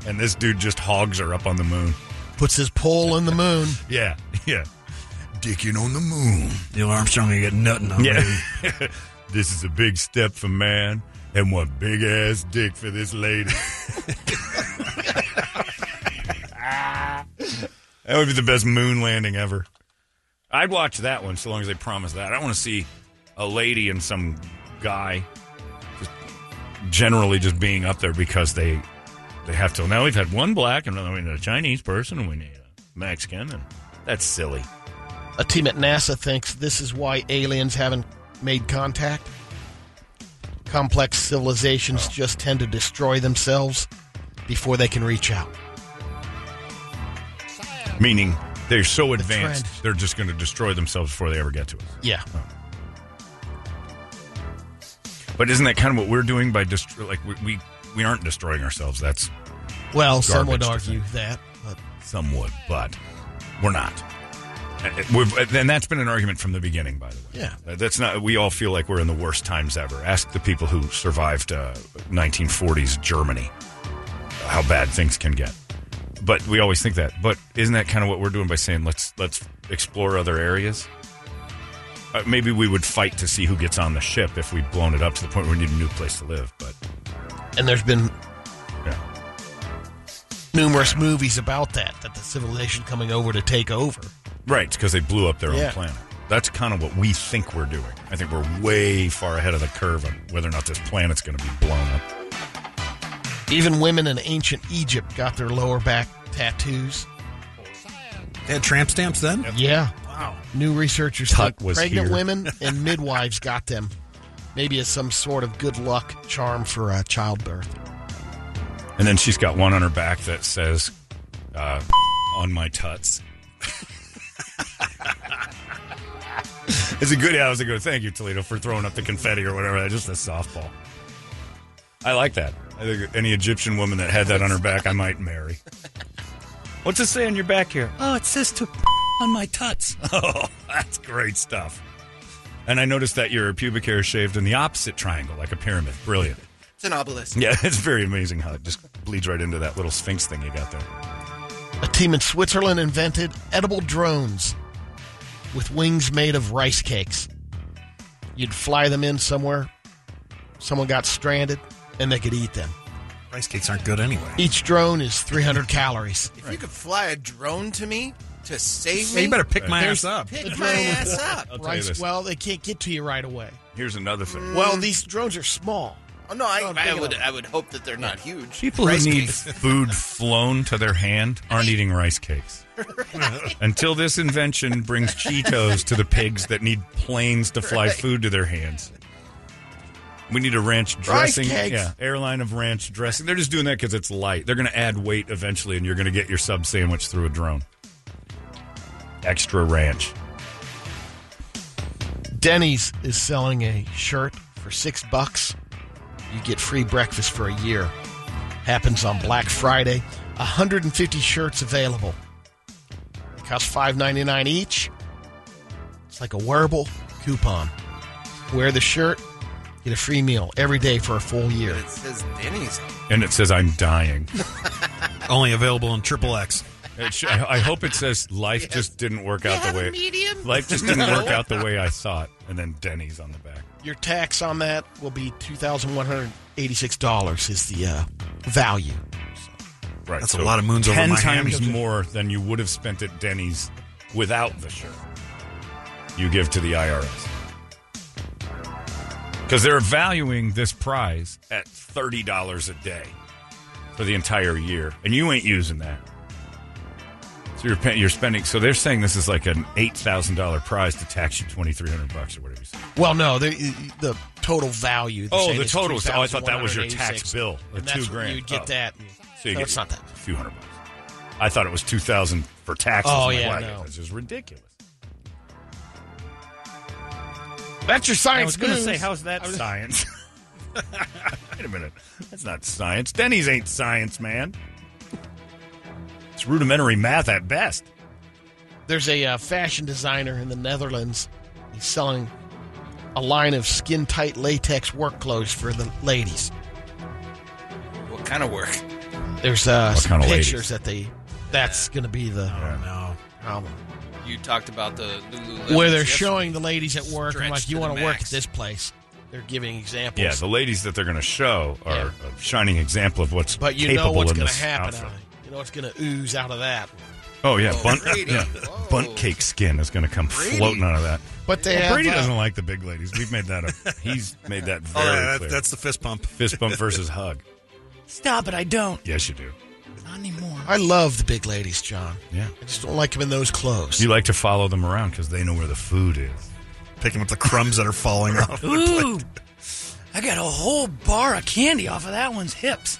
A: and this dude just hogs her up on the moon.
B: Puts his pole in the moon.
A: Yeah, [LAUGHS] yeah,
F: Dicking on the moon.
C: Neil Armstrong ain't got nothing [LAUGHS] on me.
A: [LAUGHS] yeah. this is a big step for man, and one big ass dick for this lady. that would be the best moon landing ever. I'd watch that one so long as they promise that. I don't want to see a lady and some guy just generally just being up there because they they have to. Now we've had one black and now we need a Chinese person and we need a Mexican and that's silly.
B: A team at NASA thinks this is why aliens haven't made contact. Complex civilizations
A: Oh.
B: just tend to destroy themselves before they can reach out.
A: Meaning they're so advanced,
B: trend.
A: they're just going to destroy themselves before they ever get to us.
B: Yeah.
A: But isn't that kind of what we're doing by dest- like we, we we aren't destroying ourselves? That's
B: Well, some would
A: Garbage to
B: argue that, but
A: somewhat, but we're not. And it- We've, and that's been an argument from the beginning, by the way.
B: Yeah.
A: Uh, that's not. We all feel like we're in the worst times ever. Ask the people who survived uh, 1940s Germany uh, how bad things can get. But we always think that. But isn't that kind of what we're doing by saying let's let's explore other areas? Uh, maybe we would fight to see who gets on the ship if we've blown it up to the point where we need a new place to live. But
B: and there's been
A: yeah.
B: numerous movies about that that the civilization coming over to take over.
A: Right, because they blew up their
B: Yeah.
A: own planet. That's kind of what we think we're doing. I think we're way far ahead of the curve on whether or not this planet's going to be blown up.
B: Even women in ancient Egypt got their lower back tattoos.
C: They had tramp stamps then?
B: Yeah. Wow. New researchers
A: Tut
B: think
A: was
B: pregnant
A: here. [LAUGHS]
B: women and midwives got them. Maybe as some sort of good luck charm for uh, childbirth.
A: And then she's got one on her back that says, uh, on my tuts. [LAUGHS] it's a good house to go. Thank you, Toledo, for throwing up the confetti or whatever. That's Just a softball. I like that. I think any Egyptian woman that had that on her back, I might marry. What's it say on your back here? [LAUGHS]
E: Oh, it says to on my
B: [LAUGHS]
E: tuts.
A: Oh, that's great stuff. And I noticed that your pubic hair is shaved in the opposite triangle, like a pyramid. Brilliant.
D: It's an obelisk.
A: Yeah, [LAUGHS] it's very amazing how it just bleeds right into that little sphinx thing you got there.
B: A team in Switzerland invented edible drones with wings made of rice cakes. You'd fly them in somewhere, someone got stranded, and they could eat them.
C: Rice cakes aren't good anyway.
B: Each drone is 300 calories.
D: If you could fly a drone to me to save me,
C: Hey, you better pick my
B: There's-
C: ass up.
D: pick my ass up.
A: I'll tell you
B: Rice,
A: this.
B: well, they can't get to you right away.
A: Here's another thing.
B: Well, these drones are small.
D: Oh, no, I,
B: Oh, pick
D: I
B: it
D: would.
B: up.
D: I would hope that they're not huge.
A: People
D: Rice
A: who need
D: cakes. [LAUGHS]
C: [LAUGHS]
A: food flown to their hand aren't eating rice cakes. Until this invention brings Cheetos to the pigs that need planes to fly food to their hands. We need a ranch
B: Rice
A: dressing.
B: cakes.
A: Yeah, airline of ranch dressing. They're just doing that because it's light. They're going to add weight eventually, and you're going to get your sub sandwich through a drone. Extra ranch.
B: uh, Denny's is selling a shirt for six bucks. You get free breakfast for a year. Happens on Black Friday. 150 shirts available. They cost $5.99 each. It's like a wearable coupon. Wear the shirt, get a free meal every day for a full year.
D: It says Denny's.
A: And it says, I'm dying.
C: [LAUGHS] Only available in triple X.
A: It sh- I I hope it says life just didn't work out the way life just didn't work out the way I thought, and then Denny's on the back.
B: Your tax on that will be $2,186 is the uh, value.
A: Right,
C: That's a lot of moons over
A: ten
C: my
A: times
C: hand.
A: more than you would have spent at Denny's without the shirt. You give to the IRS because they're valuing this prize at thirty dollars a day for the entire year, and you ain't using that. So you're pay- you're spending. So they're saying this is like an eight thousand dollar prize to tax you twenty three hundred bucks or whatever. You say.
B: Well, no, the, the total value. they're
A: Oh,
B: saying
A: the
B: is
A: total. So I thought that was your
B: 2,186.
A: tax bill, the
B: And that's
A: two
B: what
A: grand.
B: You'd get
A: Oh.
B: that.
A: So you
B: No,
A: get
B: it's not that.
A: a few hundred bucks. I thought it was two thousand for taxes.
B: Oh,
A: I'm like,
B: yeah,
A: wow,
B: no.
A: this is ridiculous.
B: That's your science
G: I was going to
B: news.
G: say, how's that
B: [LAUGHS]
A: Science. [LAUGHS] Wait a minute, that's not science. Denny's ain't science, man. It's rudimentary math at best.
B: There's a uh, fashion designer in the Netherlands. He's selling a line of skin tight latex work clothes for the ladies.
D: What kind of work?
B: There's uh,
A: What
B: some
A: kind of ladies?
B: pictures that they. That's going to be the
C: No.
B: problem.
D: You talked about the Lululemon.
B: Where they're showing the ladies at work and
D: Stretched
B: like, you
D: to
B: want
D: the
B: to work at
D: max.
B: this place. They're giving examples.
A: Yeah, the ladies that they're going to show are a shining example of what's
B: but you know
A: capable
B: what's
A: in
B: going to
A: this
B: happen.
A: outfit.
B: Allie. You know what's going to ooze out of that.
A: Oh yeah,
D: Oh,
A: bunt,
D: Brady.
A: yeah.
D: Whoa.
A: bunt cake skin is going to come
D: Brady.
A: floating out of that.
B: But they
A: Brady
B: have, uh,
A: doesn't like the big ladies. We've made that up. He's made that
C: Oh,
A: very
C: yeah, that,
A: clear.
C: that's the fist pump.
A: fist bump versus hug.
E: Stop it, I don't.
A: Yes, you do.
E: Not anymore.
B: I love the big ladies, John.
A: Yeah.
B: I just don't like them in those clothes.
A: You like to follow them around because they know where the food is.
C: Picking up the crumbs that are falling off.
E: Ooh. I got a whole bar of candy off of that one's hips.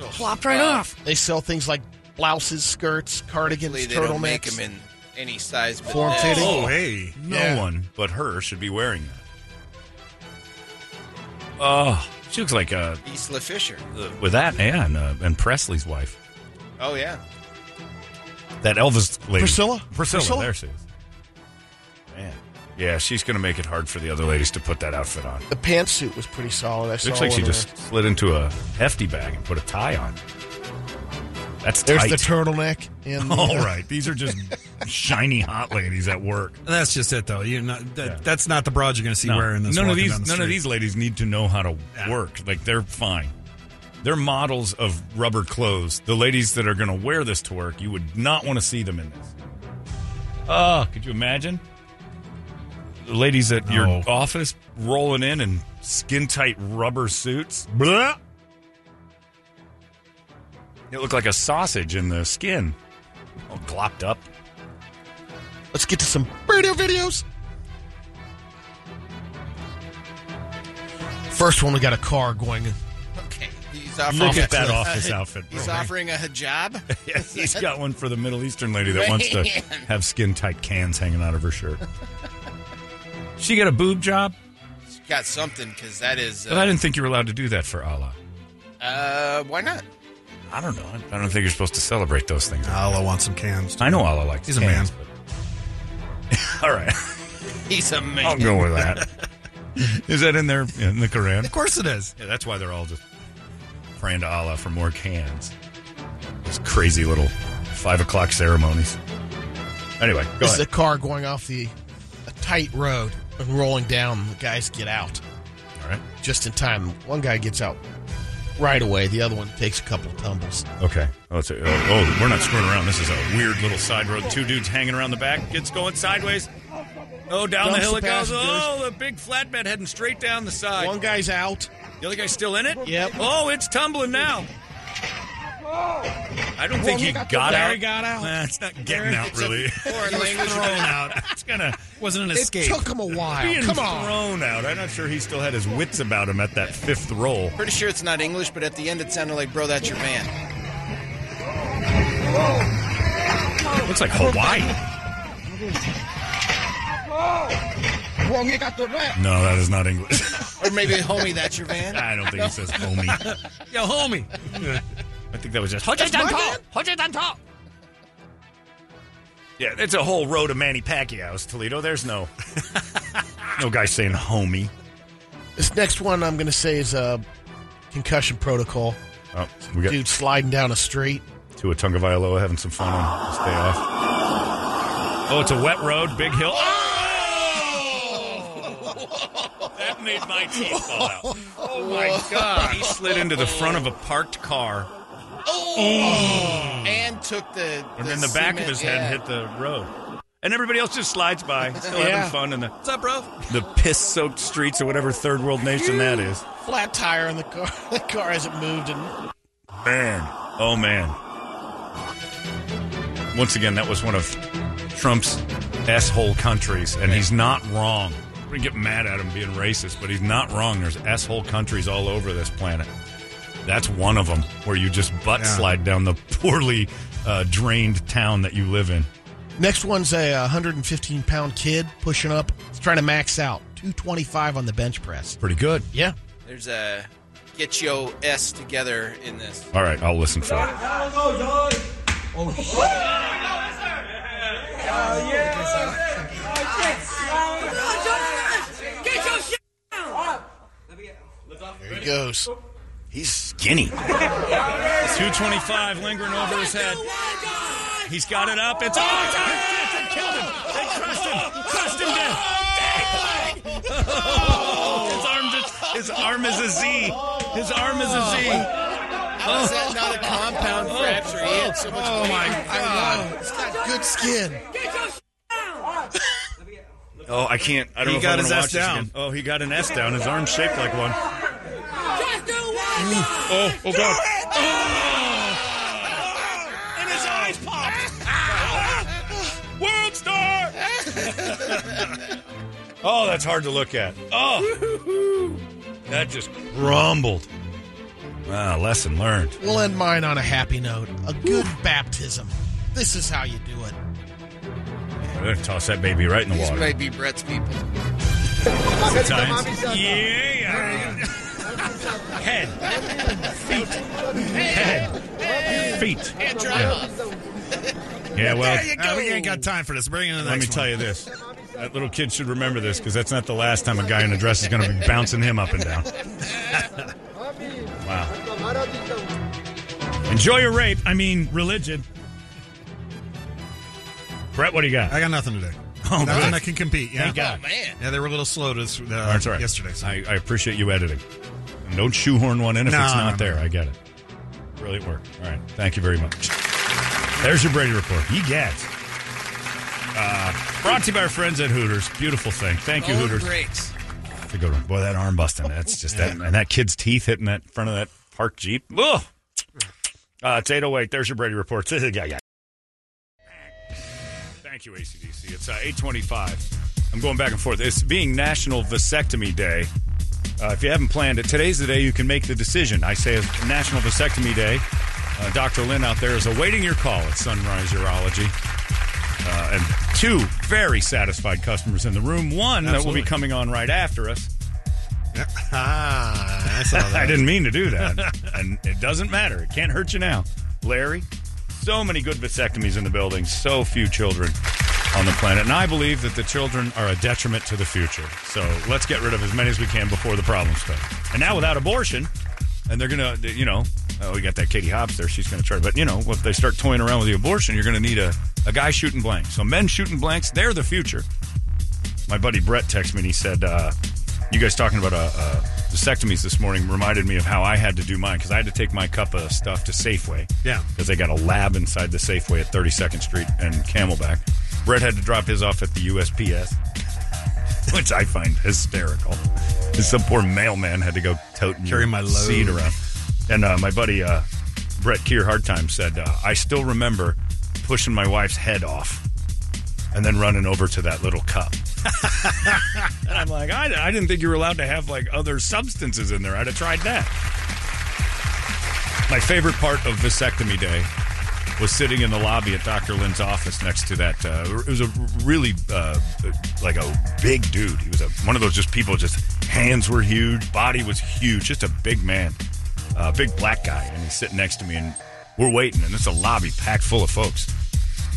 E: Plopped right
D: Wow.
E: off.
B: They sell things like blouses, skirts, cardigans,
D: They don't make
B: turtlenecks,
D: them in any size. But
B: form
D: this.
B: fitting.
C: Oh, hey.
A: No
B: Yeah.
A: one but her should be wearing that. Oh, she looks like uh,
D: Isla Fisher.
A: uh, with that and uh, and Presley's wife,
D: Oh yeah.
A: that Elvis lady,
B: Priscilla?
A: Priscilla,
B: Priscilla?
A: there she is. Man, yeah, she's gonna make it hard for the other ladies to put that outfit on.
B: The pantsuit was pretty solid. I
A: Looks like she just slid into a hefty bag and put a tie on. That's
B: There's
A: tight.
B: the turtleneck.
A: [LAUGHS]
B: And the, uh,
A: All right, these
B: [LAUGHS]
A: are just shiny hot ladies at work.
C: That's just it, though. You're not. That, That's not the broad you're going to see wearing this.
A: none of
C: walking
A: these
C: down the
A: none of
C: street.
A: these ladies need to know how to work. Like they're fine. They're models of rubber clothes. The ladies that are going to wear this to work, you would not want to see them in this. Oh, could you imagine? [LAUGHS] ladies at your office rolling in in skin tight rubber suits. Blah. It looked like a sausage in the skin, all glopped up.
B: Let's get to some radio videos. First one, we got a car going.
D: Okay. He's offering
A: Look at
D: a-
A: that
C: [LAUGHS]
A: office outfit.
D: He's
A: bro.
D: offering a hijab.
A: [LAUGHS]
D: [LAUGHS]
A: Yes, he's got one for the Middle Eastern lady that wants to have skin tight cans hanging out of her shirt. She got a boob job,
D: He's got something because that is.
A: but I
D: Uh,
A: didn't think you were allowed to do that for Allah.
D: uh, why
B: [LAUGHS]
D: not?
A: I don't know. I don't think you're supposed to celebrate those things.
C: Allah wants some cans.
A: I know Allah likes
C: He's a
A: cans, but-
B: [LAUGHS]
A: All right,
D: He's a man.
A: I'll go with that. [LAUGHS] Is that in there in the Quran?
C: Of course it is.
A: Yeah, that's why they're all just praying to Allah for more cans. Those crazy little five o'clock ceremonies. Anyway, go
B: this is a
A: ahead.
B: car going off the a tight road and rolling down. The guys get out
A: All right.
B: just in time. One guy gets out right away. The other one takes a couple of tumbles.
A: Okay. Oh, it's a, oh, oh, we're not screwing around. This is a weird little side road. Two dudes hanging around the back. Gets going sideways. Oh, down the
B: Dumps
A: hill
B: the
A: it goes.
B: passengers.
A: Oh, the big flatbed heading straight down the side.
B: One guy's out.
A: The other guy's still in it?
B: Yep.
A: Oh, it's tumbling now. I don't think he got out.
J: Barry got out.
A: Nah, it's not getting out, really.
D: Foreign language.
A: thrown out. [LAUGHS] It's going to
J: Wasn't an
B: It
J: escape.
B: took him a while.
A: being
B: Come on.
A: thrown out. I'm not sure he still had his wits about him at that fifth roll.
D: Pretty sure it's not English, but at the end it sounded like, bro, that's your man.
A: Looks like Hawaii. No, that is not English.
D: Or maybe, homie, that's your van.
A: I don't think he says homie.
J: Yo, homie.
A: I think that was just Hodges Dantall. Hodges Yeah, it's a whole road of Manny Pacquiao's Toledo. There's no no guy saying homie.
B: This next one I'm going to say is a concussion protocol.
A: Oh, we got
B: Dude sliding down a street.
A: Tua Tunga Vailoa having some fun on his day off. Oh, it's a wet road, big hill.
J: Ah!
A: Oh! [LAUGHS] That made my teeth fall out. Oh my god! He slid into the front of a parked car
B: Oh.
D: And took the.
A: and then the back of his head hit the road. And everybody else just slides by, still having fun in the
D: What's up, bro?
A: the piss-soaked streets or whatever third world nation that is.
B: Flat tire in the car. [LAUGHS] The car hasn't moved. And
A: Man, oh man. Once again, that was one of Trump's asshole countries, and he's not wrong. We're gonna get mad at him being racist, but he's not wrong. There's asshole countries all over this planet. That's one of them where you just butt
C: Yeah.
A: slide down the [LAUGHS] poorly uh, drained town that you live in.
B: next one's a 115 pound kid pushing up. He's trying to max out 225 on the bench press.
A: Pretty good.
B: Yeah.
D: There's a get yo s together in this.
A: All right, I'll listen for it.
B: There he goes.
G: He's
A: [LAUGHS]
G: skinny.
A: 225 lingering over his head. He's got it up. It's all oh, They killed him. They crushed him. Crushed him down. his arm just his arm is a Z. His arm is a Z.
D: How is that not a compound fracture? He had so much weight.
B: He's got good skin.
A: Oh, I can't. I don't
C: He
A: know
C: got
A: if I
C: his
A: wanna
C: S
A: watch this
C: down.
A: again. Oh, he got an S down. His arm's shaped like one. Oh, oh god. And his eyes popped. [LAUGHS] World star. oh, that's hard to look at. Oh, that just crumbled. Wow, lesson learned.
B: We'll end mine on a happy note. A good baptism. This is how you do it.
A: We're gonna toss that baby right in the
D: These
A: water.
D: might be Brett's people.
A: Times. Yeah. Head. Feet. Head. Feet. Yeah, well,
C: Uh, we ain't got time for this. Bring in the
A: Let me
C: next
A: tell you this. That little kid should remember this because that's not the last time a guy in a dress is going to be bouncing him up and down. [LAUGHS] wow. Enjoy your rape. I mean, religion. Brett, what do you got?
C: I got nothing today.
A: Oh,
C: nothing
A: good.
C: that can compete. Yeah.
A: Thank
B: Oh,
A: God.
D: Man.
C: Yeah, they were a little slow this uh,
A: That's all right.
C: yesterday. so-
A: I, I appreciate you editing. And don't shoehorn one in if
C: No,
A: it's
C: no,
A: not
C: no.
A: there. I get it. Brilliant work. All right. Thank you very much. There's your Brady report. He gets. Uh, brought to you by our friends at Hooters. Beautiful thing. Thank you, Hooters.
D: Oh, Great.
A: That's a good one. Boy, that arm busting. That's just that. And that kid's teeth hitting that front of that parked Jeep. Ugh. Uh, it's 808. There's your Brady reports. [LAUGHS] yeah, yeah. Thank you, ACDC. It's uh, 825. I'm going back and forth. It's being National Vasectomy Day. Uh, if you haven't planned it, today's the day you can make the decision. I say it's National Vasectomy Day. Uh, Dr. Lynn out there is awaiting your call at Sunrise Urology. Uh, and two very satisfied customers in the room. One that will be
C: Absolutely.
A: coming on right after us.
C: Ah, I
A: [LAUGHS]
C: saw that.
A: I didn't mean to do
C: [LAUGHS]
A: that. and it doesn't matter. It can't hurt you now. Larry, so many good vasectomies in the building, so few children on the planet. And I believe that the children are a detriment to the future. So let's get rid of as many as we can before the problem starts. And now without abortion, and they're going to, you know, oh, we got that Katie Hobbs there. She's going to try. But, you know, if they start toying around with the abortion, you're going to need a, a guy shooting blanks. So men shooting blanks, they're the future my buddy Brett texted me and he said, uh, "You guys talking about uh, uh, vasectomies this morning reminded me of how I had to do mine because I had to take my cup of stuff to Safeway. [LAUGHS]
C: Yeah.
A: because they got a lab inside the Safeway at 32nd Street and Camelback. Brett had to drop his off at the USPS, [LAUGHS] which I find hysterical. And Some poor mailman had to go tote and
C: Carry my load.
A: seed around. And uh, my buddy uh, Brett Keir Hardtime said, uh, "I still remember pushing my wife's head off." and then running over to that little cup. [LAUGHS] and I'm like, I, I didn't think you were allowed to have like other substances in there. I'd have tried that. My favorite part of vasectomy day was sitting in the lobby at Dr. Lynn's office next to that. Uh, it was a really uh, like a big dude. He was a, one of those just people. Just hands were huge, body was huge, just a big man, a big black guy. And he's sitting next to me, and we're waiting. And it's a lobby packed full of folks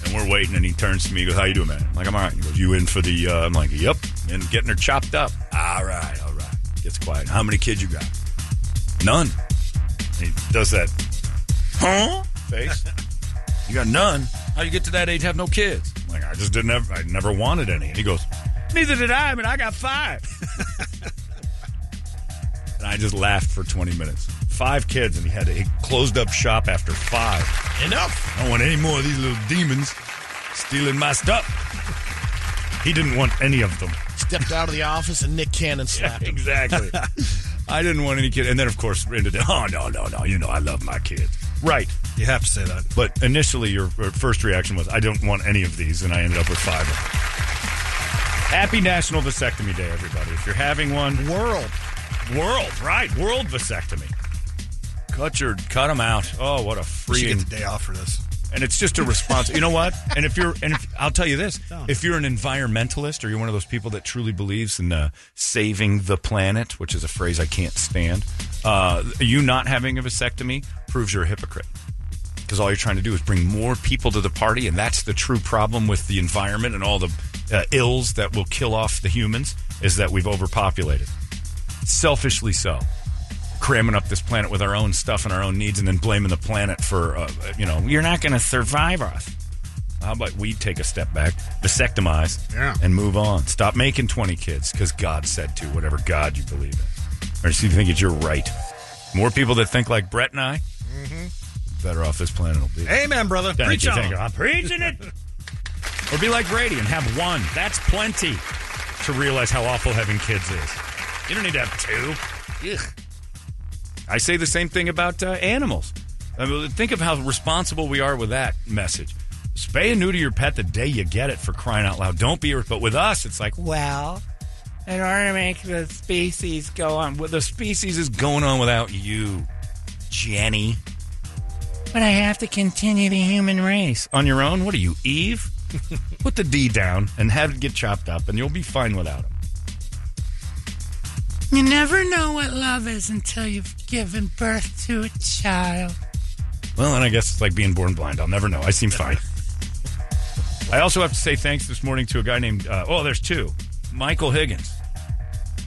A: and we're waiting. And he turns to me, he goes, "How you doing, man?" I'm like, "I'm all right." He goes, "You in for the?" Uh, I'm like, "Yep." And getting her chopped up. All right, all right. Gets quiet. How many kids you got? None. And he does that, huh?
C: [LAUGHS]
A: Face. you got none. How you get to that age have no kids? I'm like, I just didn't have. I never wanted any. And he goes, Neither did I, but I got five. and I just laughed for 20 minutes. Five kids, and he had he closed up shop after five.
B: Enough.
A: I don't want any more of these little demons stealing my stuff. He didn't want any of them.
B: Stepped out of the office and Nick Cannon slapped him.
A: Exactly. [LAUGHS] I didn't want any kid. And then, of course, ended it. Oh, no, no, no. You know, I love my kids. Right.
C: You have to say that.
A: But initially, your your first reaction was, I don't want any of these. And I ended up with five of them. Happy National Vasectomy Day, everybody. If you're having one,
B: World.
A: world, right? World vasectomy. Cut your, cut them out. Oh, what a
C: We should
A: freeing
C: get the day off for this.
A: and it's just a response. You know what? And if you're, and if, I'll tell you this: if you're an environmentalist or you're one of those people that truly believes in uh, saving the planet, which is a phrase I can't stand, uh, you not having a vasectomy proves you're a hypocrite because all you're trying to do is bring more people to the party, and that's the true problem with the environment and all the uh, ills that will kill off the humans is that we've overpopulated, selfishly so cramming up this planet with our own stuff and our own needs and then blaming the planet for, uh, you know, you're not going to survive us. How about we take a step back, vasectomize,
C: [LAUGHS] Yeah.
A: and move on? Stop making 20 kids because God said to, whatever God you believe in. Or if you think it's your right. More people that think like Brett and I, better off this planet will be.
C: Amen, brother.
A: Thank
C: Preach
A: you,
C: on.
A: thank you. I'm preaching
C: [LAUGHS]
A: it. or be like Brady and have one. That's plenty to realize how awful having kids is. You don't need to have two. Ugh. I say the same thing about uh, animals. I mean, think of how responsible we are with that message. Spay and neuter your pet the day you get it for crying out loud. Don't be. But with us, it's like, well, in order to make the species go on, well, the species is going on without you, Jenny.
H: But I have to continue the human race.
A: on your own? What are you, Eve? Put the D down and have it get chopped up, and you'll be fine without him.
E: You never know what love is until you've given birth to a child.
A: Well, then I guess it's like being born blind. I'll never know. I seem fine. I also have to say thanks this morning to a guy named, uh, oh, there's two Michael Higgins,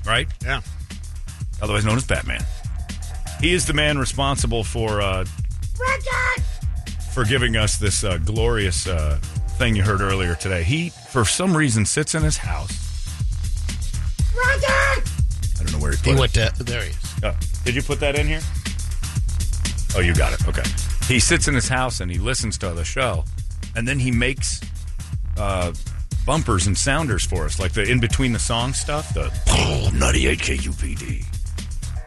A: right?
C: Yeah.
A: Otherwise known as Batman. He is the man responsible for uh, for giving us this uh, glorious uh, thing you heard earlier today. He, for some reason, sits in his house. I don't know where he put
B: He
A: it.
B: went to, there he is.
A: Uh, did you put that in here? Oh, you got it. Okay. He sits in his house and he listens to the show, and then he makes uh, bumpers and sounders for us, like the in between the song stuff. The [LAUGHS] 98 KUPD.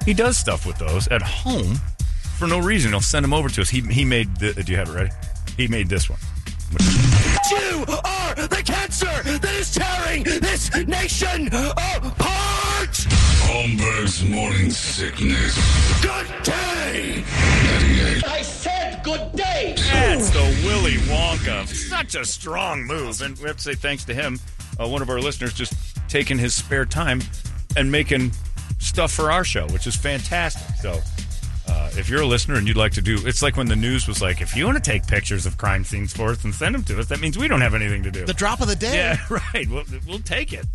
A: He does stuff with those at home for no reason. He'll send them over to us. He he made. The, do you have it ready? He made this one.
J: You are the cancer that is tearing this nation apart!
K: Holmberg's morning sickness.
J: Good day!
K: I
J: said good day!
A: That's [LAUGHS] the Willy Wonka. Such a strong move. And we have to say thanks to him, uh, one of our listeners, just taking his spare time and making stuff for our show, which is fantastic. So uh, if you're a listener and you'd like to do, it's like when the news was like, if you want to take pictures of crime scenes for us and send them to us, that means we don't have anything to do.
B: The drop of the day.
A: Yeah, [LAUGHS] right. We'll, we'll take it.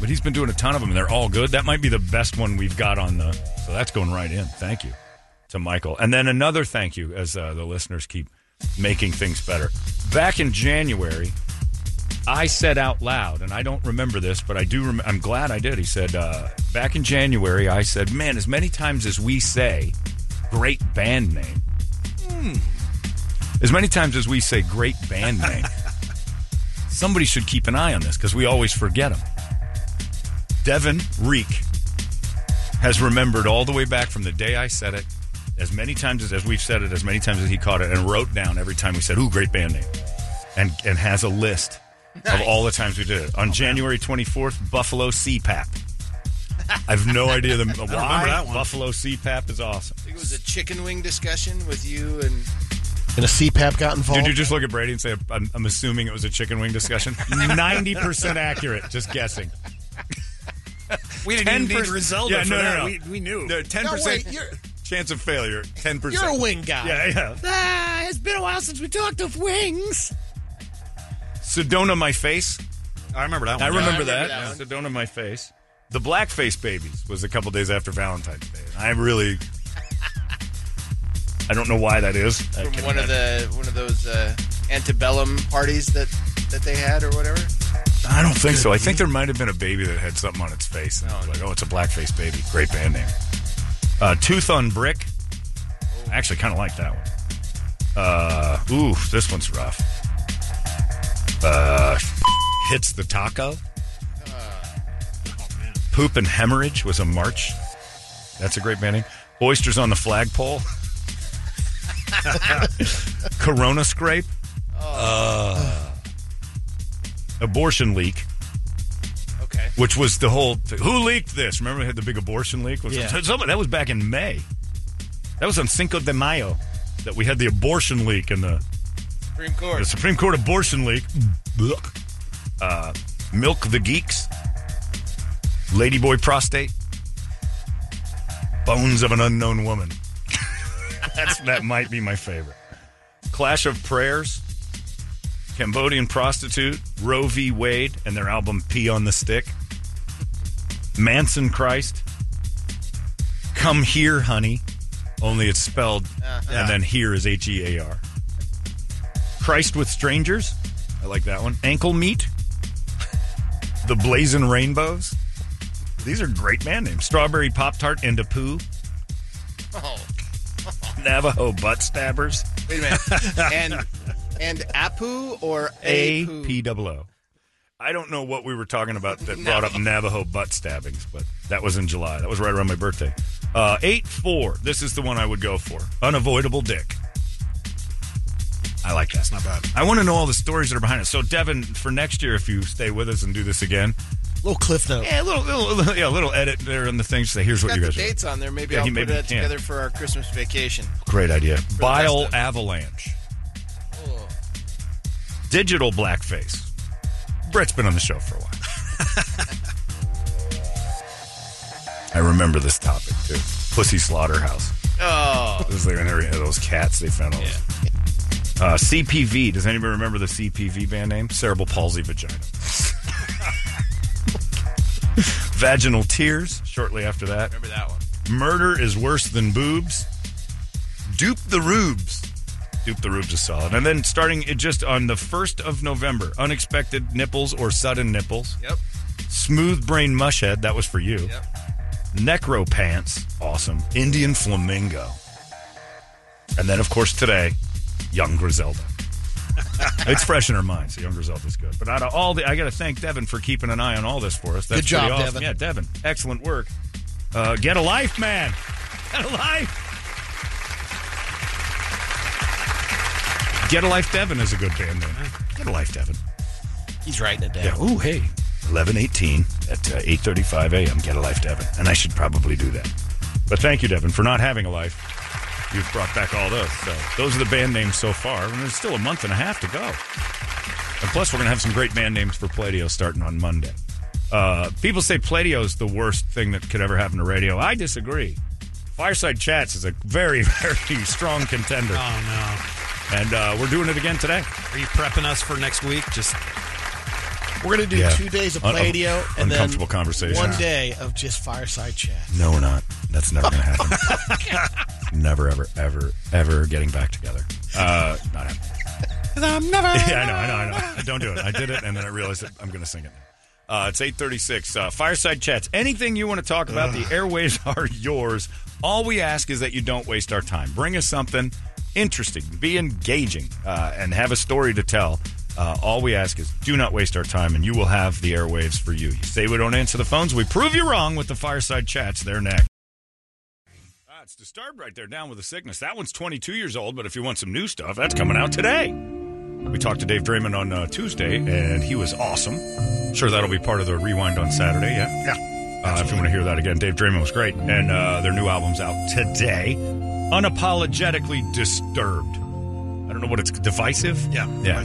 A: But he's been doing a ton of them, and they're all good. That might be the best one we've got on the. So that's going right in. Thank you to Michael, and then another thank you as uh, the listeners keep making things better. Back in January, I said out loud, and I don't remember this, but I do. Rem- I'm glad I did. He said uh, back in January, I said, "Man, as many times as we say, great band name." Hmm. As many times as we say great band name, somebody should keep an eye on this because we always forget them. Devin Reek has remembered all the way back from the day I said it, as many times as, as we've said it, as many times as he caught it, and wrote down every time we said, "Ooh, great band name," and and has a list
G: Nice.
A: of all the times we did it. On January 24th, Buffalo CPAP. I've no idea the why.
D: that one.
A: Buffalo CPAP is awesome.
D: I think it was a chicken wing discussion with you and
B: And a CPAP got involved.
A: Did you just look at Brady and say, I'm, I'm assuming it was a chicken wing [LAUGHS] discussion? 90% accurate, just guessing.
C: We didn't even
A: 10%
C: need Griselda
A: Yeah,
C: for
A: no, no,
C: that.
A: no.
C: We, we knew.
A: No, 10% chance of failure, 10%.
B: You're a wing guy.
A: Yeah, yeah.
B: Ah, it's been a while since we talked of wings.
A: Sedona My Face.
C: I remember that one.
A: I
C: Yeah.
A: remember that. Sedona My Face. The Blackface Babies was a couple days after Valentine's Day. I really. I don't know why that is. I
D: from
A: can
D: one of the one of those uh, antebellum parties that that they had or whatever.
A: I don't think so. I think there might have been a baby that had something on its face. And I was like, oh, it's a blackface baby. Great band name. Uh, Tooth on Brick. I actually kind of like that one. Uh, ooh, this one's rough. Uh, [LAUGHS] hits the taco. Poop and Hemorrhage was a march. That's a great band name. Oysters on the Flagpole. [LAUGHS] Corona Scrape. Uh, abortion leak.
D: Okay.
A: Which was the whole who leaked this? Remember we had the big abortion leak? Was
D: Yeah.
A: some- that was back in May. That was on Cinco de Mayo that we had the abortion leak and the
D: Supreme
A: the
D: Court.
A: Supreme Court abortion leak. Look. Uh, Milk the Geeks. Ladyboy Prostate. Bones of an Unknown Woman. That's, that might be my favorite. Clash of Prayers. Cambodian Prostitute. Roe v. Wade and their album Pee on the Stick. Manson Christ. Come Here, Honey. Only it's spelled,
D: Uh-huh.
A: and then here is H E A R. Christ with Strangers. I like that one. Ankle Meat. the Blazing Rainbows. These are great band names. Strawberry Pop Tart and a Poo.
D: Oh,
A: Navajo Butt Stabbers.
D: wait a
A: [LAUGHS]
D: minute. and and Apu or
A: A
D: Apu?
A: P double O. I don't know what we were talking about that brought up Navajo butt stabbings, but that was in July. That was right around my birthday. Uh, eight four. This is the one I would go for. Unavoidable dick. I like that. It's
C: not bad.
A: I want to know all the stories that are behind it. So Devin, for next year, if you stay with us and do this again,
B: Little cliff note.
A: yeah, a little, little, little- yeah, a little edit there on the thing. Say here's what
D: Got
A: you
D: the
A: guys. are-
D: dates on there. Maybe
A: Yeah,
D: I'll
A: he
D: put
A: maybe
D: that
A: can.
D: together for our Christmas vacation.
A: Great idea.
D: the
A: Bile
D: best of-
A: avalanche. Digital blackface. Brett's been on the show for a while. I remember this topic too. Pussy slaughterhouse.
D: Oh,
A: It was like an area of those cats they found. All uh, CPV. Does anybody remember the CPV band name? Cerebral palsy vagina. [LAUGHS] Vaginal tears. Shortly after that.
D: remember that one?
A: Murder is worse than boobs. Dupe the rubes. Dupe the rubes is solid. And then starting it just on the 1st of November, unexpected nipples or sudden nipples.
D: Yep.
A: Smooth brain mushhead, that was for you.
D: Yep.
A: Necro pants, awesome. Indian flamingo. And then, of course, today, young Griselda. [LAUGHS] it's fresh in our minds. The young result is good. But out of all the, I got to thank Devin for keeping an eye on all this for us. That's
B: Good job,
A: pretty awesome.
B: Devin.
A: Yeah, Devin, excellent work. Uh, get a life, man. Get a
C: [LAUGHS]
A: life. Get a life, Devin is a good band name. Get a life, Devin.
B: He's writing it down.
A: Yeah. Ooh, hey. 1118 at uh, 8.35 a.m. Get a life, Devin. And I should probably do that. But thank you, Devin, for not having a life. You've brought back all those. So those are the band names so far. And there's still a month and a half to go. And plus, we're going to have some great band names for Playdio starting on Monday. Uh, people say Playdio is the worst thing that could ever happen to radio. I disagree. Fireside Chats is a very, [LAUGHS] very strong contender. Oh, no. And uh, we're doing it again today.
C: Are you prepping us for next week? Just
B: We're going to do
A: Yeah.
B: two days of
A: Un-
B: Playdio and then
A: uncomfortable conversation.
B: one
A: Yeah.
B: day of just
D: [LAUGHS]
B: fireside chat.
A: No, we're not. That's never going to happen. [LAUGHS] never, ever, ever, ever getting back together. Uh, not happening.
J: I'm never.
A: [LAUGHS] Yeah, I know, I know, I know. Don't do it. I did it, and then I realized that I'm going to sing it. Uh, it's 836. Uh, Fireside Chats. Anything you want to talk about, the airways [LAUGHS] are yours. All we ask is that you don't waste our time. Bring us something interesting. Be engaging uh, and have a story to tell. Uh, all we ask is do not waste our time, and you will have the airwaves for you. You say we don't answer the phones. We prove you wrong with the Fireside Chats. They're next. Ah, it's disturbed right there, down with a sickness. That one's 22 years old, but if you want some new stuff, that's coming out today. We talked to Dave Draymond on uh, Tuesday, and he was awesome. Sure, that'll be part of the rewind on Saturday. Yeah, yeah. Uh, if you want to hear that again, Dave Draymond was great, and uh, their new album's out today. Unapologetically disturbed. I don't know what it's divisive. Yeah, yeah.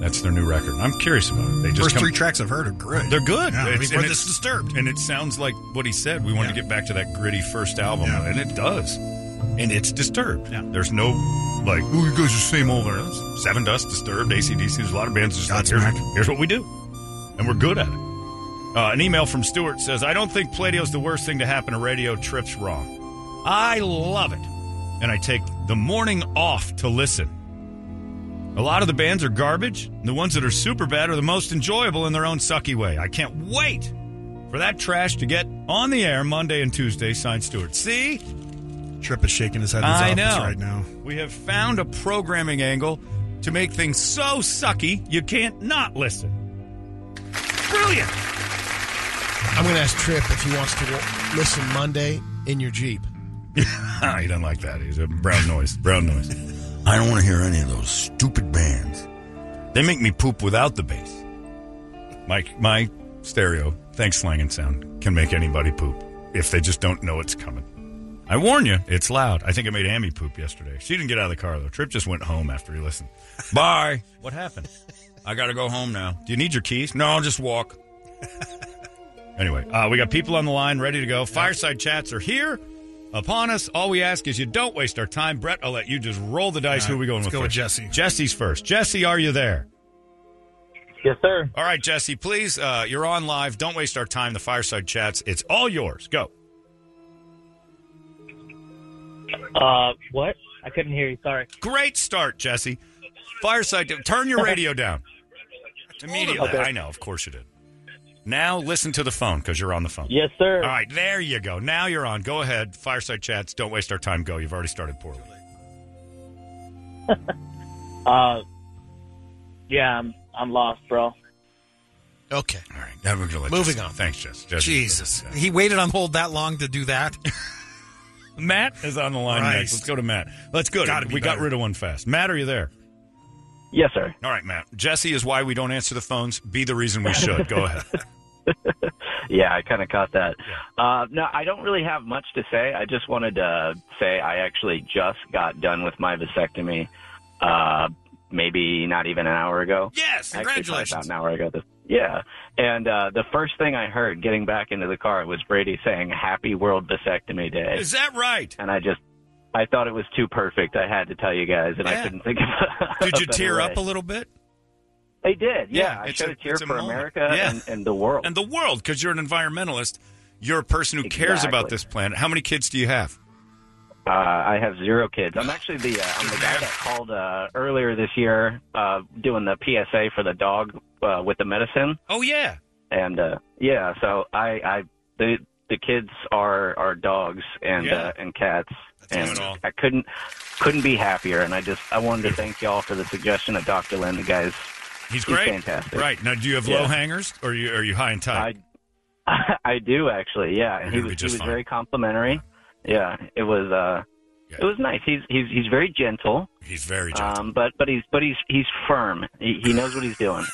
A: That's their new record. I'm curious about it. They just
C: first
A: come-
C: three tracks I've heard are great.
A: They're good.
C: Yeah,
A: It's-
C: before
A: and
C: this
A: it's-
C: disturbed.
A: And it sounds like what he said. We want to get back to that gritty first album, and it does. And it's disturbed. There's no like, oh, you guys are same old. It's Seven Dust, Disturbed, ACDC. There's a lot of bands that's just like, here's, here's what we do, and we're good at it. Uh, an email from Stuart says, "I don't think Pladio's the worst thing to happen to radio. Trips wrong. I love it, and I take the morning off to listen." A lot of the bands are garbage. and The ones that are super bad are the most enjoyable in their own sucky way. I can't wait for that trash to get on the air Monday and Tuesday. Signed Stewart. See?
C: Trip is shaking his head in his
A: I
C: office
A: know.
C: right now.
A: We have found a programming angle to make things so sucky you can't not listen. Brilliant.
B: I'm going to ask Trip if he wants to w- listen Monday in your Jeep.
A: [LAUGHS] he doesn't like that. He's a brown noise. Brown noise.
G: [LAUGHS] I don't want to hear any of those stupid bands.
A: They make me poop without the bass. My my stereo, thanks slang and sound, can make anybody poop if they just don't know it's coming. I warn you, it's loud. I think it made Amy poop yesterday. She didn't get out of the car though. Trip just went home after he
C: [LAUGHS]
A: listened. Bye. What happened? I got to go home now. Do you need your keys? No, I'll just
C: [LAUGHS]
A: walk. Anyway, uh, we got people on the line ready to go. Fireside chats are here upon us. All we ask is you don't waste our time. Brett, I'll let you just roll the dice.
C: All right,
A: Who are we going
C: let's
A: with?
C: go with
A: first?
C: Jesse.
A: Jesse's first. Jesse, are you there?
L: Yes, sir.
A: All right, Jesse, please. Uh, you're on live. Don't waste our time. The fireside chats. It's all yours. Go.
L: Uh, what? I couldn't hear you. Sorry.
A: Great start, Jesse. Fireside. Turn your radio down immediately.
L: Okay.
A: I know. Of course you did. Now listen to the phone because you're on the phone.
L: Yes, sir.
A: All right, there you go. Now you're on. Go ahead. Fireside chats. Don't waste our time. Go. You've already started poorly.
L: [LAUGHS] Uh, yeah, I'm I'm lost, bro.
B: Okay.
A: All right. Now we're gonna let
B: Moving
A: Jesse-
B: on.
A: Thanks, Jess. Jesse.
C: Jesus, he waited on hold that long to do that.
A: [LAUGHS] Matt is on the line next.
C: Christ.
A: Let's go to Matt. Let's go.
C: Gotta be
A: we got
C: better.
A: rid of one fast. Matt, are you there?
L: Yes, sir.
A: All right, Matt. Jesse is why we don't answer the phones. Be the reason we should.
L: [LAUGHS]
A: Go ahead.
L: Yeah, I kind of caught that. Uh, no, I don't really have much to say. I just wanted to say I actually just got done with my vasectomy. Uh, maybe not even an hour ago.
A: Yes,
L: Actually, probably About an hour ago. This, yeah, and uh, the first thing I heard getting back into the car was Brady saying "Happy World Vasectomy Day."
A: Is that right?
L: and I just I thought it was too perfect. I had to tell you guys, and
A: Yeah.
L: I couldn't think of. [LAUGHS]
A: Did
L: of
A: you tear
L: better
A: up
L: way.
A: a little bit?
L: I did. Yeah,
A: Yeah,
L: I
A: it's
L: shed
A: a-
L: a, tear
A: it's a
L: for
A: moment.
L: America
A: Yeah.
L: and, and the world.
A: And the world, because you're an environmentalist. You're a person who cares about
L: Exactly.
A: this planet. How many kids do you have?
L: Uh, I have zero kids. I'm actually the uh, I'm the guy that called uh, earlier this year uh, doing the PSA for the dog uh, with the medicine,
A: Oh yeah.
L: and uh, yeah, so I I the the kids are are dogs and
A: Yeah.
L: uh, and cats.
A: That's
L: and
A: all.
L: I couldn't, couldn't be happier. And I just I wanted to thank y'all for the suggestion of Dr. Lynn. The guy's
A: He's great.
L: fantastic.
A: Right now, do you have
L: Yeah.
A: low hangers or are you are you high and tight?
L: I [LAUGHS] do actually, yeah. And he
A: You'll
L: was
A: be
L: he
A: just
L: was
A: fine.
L: very complimentary. Yeah, it was uh, it was nice. He's he's he's very gentle.
A: He's very
L: gentle, um, but but he's but he's he's firm. He, he knows what he's
A: [LAUGHS]
L: doing.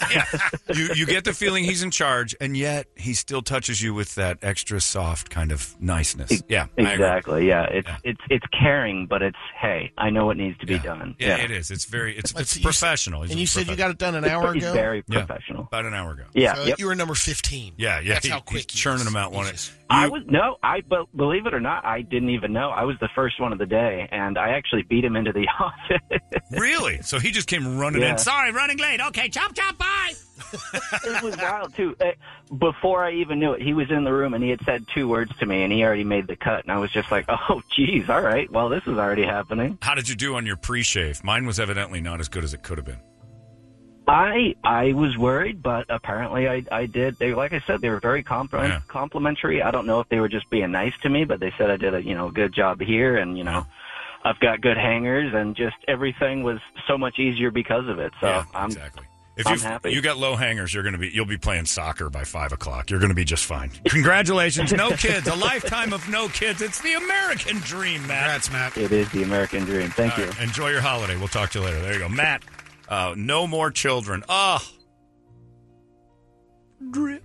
A: you you get the feeling he's in charge, and yet he still touches you with that extra soft kind of niceness. Yeah, I agree.
L: exactly. Yeah, it's it's it's caring, but it's hey, I know what needs to be done.
A: Yeah, it is. It's very it's, it's professional. He's
B: and you said you
A: professional.
B: got it done an
L: It's-
B: hour
L: he's
B: ago.
L: very professional.
A: about an hour ago.
L: Yeah,
B: So
L: yep.
B: you were number fifteen.
A: Yeah, yeah.
B: That's
A: he-
B: how quick
A: he's churning them out one. at-
L: I was no, I be- believe it or not, I didn't even know I was the first one of the day, and I actually beat him into the [LAUGHS] office.
A: [LAUGHS] Really? So he just came running
L: Yeah.
A: in.
J: Sorry, running late. Okay, chop, chop, bye.
L: it was wild too. Uh, Before I even knew it, he was in the room and he had said two words to me, and he already made the cut. And I was just like, [LAUGHS] "Oh, geez, all right. Well, this is already happening."
A: How did you do on your pre-shave? Mine was evidently not as good as it could have been.
L: I I was worried, but apparently I I did. They like I said, they were very compliment,
A: Yeah.
L: complimentary. I don't know if they were just being nice to me, but they said I did a you know good job here, and you know I've got good hangers, and just everything was so much easier because of it. So I'm
A: exactly. If
L: I'm
A: you've-
L: happy.
A: you got low hangers, you're going to be you'll be playing soccer by five o'clock. You're going to be just
L: [LAUGHS]
A: fine. Congratulations, no kids, a lifetime of no kids. It's the American dream, Matt. That's Matt.
L: It is the American dream. Thank
A: All
L: you.
A: right, enjoy your holiday. We'll talk to you later. There you go, Matt. Uh, no more children. Oh,
J: Drip.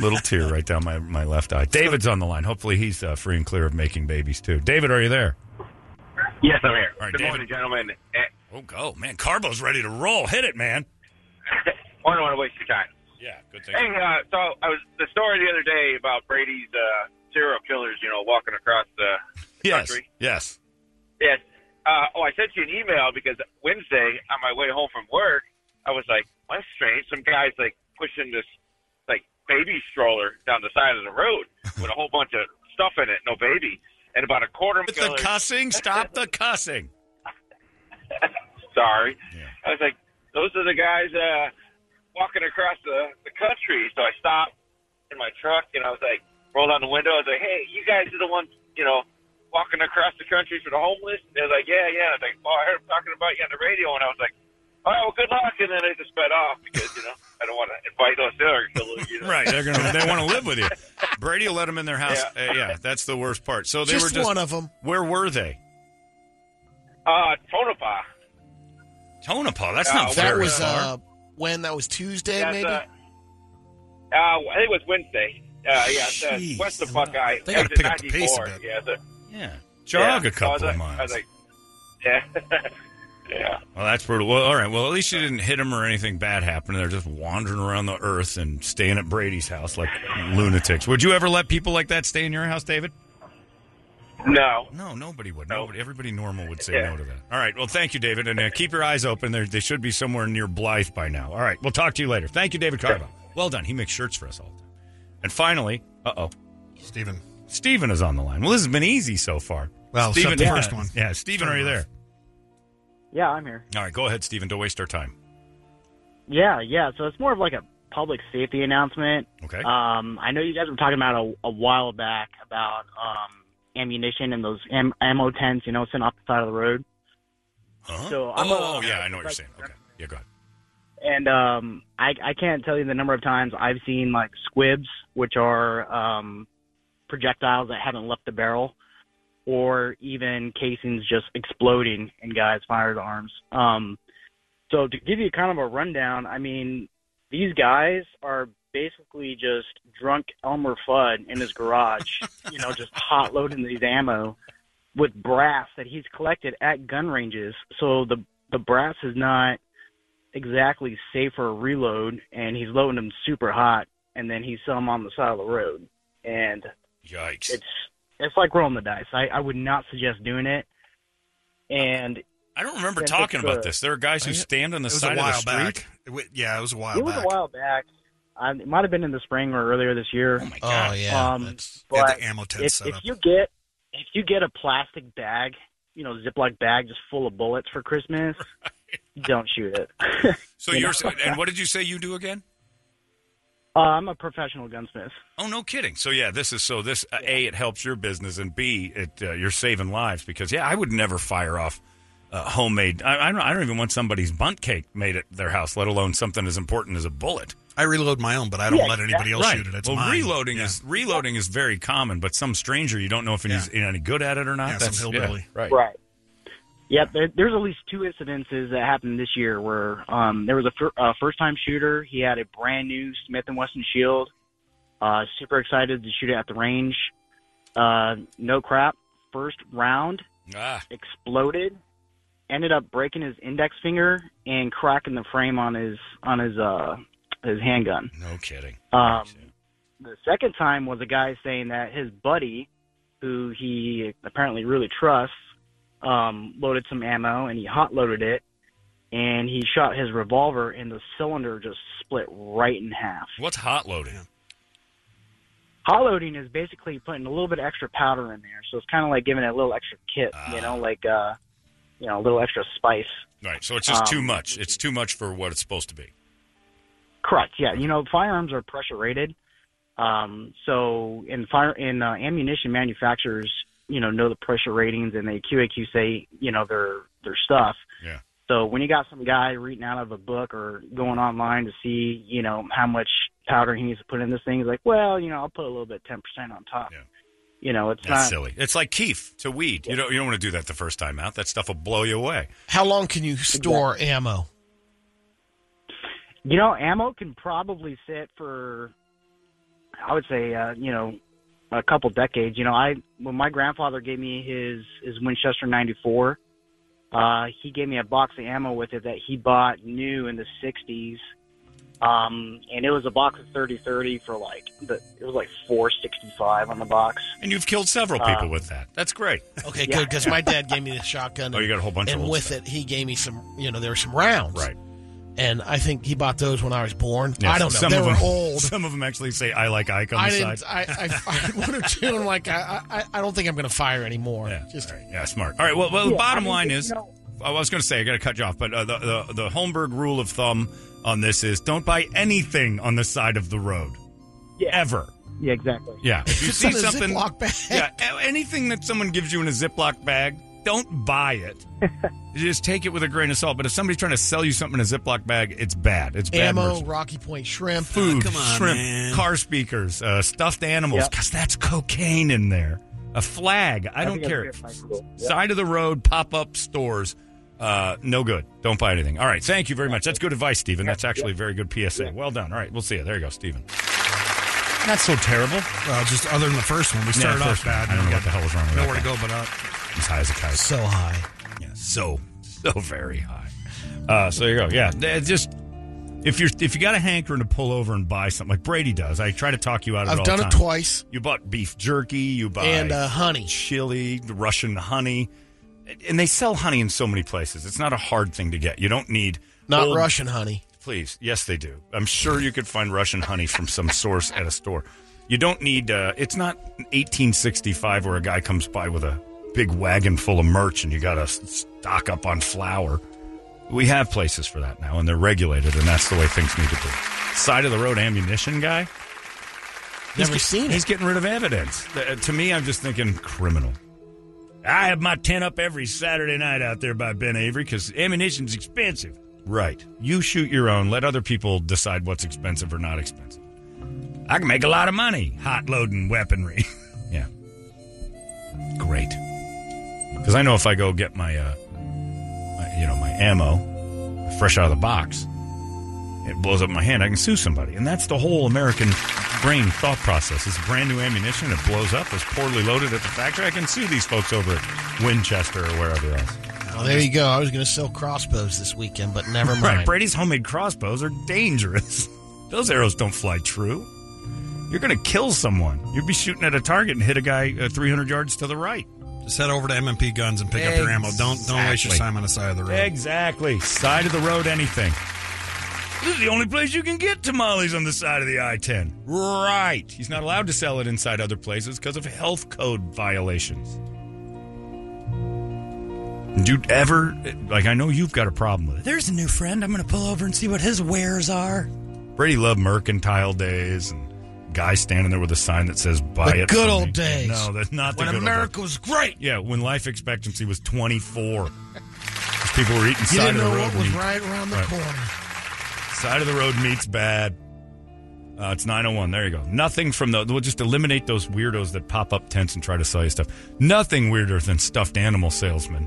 A: little tear
L: [LAUGHS]
A: right down my my left eye. David's on the line. Hopefully, he's uh, free and clear of making babies too. David, are you there?
M: Yes, I'm here.
A: All right,
M: Good
A: David.
M: morning, gentlemen. Eh.
A: Oh, go, man. Carbo's ready to roll. Hit
M: [LAUGHS]
A: it, man.
M: I don't want to waste your time.
A: Yeah, good
M: Hey, uh, so I was the story the other day about Brady's uh, serial killers, you know, walking across the
A: Yes.
M: country.
A: Yes.
M: Yes. Uh, oh, I sent you an email because Wednesday on my way home from work, I was like, well, "That's strange." Some guys like pushing this like baby stroller down the side of the road with a whole bunch of stuff in it, no baby, and about a quarter. With
A: The cussing. Stop the cussing.
M: [LAUGHS] sorry. I was like, those are the guys uh, walking across the, the country. So I stopped in my truck and I was like, rolled down the window. I was like, hey, you guys are the ones, you know, walking across the country for the homeless. And they was like, yeah, yeah. I was like, oh, I heard them talking about you on the radio. And I was like, all right, well, good luck. And then I just sped off because, you know, I don't want to invite those serial killers. You know?
A: [LAUGHS] Right, they're gonna they want to live with you. Brady will let them in their house. Uh, Yeah, that's the worst part. So they
M: Just
A: were just
M: one of 'em.
A: Where were they?
M: Uh, Tonopah.
A: Tonopah. Oh, That's
M: Uh,
A: not
M: that
A: very
M: was,
A: far.
B: Uh, when that was Tuesday,
M: That's,
B: maybe.
M: uh, Uh, I think it was Wednesday. Uh, yeah, it's, uh,
A: Jeez.
M: west of Buckeye.
A: They gotta
M: exit
A: pick up the pace a
M: 94.
A: bit.
M: Yeah, it's a-
A: yeah. Jog
M: Yeah.
A: a couple
M: I was
A: of
M: like-
A: miles.
M: I was like, yeah, [LAUGHS] yeah.
A: well, that's brutal. Well, all right. Well, at least you didn't hit them or anything bad happened. They're just wandering around the earth and staying at Brady's house like lunatics. Would you ever let people like that stay in your house, David?
M: No.
A: No, nobody would. Nobody, everybody normal would say no to that. All right. Well, thank you, David, and uh, keep your eyes open. They're, they should be somewhere near Blythe by now. All right. We'll talk to you later. Thank you, David Carbo. Well done. He makes shirts for us all the time. And finally, uh oh, Stephen. Stephen is on the line. Well, this has been easy so far.
C: Well, except
A: Stephen,
C: the
A: yeah.
C: first one.
A: Yeah, Stephen, are you there?
N: Yeah, I'm here.
A: All right, go ahead, Stephen. Don't waste our time.
N: Yeah, yeah. So it's more of like a public safety announcement.
A: Okay.
N: Um, I know you guys were talking about a, a while back about um, ammunition and those am- ammo tents, you know, sitting off the side of the road. So I'm
A: oh,
N: a-
A: yeah, I know what you're saying. Okay. Yeah, go ahead.
N: And um, I, I can't tell you the number of times I've seen like squibs, which are um, projectiles that haven't left the barrel, or even casings just exploding in guys' firearms. Um, so to give you kind of a rundown, I mean, these guys are basically just drunk Elmer Fudd in his garage, you know, just hot loading these ammo with brass that he's collected at gun ranges. So the the brass is not exactly safe for a reload, and he's loading them super hot, and then he's selling 'em on the side of the road. And
A: Yikes.
N: it's it's like rolling the dice. I, I would not suggest doing it. And
A: I don't remember
N: and
A: talking
N: it's, uh,
A: about this. There are guys who stand on the
C: It was
A: side
C: a while
A: of the street.
C: back. It wa- yeah, it was a while
N: It was
C: back.
N: a while back. I, it might have been in the spring or earlier this year. Oh my
C: God. Oh, yeah.
N: Um,
C: They had the
N: but
C: ammo tent
N: if,
C: set
N: if
C: up.
N: you get if you get a plastic bag, you know, Ziploc bag just full of bullets for Christmas, don't shoot it.
A: So
N: [LAUGHS] You
A: you are
N: know?
A: and what did you say you do again?
N: Uh, I'm a professional gunsmith.
A: Oh, no kidding. So yeah, this is so this uh, a it helps your business and b it uh, you're saving lives because yeah, I would never fire off uh, homemade. I, I don't. I don't even want somebody's bunt cake made at their house, let alone something as important as a bullet.
C: I reload my own, but I don't let anybody else shoot it. It's
A: well,
C: mine.
A: reloading is reloading is very common, but some stranger you don't know if he's you know, any good at it or not.
C: Yeah, some hillbilly.
A: right?
N: Right. Yep. There, there's at least two incidences that happened this year where um, there was a, fir- a first-time shooter. He had a brand new Smith and Wesson Shield. Uh, super excited to shoot it at the range. Uh, no crap. First round
A: Ah,
N: exploded. Ended up breaking his index finger and cracking the frame on his on his uh, his handgun.
A: No kidding.
N: Um, the second time was a guy saying that his buddy, who he apparently really trusts, um, loaded some ammo and he hot loaded it, and he shot his revolver and the cylinder just split right in half.
A: What's hot loading?
N: Hot loading is basically putting a little bit of extra powder in there, so it's kind of like giving it a little extra kick, you know, like uh, you know, a little extra spice.
A: Right. So it's just
N: Um,
A: too much. It's too much for what it's supposed to be.
N: Correct. Yeah. You know, firearms are pressure rated. Um, so in fire in uh, ammunition manufacturers, you know, know the pressure ratings and they QAQ say, you know, their their stuff.
A: Yeah.
N: So when you got some guy reading out of a book or going online to see, you know, how much powder he needs to put in this thing, he's like, well, you know, I'll put a little bit, ten percent on top. You know, it's
A: That's
N: not
A: silly. It's like Keef to weed. You don't you don't want to do that the first time out. That stuff will blow you away.
B: How long can you store ammo?
N: You know, ammo can probably sit for, I would say, uh, you know, a couple decades. You know, I when my grandfather gave me his his Winchester '94, uh, he gave me a box of ammo with it that he bought new in the '60s, um, and it was a box of 30-30 for like the it was like 465 on the box. Uh,
A: And you've killed several
M: Uh,
A: people with that. That's great.
B: [LAUGHS] Okay,
N: Yeah.
B: good because my dad gave me the shotgun.
A: Oh, you got a whole bunch of
B: And
A: old
B: with it, he gave me some. You know, there were some rounds.
A: Right.
B: And I think he bought those when I was born.
A: Yeah,
B: I don't know.
A: Some
B: they
A: of
B: were
A: them,
B: old.
A: [LAUGHS] Some of them actually say "I like Ike" on
B: I
A: the
B: didn't.
A: side.
B: I, I, I had one or two. And I'm like, I, I, I don't think I'm going to fire anymore. Just
A: Yeah, smart. All right. Well, well the
B: Yeah,
A: bottom
B: I mean,
A: line
B: you
A: is, oh,
B: know-
A: I was going to say I got to cut you off, but uh, the, the the Holmberg rule of thumb on this is don't buy anything on the side of the road, ever.
N: Yeah, exactly.
A: Yeah,
B: [LAUGHS]
A: if you
B: It's
A: see
B: in a
A: something,
B: Ziploc bag.
A: [LAUGHS] yeah, a- anything that someone gives you in a Ziploc bag, don't buy
B: [LAUGHS]
A: it. You just take it with a grain of salt. But if somebody's trying to sell you something in a Ziploc bag, it's bad. It's bad.
B: ammo,
A: merch.
B: Rocky Point shrimp,
A: food, shrimp, car speakers, uh, stuffed animals,
B: Yep.
A: because that's cocaine in there. A flag. I,
B: I
A: don't
B: think
A: care.
B: that's good, Michael. Yep.
A: Side of the road, pop up stores. Uh, no good. Don't buy anything. All right. Thank you very much. That's good advice, Stephen. That's actually very good PSA. Well done. All right. We'll see you. There you go, Stephen. Not so terrible.
C: Well, just other than the first one, we
A: Yeah,
C: started off
A: first one.
C: bad.
A: I don't
C: and we
A: know what the
C: got
A: hell was wrong with
C: Nowhere
A: that
C: to go but up.
A: He's high as a kite.
B: So high.
A: Yeah. So so very high. Uh, so there you go. Yeah. th- Just if you're if you got a hankering to pull over and buy something like Brady does, I try to talk you out of it.
B: I've
A: all
B: done
A: the
B: it
A: time.
B: twice.
A: You bought beef jerky. You buy
B: And, uh, honey,
A: chili, Russian honey, and they sell honey in so many places. It's not a hard thing to get. You don't need
B: not
A: old-
B: Russian honey.
A: Please, yes, they do. I'm sure you could find Russian honey from some source at a store. You don't need. Uh, it's not 1865 where a guy comes by with a big wagon full of merch and you got to stock up on flour. We have places for that now, and they're regulated, and that's the way things need to be. Side of the road ammunition guy.
B: Never
A: he's,
B: seen it.
A: He's getting rid of evidence. Uh, to me, I'm just thinking criminal. I have my tent up every Saturday night out there by Ben Avery because ammunition's expensive. Right. You shoot your own. Let other people decide what's expensive or not expensive. I can make a lot of money hot loading weaponry. [LAUGHS] yeah. Great. Because I know if I go get my, uh, my, you know, my ammo fresh out of the box, it blows up my hand. I can sue somebody, and that's the whole American brain thought process. It's brand new ammunition. It blows up. It's poorly loaded at the factory. I can sue these folks over at Winchester or wherever else.
B: Well, there you go. I was going to sell crossbows this weekend, but never mind.
A: [LAUGHS] Right, Brady's homemade crossbows are dangerous. [LAUGHS] Those arrows don't fly true. You're going to kill someone. You'd be shooting at a target and hit a guy uh, 300 yards to the right.
C: Just head over to MMP Guns and pick up your ammo. Don't don't waste your
A: Exactly.
C: time on the side of the road.
A: Exactly. Side of the road, anything. This is the only place you can get tamales on the side of the I 10. Right. He's not allowed to sell it inside other places because of health code violations. Do you ever, like, I know you've got a problem with it.
E: There's a new friend. I'm going to pull over and see what his wares are.
A: Brady loved mercantile days and guy standing there with a sign that says buy
B: The
A: it.
B: good
A: from
B: old
A: me."
B: days.
A: No, that's not the
B: When
A: good old
B: America
A: days.
B: was great.
A: Yeah, when life expectancy was 24. People were eating
B: You
A: side
B: didn't
A: of the
B: know what
A: road
B: was
A: meat.
B: right around the
A: Right.
B: corner.
A: Side of the road meat's bad. Uh, it's 901. There you go. Nothing from the. We'll just eliminate those weirdos that pop up tents and try to sell you stuff. Nothing weirder than stuffed animal salesmen.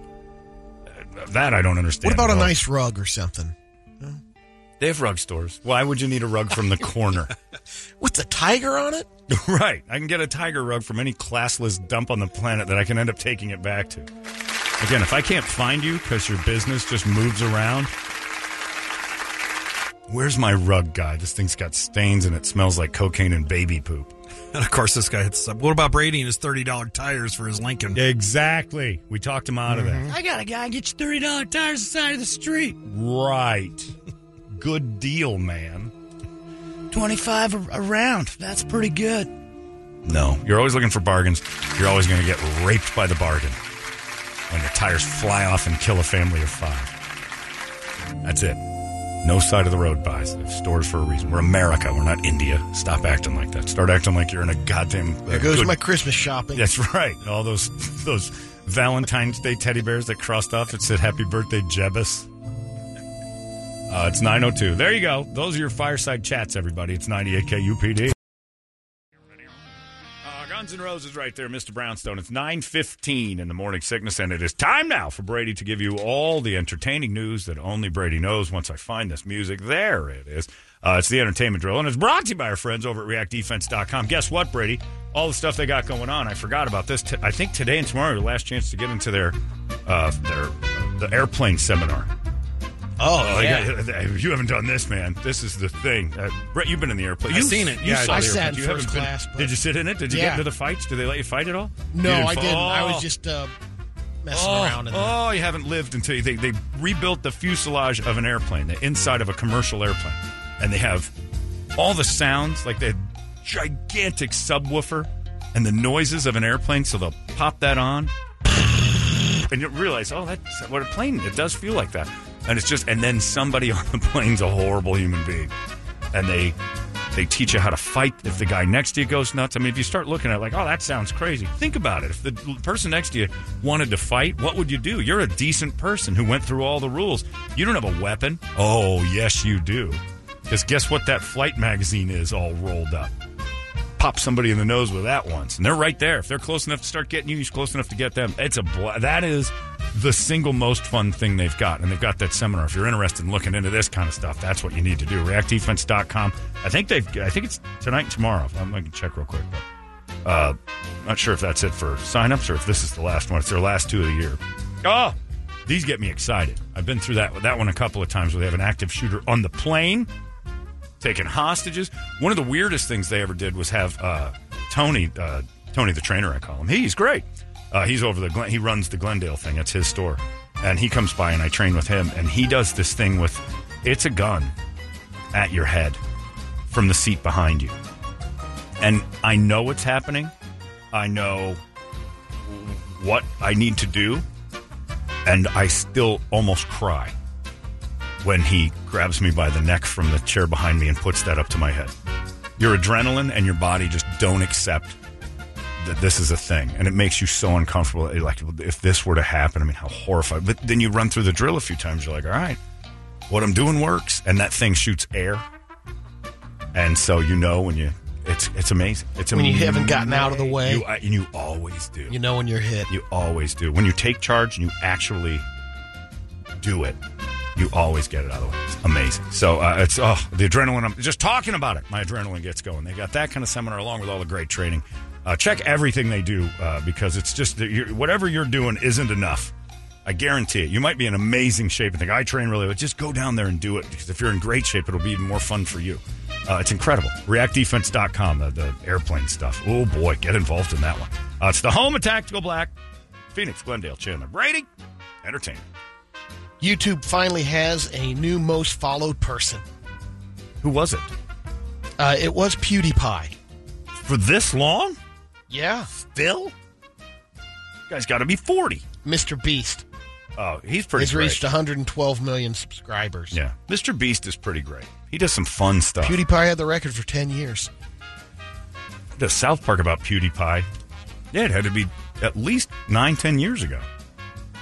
A: Uh, That I don't understand.
B: What about
A: at
B: a
A: all.
B: nice rug or something?
A: They have rug stores. Why would you need a rug from the corner?
B: With the tiger on it?
A: [LAUGHS] right. I can get a tiger rug from any classless dump on the planet that I can end up taking it back to. Again, if I can't find you because your business just moves around, where's my rug guy? This thing's got stains and it smells like cocaine and baby poop.
C: [LAUGHS] And of course, this guy hits us up. What about Brady and his thirty dollar tires for his Lincoln?
A: Exactly. We talked him out of that.
O: I got a guy get you thirty dollar tires on the side of the street.
A: Right. Good deal, man.
O: Twenty five a a round. That's pretty good.
A: No. You're always looking for bargains. You're always going to get raped by the bargain when your tires fly off and kill a family of five. That's it. No side of the road buys. They have stores for a reason. We're America. We're not India. Stop acting like that. Start acting like you're in a goddamn. uh,
B: There goes
A: good-
B: my Christmas shopping.
A: That's right. And all those [LAUGHS] those Valentine's Day teddy bears that crossed off that said "Happy Birthday, Jebus." Uh, it's 902. There you go. Those are your fireside chats, everybody. It's 98 KUPD. Uh, Guns N' Roses right there, Mr. Brownstone. It's 9.15 in the morning sickness, and it is time now for Brady to give you all the entertaining news that only Brady knows once I find this music. There it is. Uh, it's the entertainment drill, and it's brought to you by our friends over at reactdefense.com. Guess what, Brady? All the stuff they got going on, I forgot about this. T- I think today and tomorrow are your last chance to get into their, uh, their the airplane seminar. Uh,
B: Oh,
A: you
B: yeah.
A: got- you, haven't done this, man. This is the thing. Uh, Brett, you've been in the airplane.
B: I've
A: You've
B: seen it.
A: You
B: Yeah, I
A: saw
B: did.
A: the
B: I sat
A: airplane.
B: in
A: You haven't
B: first
A: been-
B: class, but-
A: Did you sit in it? Did you
B: Yeah.
A: get into the fights? Did they let you fight at all?
B: No,
A: You
B: I
A: fi-
B: didn't. I
A: Oh.
B: was just uh, messing
A: oh,
B: around. In
A: oh, you haven't lived until you, they they rebuilt the fuselage of an airplane, the inside of a commercial airplane, and they have all the sounds like the gigantic subwoofer and the noises of an airplane. So they'll pop that on, [GASPS] and you realize, oh, that's what a plane. It does feel like that, and it's just. And then somebody [LAUGHS] on the plane's a horrible human being, and they. They teach you how to fight if the guy next to you goes nuts. I mean, if you start looking at it like, oh, that sounds crazy, think about it. If the person next to you wanted to fight, what would you do? You're a decent person who went through all the rules. You don't have a weapon. Oh, yes, you do. Because guess what that flight magazine is all rolled up? Pop somebody in the nose with that once, and they're right there. If they're close enough to start getting you, you're close enough to get them. It's a bl- that is the single most fun thing they've got, and they've got that seminar. If you're interested in looking into this kind of stuff, that's what you need to do. ReactDefense.com. I think they've. I think it's tonight and tomorrow. I'm going to check real quick. But, uh, not sure if that's it for signups or if this is the last one. It's their last two of the year. Oh, these get me excited. I've been through that that one a couple of times where they have an active shooter on the plane taking hostages. One of the weirdest things they ever did was have uh, Tony, uh, Tony the trainer, I call him. He's great. Uh, he's over the Glen- he runs the Glendale thing. It's his store, and he comes by and I train with him. And he does this thing with it's a gun at your head from the seat behind you, and I know what's happening. I know what I need to do, and I still almost cry when he grabs me by the neck from the chair behind me and puts that up to my head. Your adrenaline and your body just don't accept that this is a thing, and it makes you so uncomfortable. Like if this were to happen, I mean, how horrified! But then you run through the drill a few times. You're like, all right, what I'm doing works, and that thing shoots air, and so you know when you. It's, it's amazing. It's
B: When you haven't gotten out of the way.
A: You, I- and you always do.
B: You know when you're hit.
A: You always do. When you take charge and you actually do it, you always get it out of the way. It's amazing. So uh, it's oh the adrenaline. I'm just talking about it. My adrenaline gets going. They got that kind of seminar along with all the great training. Uh, check everything they do uh, because it's just that you're, whatever you're doing isn't enough. I guarantee it. You might be in amazing shape and think I train really, well. just go down there and do it because if you're in great shape, it'll be even more fun for you. Uh, it's incredible. ReactDefense.com, the, the airplane stuff. Oh boy, get involved in that one. Uh, it's the home of Tactical Black, Phoenix, Glendale, Chandler, Brady, entertainment.
B: YouTube finally has a new most followed person.
A: Who was it?
B: Uh, it was PewDiePie.
A: For this long?
B: Yeah.
A: Still? Guy's got to be 40.
B: Mr. Beast
A: Oh, he's pretty
B: has
A: great.
B: reached 112 million subscribers.
A: Yeah. Mr. Beast is pretty great. He does some fun stuff.
B: PewDiePie had the record for 10 years.
A: the South Park about PewDiePie. Yeah, it had to be at least nine, ten years ago.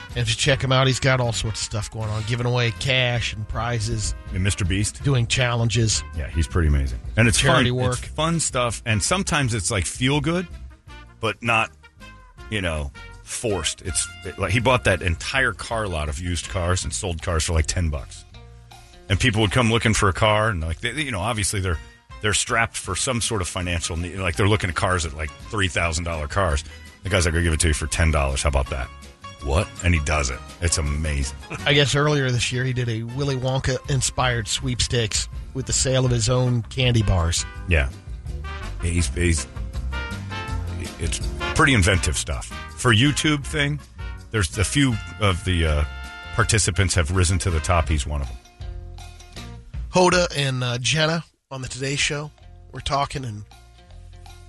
B: And if you check him out, he's got all sorts of stuff going on, giving away cash and prizes.
A: And Mr. Beast?
B: Doing challenges.
A: Yeah, he's pretty amazing. And it's
B: Charity
A: fun.
B: work.
A: It's fun stuff. And sometimes it's like feel good, but not, you know, forced. It's it- like he bought that entire car lot of used cars and sold cars for like 10 bucks. And people would come looking for a car and like, they, you know, obviously they're they're strapped for some sort of financial need. Like they're looking at cars at like $3,000 cars. The guy's like, I'll give it to you for $10. How about that? What? And he does it. It's amazing.
B: I guess earlier this year, he did a Willy Wonka inspired sweepstakes with the sale of his own candy bars.
A: Yeah. He's, he's it's pretty inventive stuff. For YouTube thing, there's a few of the uh, participants have risen to the top. He's one of them. [LAUGHS]
B: Hoda and uh, Jenna on the Today Show were talking, and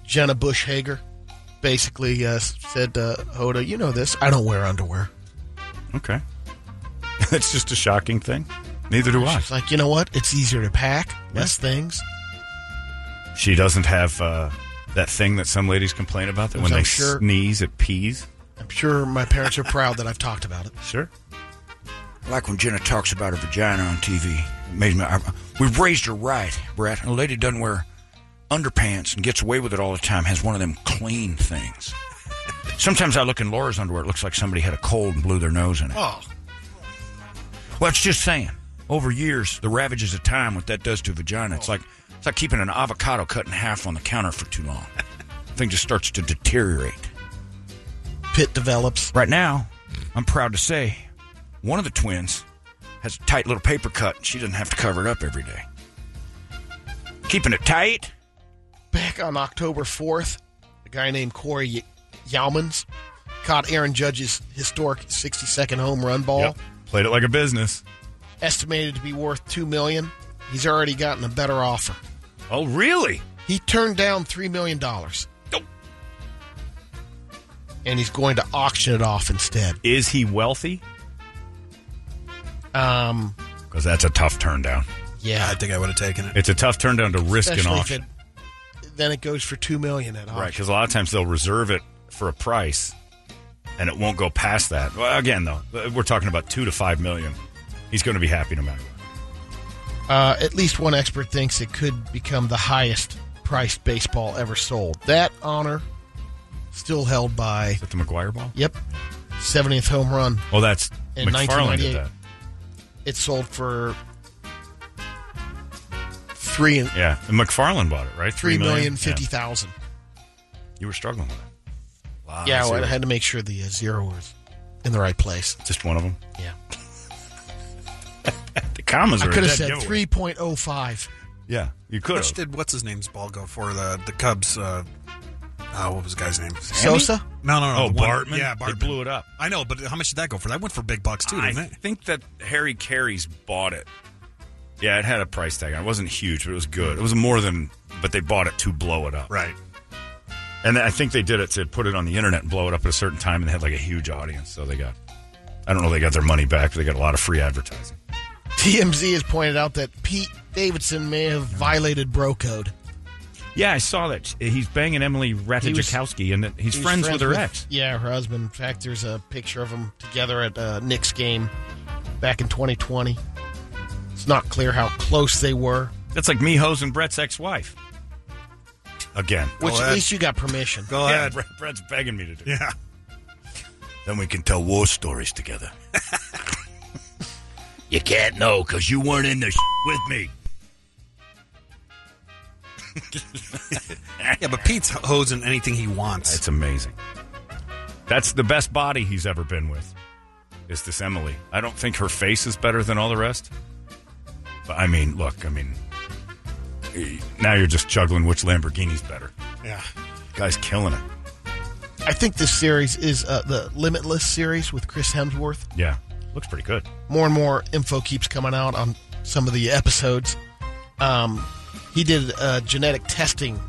B: Jenna Bush Hager basically uh, said, uh, Hoda, you know this. I don't wear underwear.
A: Okay. That's just a shocking thing. Neither do I.
B: She's like, you know what? It's easier to pack, less things.
A: She doesn't have uh, that thing that some ladies complain about that
B: Which
A: when
B: I'm
A: they
B: sure-
A: sneeze, it pees.
B: I'm sure my parents are proud that I've talked about it.
A: Sure.
G: I like when Jenna talks about her vagina on TV. Amazing. I- We've raised her right, Brett. A lady doesn't wear underpants and gets away with it all the time, has one of them clean things. Sometimes I look in Laura's underwear, it looks like somebody had a cold and blew their nose in it.
B: Oh.
G: Well, it's just saying. Over years, the ravages of time, what that does to a vagina, it's like it's like keeping an avocado cut in half on the counter for too long. the thing just starts to deteriorate.
B: Pit develops.
G: Right now, I'm proud to say, one of the twins has a tight little paper cut. and She doesn't have to cover it up every day. Keeping it tight.
B: Back on October 4th, a guy named Corey Ye- Yeomans caught Aaron Judge's historic 60 second home run ball.
A: Yep. Played it like a business.
B: estimated to be worth two million. He's already gotten a better offer.
A: Oh, really? Oh.
B: He turned down three million dollars. And he's going to auction it off instead.
A: Is he wealthy?
B: Um,
A: Because that's a tough turn down.
B: Yeah,
C: I think I would have taken it.
A: It's a tough turn down to risk an
B: especially if
A: auction.
B: it- then it goes for two million at auction.
A: Right, because a lot of times they'll reserve it for a price, and it won't go past that. Well, again, though, we're talking about two to five million. He's going to be happy no matter what.
B: Uh, at least one expert thinks it could become the highest priced baseball ever sold. That honor still held by Is
A: that the McGuire ball.
B: Yep, 70th home run.
A: Well, that's
B: in
A: McFarland
B: 1998.
A: did that.
B: It sold for three and
A: Yeah, and McFarland bought it, right?
B: three million
A: Yeah.
B: fifty thousand.
A: You were struggling with it. Wow.
B: yeah,
A: I see
B: well, I
A: what-
B: had to make sure the uh, zero was in the right place.
A: just one of them.
B: Yeah.
A: [LAUGHS] the commas
B: I
A: are. a
B: could have
A: dead
B: said
A: giveaway.
B: three point oh five.
A: Yeah, you
C: How
A: could
C: much
A: have.
C: did what's his name's ball go for the the Cubs? Uh, uh, what was the guy's name?
B: Sosa?
C: No, no, no.
A: Oh,
C: the one-
A: Bartman?
C: Yeah,
A: They
C: Bartman
A: blew it up.
C: I know, but how much did that go for? That went for big bucks too,
A: I
C: didn't it?
A: think that Harry Carey's bought it. Yeah, it had a price tag on it. It wasn't huge, but it was good. It was more than, but they bought it to blow it up.
C: Right.
A: And I think they did it to put it on the internet and blow it up at a certain time, and they had like a huge audience. So they got, I don't know, they got their money back, but they got a lot of free advertising.
B: TMZ has pointed out that Pete Davidson may have violated bro code.
A: Yeah, I saw that. He's banging Emily
B: Ratajkowski,
A: and he's
B: He was Yeah, her husband. In fact, there's a picture of them together at uh, Knicks game back in 2020. It's not clear how close they were,
A: That's like Miho's and Brett's ex wife. Again.
B: which at least you got permission.
A: Go ahead. Brett, Brett's begging me to do
C: Yeah.
G: Then we can tell war stories together. [LAUGHS] you can't know because you weren't in the sh- with me.
C: [LAUGHS] yeah, but Pete's hosing anything he wants.
A: It's amazing. That's the best body he's ever been with, is this Emily. I don't think her face is better than all the rest. But I mean, look, I mean, eh, now you're just juggling which Lamborghini's better.
C: Yeah.
A: Guy's killing it.
B: I think this series is uh, the Limitless series with Chris Hemsworth.
A: Yeah. Looks pretty good.
B: more and more info keeps coming out on some of the episodes. Um, he did uh, genetic testing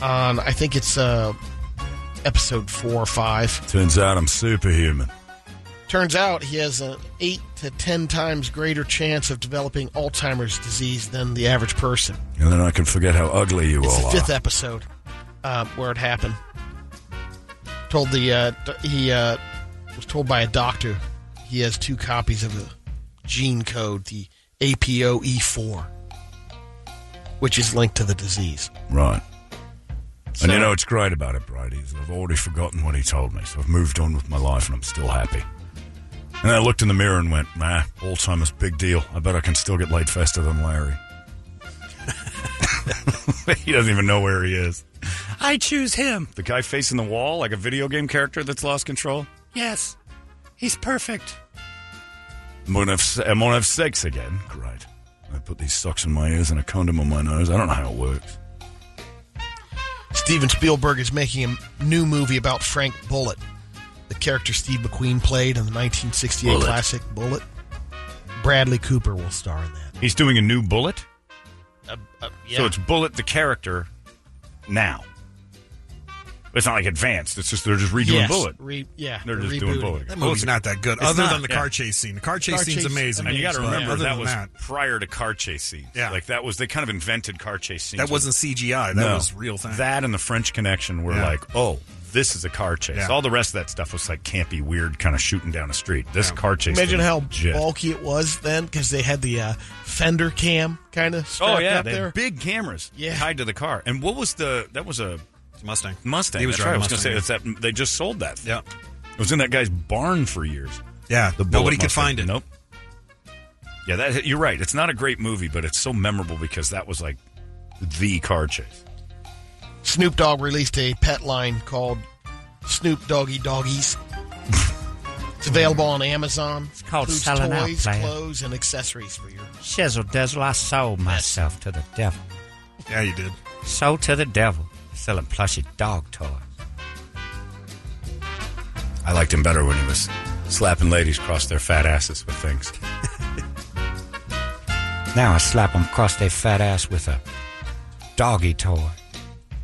B: on, I think it's uh, episode four or five.
G: Turns out I'm superhuman.
B: Turns out he has an eight to ten times greater chance of developing Alzheimer's disease than the average person.
G: And then I can forget how ugly you
B: It's the fifth episode um, where it happened. Told the uh, d- he uh, was told by a doctor he has two copies of the gene code, the APOE4, E which is linked to the disease.
A: Right. and
B: So-
A: you know what's great about it, Brady, is I've already forgotten what he told me, so I've moved on with my life and I'm still happy. And I looked in the mirror and went, nah, Alzheimer's big deal. I bet I can still get laid faster than Larry. [LAUGHS] he doesn't even know where he is.
E: I choose him.
A: The guy facing the wall, like a video game character that's lost control.
E: Yes. He's perfect.
A: I'm gonna have se- I'm gonna have sex again. Great. I put these socks in my ears and a condom on my nose. I don't know how it works.
B: Steven Spielberg is making a new movie about Frank Bullitt, the character Steve McQueen played in the 1968
A: Bullitt.
B: classic Bullet. Bradley Cooper will star in that.
A: He's doing a new bullet. So
B: Uh, yeah.
A: it's bullet the character now. It's not like advanced. It's just they're just redoing
B: Yes.
A: bullet.
B: Re- yeah,
A: they're
B: they're
A: just doing
B: rebooting it.
A: bullet.
B: That
C: movie's not that good,
A: It's
C: other
A: not,
C: than the car chase scene. The car chase scene's amazing.
A: And you got to
C: But
A: remember
C: other
A: that
C: than
A: was
C: that-
A: prior to car chase scenes.
C: Yeah.
A: like that was they kind of invented car chase scenes.
C: That wasn't CGI. That was real thing.
A: That and the French Connection were
C: Yeah.
A: like, oh, this is a car chase.
C: Yeah.
A: All the rest of that stuff was like campy, weird, kind of shooting down a street. This car chase.
B: Imagine
A: thing
B: how
A: is legit.
B: bulky it was then because they had the uh, fender cam kind of strapped
A: Oh yeah,
B: up
A: they had
B: there.
A: big cameras tied to the car. And what was the? That was a
C: Mustang.
A: Mustang.
C: He was
A: That's right. I
C: driving
A: was going to say
C: Mustang,
A: that's that. They just sold that.
C: Yeah.
A: It was in that guy's barn for years.
C: Yeah,
A: The bullet
C: nobody could
A: Mustang.
C: find it.
A: Nope. Yeah, that you're right. It's not a great movie, but it's so memorable because that was like the car chase.
B: Snoop Dogg released a pet line called Snoop Doggy Doggies. it's available on Amazon. It's
P: called
B: Includes
P: selling out,
B: toys,
P: player.
B: clothes, and accessories for your.
P: Shizzle dazzle, I sold myself to the devil.
C: Yeah, you did.
P: Sold to the devil. Selling plushy dog toys.
A: I liked him better when he was slapping ladies across their fat asses with things.
P: Now I slap them across their fat ass with a doggy toy.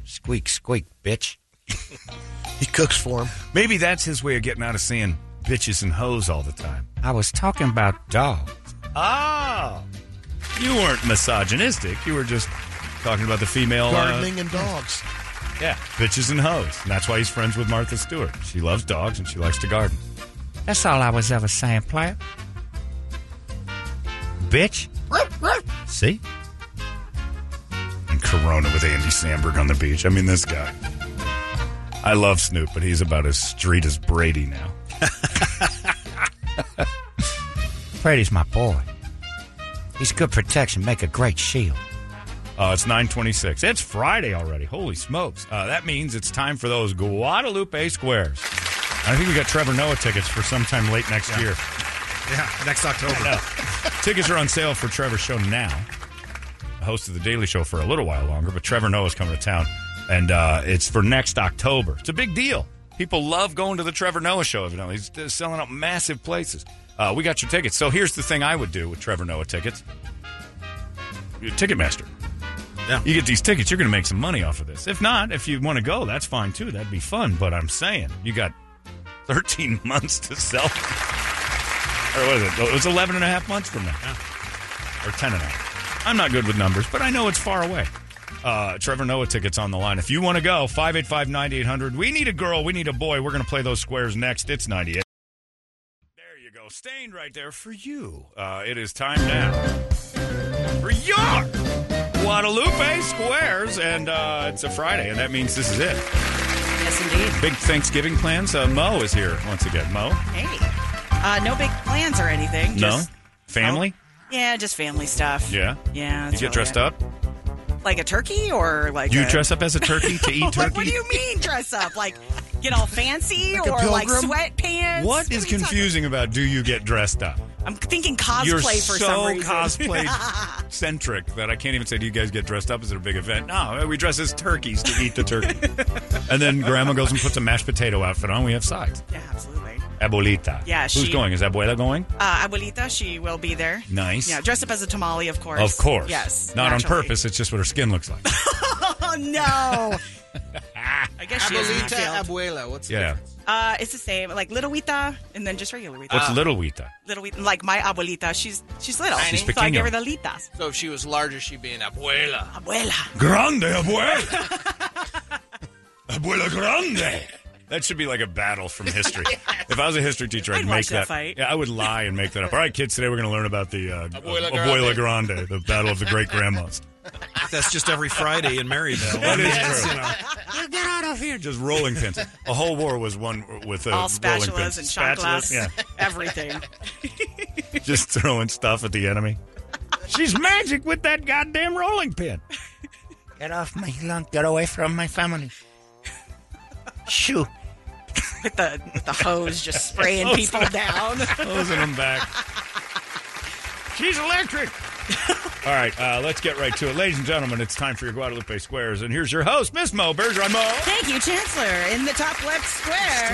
P: Squeak, squeak, bitch. [LAUGHS]
B: he cooks for him.
A: Maybe that's his way of getting out of seeing bitches and hoes all the time.
P: I was talking about dogs.
A: Oh. You weren't misogynistic. You were just talking about the female uh,
B: Gardening and dogs.
A: Yeah. bitches and hoes. And that's why he's friends with Martha Stewart. She loves dogs and she likes to garden.
P: That's all I was ever saying, player.
A: Bitch. See? And Corona with Andy Samberg on the beach. I mean, this guy. I love Snoop, but he's about as street as Brady now.
P: Brady's my boy. He's good protection, make a great shield.
A: Uh, it's 926. It's Friday already. Holy smokes. Uh, that means it's time for those Guadalupe Squares. I think we got Trevor Noah tickets for sometime late next year.
C: Yeah, next October.
A: tickets are on sale for Trevor's show now. I hosted the Daily Show for a little while longer, but Trevor Noah's coming to town, and uh, it's for next October. It's a big deal. People love going to the Trevor Noah show. Evidently, he's uh, selling out massive places. Uh, we got your tickets. So here's the thing I would do with Trevor Noah tickets. You're Ticketmaster. Yeah. You get these tickets, you're going to make some money off of this. If not, if you want to go, that's fine too. That'd be fun. But I'm saying you got 13 [LAUGHS] months to sell. or what is it? It was 11 and a half months from now. Or 10 and a half. I'm not good with numbers, but I know it's far away. Uh, Trevor Noah tickets on the line. If you want to go, 585 9800. We need a girl. We need a boy. We're going to play those squares next. It's 98. There you go. Stained right there for you. Uh, it is time now for your Guadalupe Squares, and uh, it's a Friday, and that means this is it.
Q: Yes, indeed.
A: Big Thanksgiving plans. Uh, Mo is here once again. Mo,
Q: Hey, uh, no big plans or anything.
A: no
Q: Just,
A: family.
Q: Yeah, just family stuff.
A: Yeah,
Q: Oh. Yeah,
A: You
Q: that's
A: get
Q: really
A: dressed
Q: it.
A: up.
Q: Like a turkey or like
A: you
Q: a-
A: dress up as a
Q: [LAUGHS]
A: turkey to eat
Q: Like,
A: turkey.
Q: what do you mean dress up? Like get all fancy
A: [LAUGHS] Like a
Q: or like
A: pilgrim?
Q: sweatpants?
A: what is
Q: are you talking-
A: confusing about? Do you get dressed up?
Q: I'm thinking cosplay
A: You're
Q: for
A: so
Q: some reason.
A: cosplay centric that I can't even say, "Do you guys get dressed up? Is it a big event?" No, we dress as turkeys to eat the turkey, and then Grandma goes and puts a mashed potato outfit on. We have sides.
Q: [LAUGHS] yeah, absolutely.
A: Abuelita.
Q: Yeah,
A: Who's
Q: she-
A: going? Is Abuela going?
Q: Uh, Abuelita, she will be there.
A: Nice.
Q: Yeah, dress up as a tamale, of course.
A: Of course.
Q: Yes.
A: Not on
Q: naturally.
A: purpose. It's just what her skin looks like.
Q: [LAUGHS] oh
A: [LAUGHS]
Q: no. I guess she is
D: Abuelita,
Q: detailed.
D: abuela. What's
A: yeah.
Q: Uh, it's the same, like little Wita and then just regular Wita.
A: What's little Wita?
Q: Little Wita, like my abuelita, she's she's little,
A: She's
Q: so I give her the
A: pequeño.
Q: litas.
D: So if she was larger, she'd be an abuela.
Q: Abuela.
A: Grande, abuela. abuela grande. That should be like a
Q: [LAUGHS]
A: battle
J: [LAUGHS]
A: from history. If I was a history teacher, I'd,
Q: I'd
A: make
Q: watch that
A: that.
Q: fight.
A: Yeah, I would lie and make that up. All right, kids, today we're going to learn about the uh,
C: Abuela
A: Abuela Grande, the Battle of the Great Grandmas.
C: That's just every Friday in
A: [LAUGHS]
C: Maryville.
A: That is
C: Yes,
A: true.
C: you know.
R: You get out of here.
A: Just rolling pins. A whole war was one with uh,
Q: All
A: rolling
Q: spatulas
A: pins.
Q: and
A: Spatulas,
Q: chanclas,
J: [LAUGHS]
Q: everything.
A: Yeah, just throwing stuff at the enemy.
M: She's magic with that goddamn rolling pin. Get off my lawn. Get away from my family. Shoo.
Q: With the, with the hose just spraying
M: Hosing
Q: people
M: them-
O: [LAUGHS]
Q: down.
A: hosing them back.
M: She's electric.
A: All right, uh, let's get right to it. Ladies and gentlemen, it's time for your Guadalupe Squares, and here's your host, Miss Mo Bergeron. Mo.
Q: Thank you, Chancellor. In the top left square,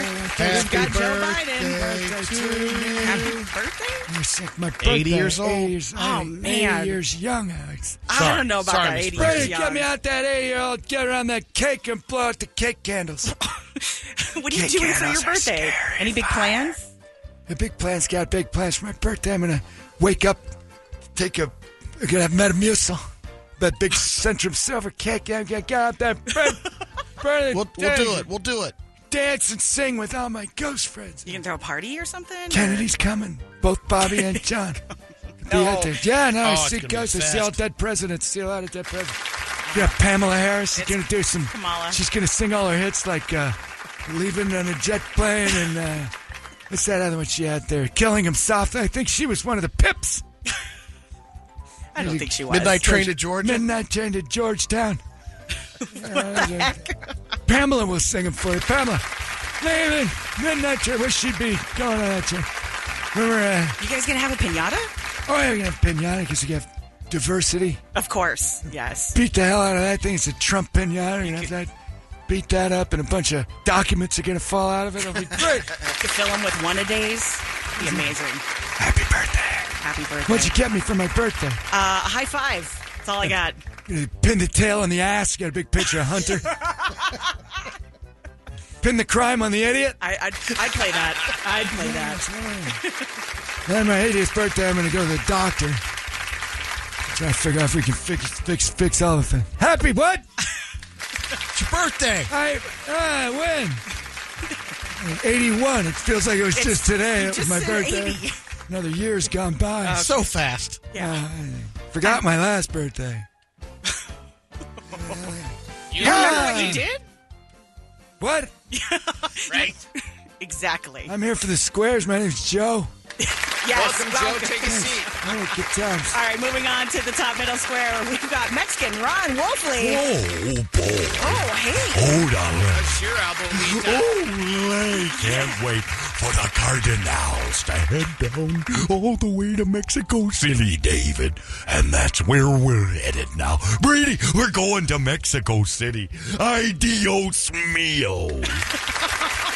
Q: we've got Joe Biden. Happy birthday?
O: You're sick. My
Q: 80
O: years old.
Q: Oh, man.
O: 80 years young, Alex.
Q: I don't know about that 80 years
O: Brady, get
Q: young.
O: me out that 80 year old. Get around that cake and blow out the cake candles.
Q: [LAUGHS] What are you doing for your birthday? Any big plans?
O: The big plans got big plans for my birthday. I'm gonna wake up, take a, I'm gonna have Metamucil, that
Q: [LAUGHS]
O: big Centrum Silver cake. I'm gonna get out that bread, bread
B: We'll- we'll do it. We'll do it.
O: Dance and sing with all my ghost friends.
Q: You can throw a party or something?
O: Kennedy's coming. Both
Q: [LAUGHS]
O: Bobby and John. Be out there. Yeah, no,
Q: Oh,
O: I
Q: it's
O: see
Q: gonna be
O: ghosts. I see
Q: fast.
O: all dead presidents. See a lot of dead presidents. Yeah, Pamela Harris is going to do some.
Q: Kamala.
O: She's going to sing all her hits like uh, Leaving on a Jet Plane and uh, what's that other one she had there? Killing Him Softly. I think she was one of the pips.
Q: I don't think she was.
O: Midnight Train to Georgia? Midnight Train to Georgetown.
Q: [LAUGHS] What the heck?
O: Pamela will sing them for you. Pamela, Leaving Midnight Train. Where she be going on that train? We were. Uh,
Q: You guys gonna have a pinata?
O: Oh, yeah, we can have pinata because you have diversity.
Q: Of course, yes.
O: Beat the hell out of that thing. It's a Trump pinata. You know, that, beat that up, and a bunch of documents are going to fall out of it. It'll be [LAUGHS] great.
Q: to fill them with one a days, be amazing. Happy birthday! Happy birthday!
O: What'd you get me for my birthday?
Q: Uh, a high five. That's all I
O: [LAUGHS]
Q: got.
O: You Pin the tail on the ass. Got a big picture of Hunter. [LAUGHS] Pin the crime on the idiot.
Q: I, I'd, I'd play that. I'd play that.
O: On my 80th birthday, I'm going to go to the doctor. Try to figure out if we can fix fix fix elephant. Happy what? it's your birthday. I uh, when? Eighty-one. It feels like it was
B: It's-
O: just today.
B: you
O: it was
B: just
O: my
B: said
O: birthday.
B: 80.
O: Another year's gone by.
B: So fast.
O: Yeah. forgot my last birthday.
Q: You
O: Yeah.
Q: remember what you did?
O: What?
Q: [LAUGHS] Right. [LAUGHS] exactly.
O: I'm here for the squares. My name's Joe.
Q: Yes.
O: Welcome, Joe. Take a seat. All right, good times.
Q: [LAUGHS] All right, moving on to the top middle square. We've got Mexican Ron Wolfley.
A: boy.
Q: Oh, hey.
A: Hold on.
Q: Sure,
K: Ole, can't wait for the Cardinals to head down all the way to Mexico City, David. And that's where we're headed now. Brady, we're going to Mexico City. Ay, Dios mío. [LAUGHS]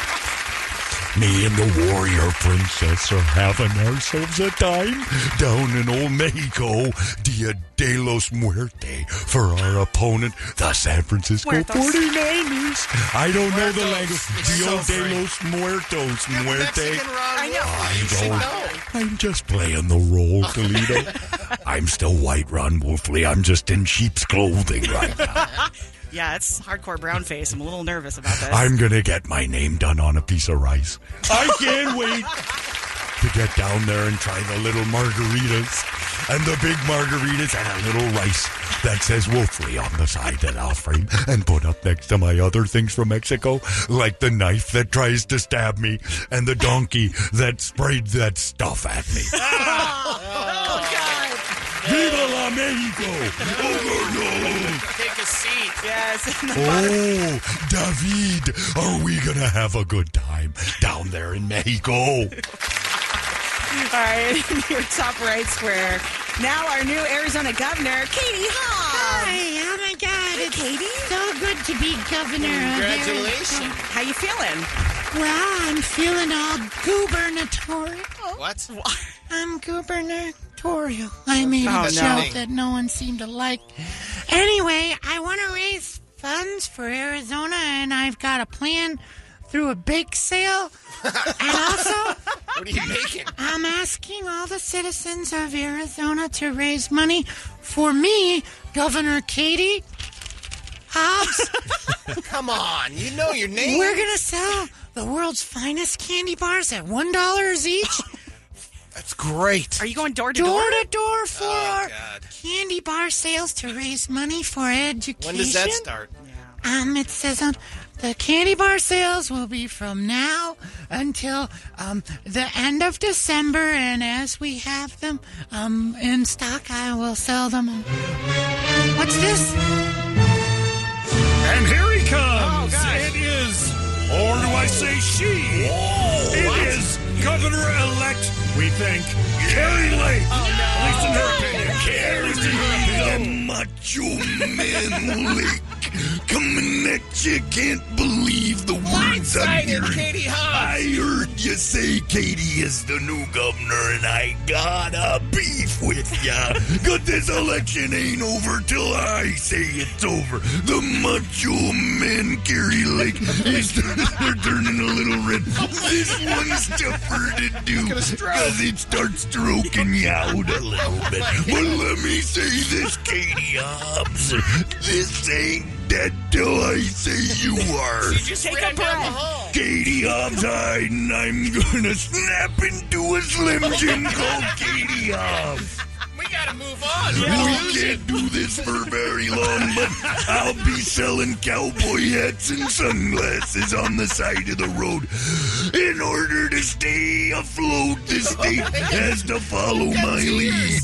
K: Me and the warrior princess are having ourselves a time down in Old Mexico, Dia de los Muerte, for our opponent, the San Francisco
S: Muertos.
K: 49ers. I don't know the language.
S: Muertos. It's
K: Dia
S: so
K: de
S: great.
K: los Muertos, Muerte.
Q: I know.
K: I
Q: You should know.
K: don't. I'm just playing the role, Toledo. I'm still white, Ron Wolfley. I'm just in sheep's clothing right now.
Q: yeah, it's hardcore brown face. I'm a little nervous about this.
K: I'm going to get my name done on a piece of rice.
Q: I can't wait.
K: to get down there and try the little margaritas and the big margaritas and a little rice that says Wolfley on the side that I'll frame and put up next to my other things from Mexico, like the knife that tries to stab me and the donkey that sprayed that stuff at me. Viva la Mexico!
J: Take a seat. [LAUGHS]
Q: Yes.
K: Oh, David, are we gonna have a good time down there in Mexico?
Q: All right, [LAUGHS] in your top right square. Now our new Arizona governor, Katie Hobbs. Hi, oh my God, it's Katie. So good to be governor.
E: Congratulations.
Q: How you feeling?
E: Well, I'm feeling all gubernatorial.
Q: What?
E: I'm gubernatorial. I made
Q: Oh,
E: a
Q: no.
E: joke that no one seemed to like. Anyway, I want to raise funds for Arizona, and I've got a plan through a bake sale. and also,
Q: What are
C: Oh.
Q: you making?
E: I'm asking all the citizens of Arizona to raise money for me, Governor Katie Hobbs,
D: [LAUGHS] Come on, you know your name.
E: We're gonna sell the world's finest candy bars at one dollars each. That's
B: great.
E: Are you going
Q: to door?
E: Door to
D: Oh,
E: door for
C: Oh,
E: our candy bar sales to raise money for education.
D: When does that start?
E: Um, it says on the candy bar sales will be from now until um, the end of December, and as we have them um, in stock, I will sell them. What's this?
C: And here he
J: Oh,
C: comes. it is, or do I say she?
J: Oh,
C: It is Governor-elect, we think, Carrie Lake.
J: Oh,
C: At least in her opinion.
K: The macho man leak coming at you. Can't believe the words
D: Blindsided
K: I'm hearing.
D: Katie Hobbs.
K: I heard you say Katie is the new governor, and I gotta beef with ya. Cause this election ain't over till I say it's over. The macho man Carrie Lake is they're turning a little red. This one's tougher to do because it starts stroking you out a little bit. But let me say this, Katie Hobbs, this ain't dead till I say you are.
Q: Take a breath.
K: Katie Hobbs hide, and I'm gonna snap into a Slim Jim called Katie Hobbs.
D: We gotta move on.
K: we can't do this for very long, but I'll be selling cowboy hats and sunglasses on the side of the road. In order to stay afloat, the state has to follow my lead.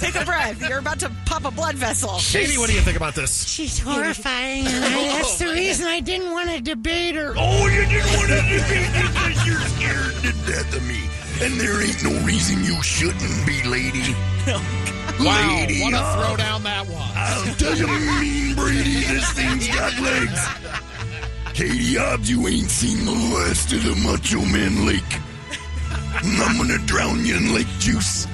Q: Take a breath. You're about to pop a blood vessel.
C: Katie, what do you think about this?
E: She's horrifying, and I,
D: Oh.
Q: [LAUGHS]
E: that's the reason I didn't want to debate her.
K: Oh, you didn't want to debate her because you're scared to death of me. And there ain't no reason you shouldn't be, lady.
B: [LAUGHS] Wow,
K: Lady
B: what a
K: Hobbs.
B: throw down that was.
K: I'll tell you, mean Brady, this thing's got legs. Katie Hobbs, you ain't seen the last of the Macho Man Lake. I'm gonna drown you in lake juice.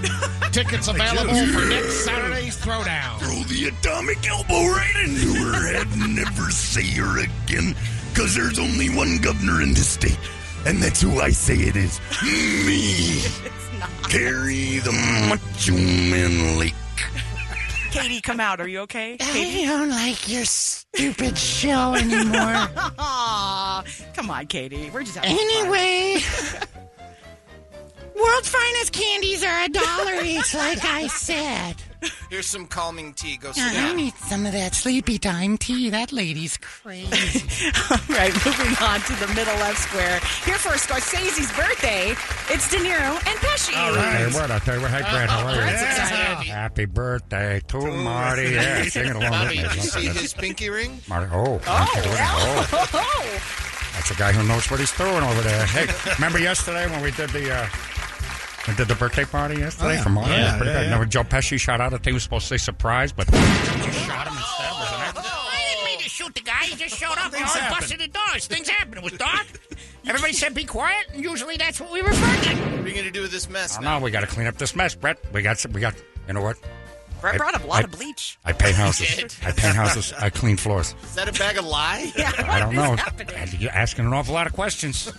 B: Tickets available for next Saturday's throwdown.
K: Throw the atomic elbow right into her head and never see her again. Cause there's only one governor in this state, and that's who I say it is. Me. Carry the Macho Man Lake.
Q: Katie, come out. Are you okay?
E: I don't like your stupid show
D: [LAUGHS]
E: anymore.
Q: [LAUGHS] Aw, come on, Katie. We're just having
E: Anyway, world's finest candies are a dollar each, like I said.
D: Here's some calming tea. Go sit
E: Now, I
D: down.
E: need some of that sleepy time tea. That lady's crazy.
Q: [LAUGHS] All right, moving on to the middle left square. Here for Scorsese's birthday, it's De Niro and Pesci.
P: Hey, what? I'll tell you what. Hey, Brad, how are you?
Q: Brad's excited.
P: Happy birthday to Marty. Yeah, sing it along
D: Bobby,
P: with me.
D: [LAUGHS] did you see
P: Look at
D: his
P: this.
D: pinky
P: [LAUGHS]
D: ring?
P: Marty. Oh,
D: Oh,
P: okay, look at- oh.
Q: [LAUGHS]
P: That's a guy who knows what he's doing over there. Hey, remember yesterday when we did the uh, we did the birthday party yesterday
T: Oh, yeah.
P: for Marty? It was
T: Yeah,
P: pretty
T: yeah,
P: good.
T: yeah.
P: Remember Joe Pesci shot out a thing. He was supposed to say surprise, but
Q: Oh.
J: I didn't mean to shoot the guy. He just showed up. We all
P: Things happen.
J: busted the doors. Things happened. It was dark. Everybody said be quiet, and usually that's what we refer to.
D: What are you gonna do with this mess?
P: I don't know. We got to clean up this mess, Brett. We got some, we got. You know what?
D: Brett
P: I-
D: brought up a lot
P: I-
D: of bleach.
P: I paint
D: [LAUGHS] He
P: houses.
D: did.
P: I paint houses. I
D: [LAUGHS]
P: clean floors.
D: Is that a bag of lie? yeah.
P: I don't know. You're asking an awful lot of questions.
Q: [LAUGHS]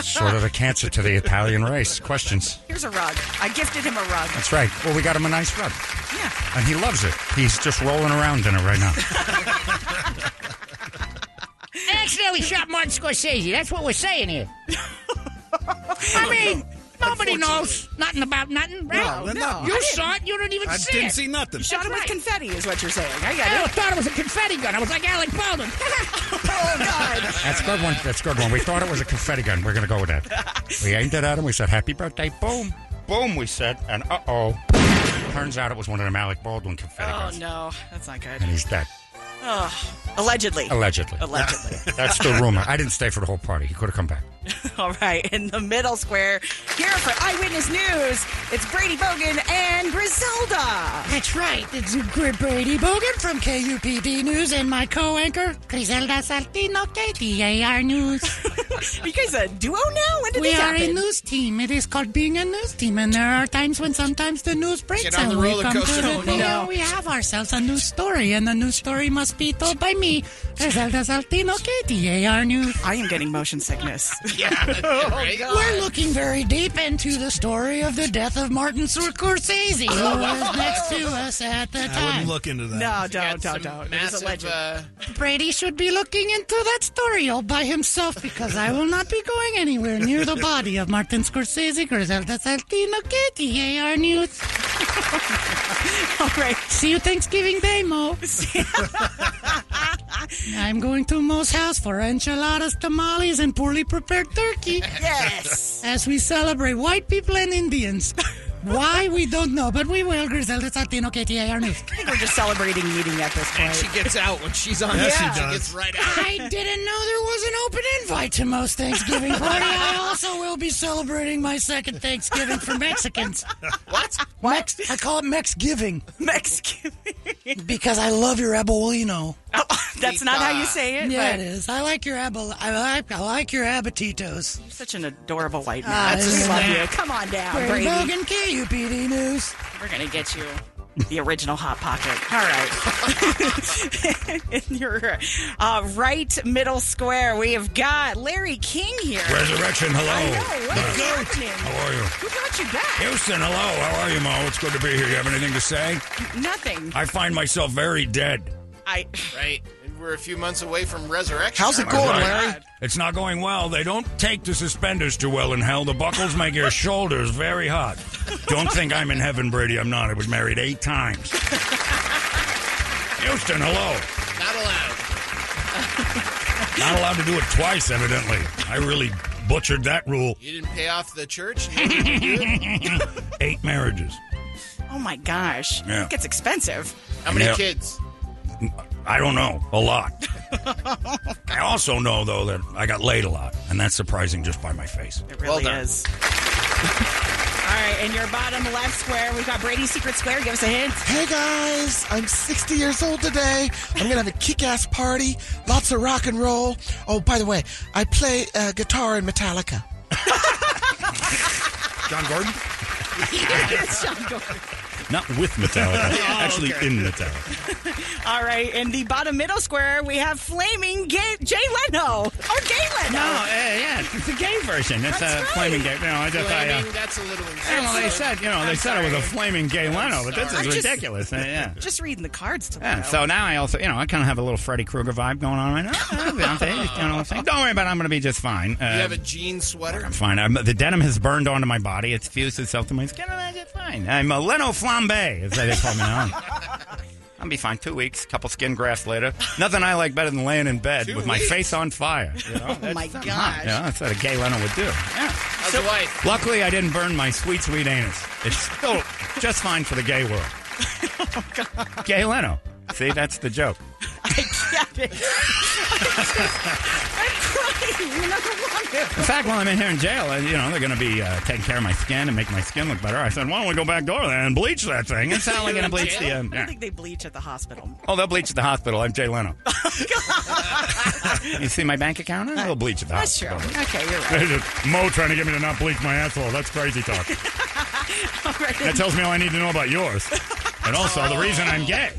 P: sort of a cancer to the Italian race. Questions.
Q: Here's a rug. I gifted him a rug.
P: That's right. Well, we got him a nice rug. Yeah. And he loves it. He's just rolling around in it right now.
J: I accidentally shot Martin Scorsese. That's what we're saying here. I mean, nobody knows nothing about nothing, right?
Q: No, no, I
J: You
Q: didn't.
J: saw it. You didn't even
Q: I
J: see it.
Q: didn't see nothing. You shot
J: That's
Q: him with confetti is what you're saying. I got
J: I
Q: it.
J: thought it was a confetti gun. I was like Alec Baldwin. [LAUGHS]
Q: Oh,
P: That's a good one. That's a good one. We thought it was a confetti gun. We're going to go with that. We aimed it at him. We said, Happy birthday. Boom. Boom, we said. And uh oh. Turns out it was one of them Alec Baldwin confetti
Q: Oh,
P: guns.
Q: no. That's not good.
P: And he's dead.
Q: Oh, allegedly.
P: Allegedly.
Q: Allegedly.
P: [LAUGHS] That's the rumor. I didn't stay for the whole party. He could have come back.
Q: [LAUGHS] All right, in the middle square, here for Eyewitness News, it's Brady Bogan and Griselda.
E: That's right. It's Brady Bogan from KUPD News and my co-anchor, Griselda Saltino, KTAR News.
Q: [LAUGHS] are you guys a duo now? When did
E: we
Q: this
E: are a
Q: happen?
E: news team. It is called being a news team, and there are times when sometimes the news breaks
Q: Get on
E: and
Q: the
E: we
Q: roller
E: come to
Q: coaster.
E: the
Q: Oh,
E: video.
Q: no.
E: We have ourselves a news story, and the news story must be told by me, Griselda Saltino, KTAR News.
Q: [LAUGHS] I am getting motion sickness.
E: [LAUGHS]
J: right?
E: We're looking very deep into the story of the death of Martin Scorsese, who was next to us at the
U: I
E: time.
U: wouldn't look into that.
Q: No, don't,
E: got
Q: don't,
E: some
Q: don't. It's
E: massive,
Q: a legend.
D: uh,
E: Brady should be looking into that story all by himself because I will not be going anywhere near the body of Martin Scorsese, Griselda Saltino, KTAR News. [LAUGHS] all right. See you Thanksgiving Day, [LAUGHS] Mo. I'm going to Mo's house for enchiladas, tamales, and poorly prepared turkey.
Q: Yes.
E: As we celebrate white people and [LAUGHS] Indians. Why, we don't know, but we will, Griselda Saltino, KTAR News.
Q: I think we're just celebrating eating at
D: [LAUGHS]
Q: this point.
D: She gets out when she's on.
E: Yes,
D: yeah.
E: she does.
D: gets right out.
E: I didn't know there was an open invite to most Thanksgiving party. I also will be celebrating my second Thanksgiving for Mexicans. What? Mex- I call it Mexgiving. Mexgiving. Because I love your abuelino.
Q: Oh, [LAUGHS] That's not how you say it.
E: Yeah,
Q: but
E: it is. I like your abol. I like, I like your abatitos.
Q: You're such an adorable white man.
E: Ah,
Q: I just
E: isn't
Q: love
E: it?
Q: you. Come on down,
E: Brady
Q: Brady.
E: Bogan, KUPD News.
Q: We're gonna get you the original hot pocket. All right. [LAUGHS] In your uh, right middle square, we have got Larry King here.
A: Resurrection, hello.
Q: I know. What is
A: The goat.
Q: happening?
A: How are you?
Q: Who brought you back?
A: Houston, hello. How are you, Mo? It's good to be here. You have anything to say?
Q: Nothing.
A: I find myself very dead.
Q: I
D: right. And We're a few months away from resurrection.
A: Am I right? It's not going well. They don't take the suspenders too well in hell. The buckles make your shoulders very hot. Don't think I'm in heaven, Brady. I'm not. I was married eight times. Houston, hello.
Q: [LAUGHS]
D: Not allowed.
A: Not allowed to do it twice, evidently. I really butchered that rule.
D: You didn't pay off the church. You didn't do it?
Q: [LAUGHS]
A: Eight marriages.
Q: Oh my gosh.
A: Yeah.
Q: It gets expensive.
A: How many Yeah. kids? I don't know. A lot. I also know, though, that I got laid a lot, and that's surprising just by my face.
Q: It really is. All right, in your bottom left square, we've got Brady's Secret Square. Give us a hint.
B: Hey
Q: [LAUGHS]
B: guys, I'm 60 years old today. I'm gonna have a kick-ass party, lots of rock and roll. Oh, by the way, I play uh, guitar in Metallica.
U: John Gordon?
A: Not with Metallica,
Q: [LAUGHS] Oh,
A: actually
Q: okay.
A: in Metallica.
Q: All right, in the bottom middle square, we have Flaming Gay- Jay Leno. Or Gay Leno.
P: No, uh, yeah, it's a gay version. It's
Q: That's
P: a
Q: right.
P: flaming gay. No, I just I, uh,
D: Flaming, that's a little.
P: yeah, well, they
D: insensitive.
P: said you know they
D: I'm
P: said it was a
D: sorry.
P: flaming gay Leno, but this
Q: Oh, I'm
P: is
Q: just-
P: ridiculous. Uh, yeah.
Q: Just reading the cards to
P: Yeah,
Q: Leno.
P: so now I also, you know, I kind of have a little Freddy Krueger vibe going on right now. Uh, you know, I'm saying? Don't worry about it. I'm going to be just fine. Uh,
D: You have a
A: Um,
D: jean sweater.
P: I'm fine. I'm, the denim has burned onto my body. It's fused itself to my skin. and I'm fine. I'm a Leno flambe, as they call me now. [LAUGHS] I'll be fine. Two weeks, couple skin grafts later. Nothing I like better than laying in bed with my face on fire. You [LAUGHS] know?
Q: [LAUGHS] Oh my
P: Come on,
Q: gosh.
P: you know, that's what a gay Leno would do.
D: How's the wife?
P: Luckily, I didn't burn my sweet, sweet anus. It's still just fine for the gay world. [LAUGHS] Gay Leno. See, that's the joke.
Q: You're not allowed
P: In fact, while I'm in here in jail, uh, you know, they're going to be uh, taking care of my skin and make my skin look better. I said, why don't we go back door there and bleach that thing? It's how
Q: You're
P: we're going to
Q: in
P: bleach
Q: jail?
P: [LAUGHS] the. Um,
Q: I don't think they bleach at the hospital. [LAUGHS]
P: Oh, they'll bleach at the hospital. I'm Jay Leno. you see my bank account? They'll bleach at the
Q: That's true.
P: hospital.
Q: Okay, you're right.
P: Mo trying to get me to not bleach my asshole. That's crazy talk.
Q: [LAUGHS] All right.
P: That tells me all I need to know about yours. And also the reason I'm
A: [LAUGHS]
P: gay.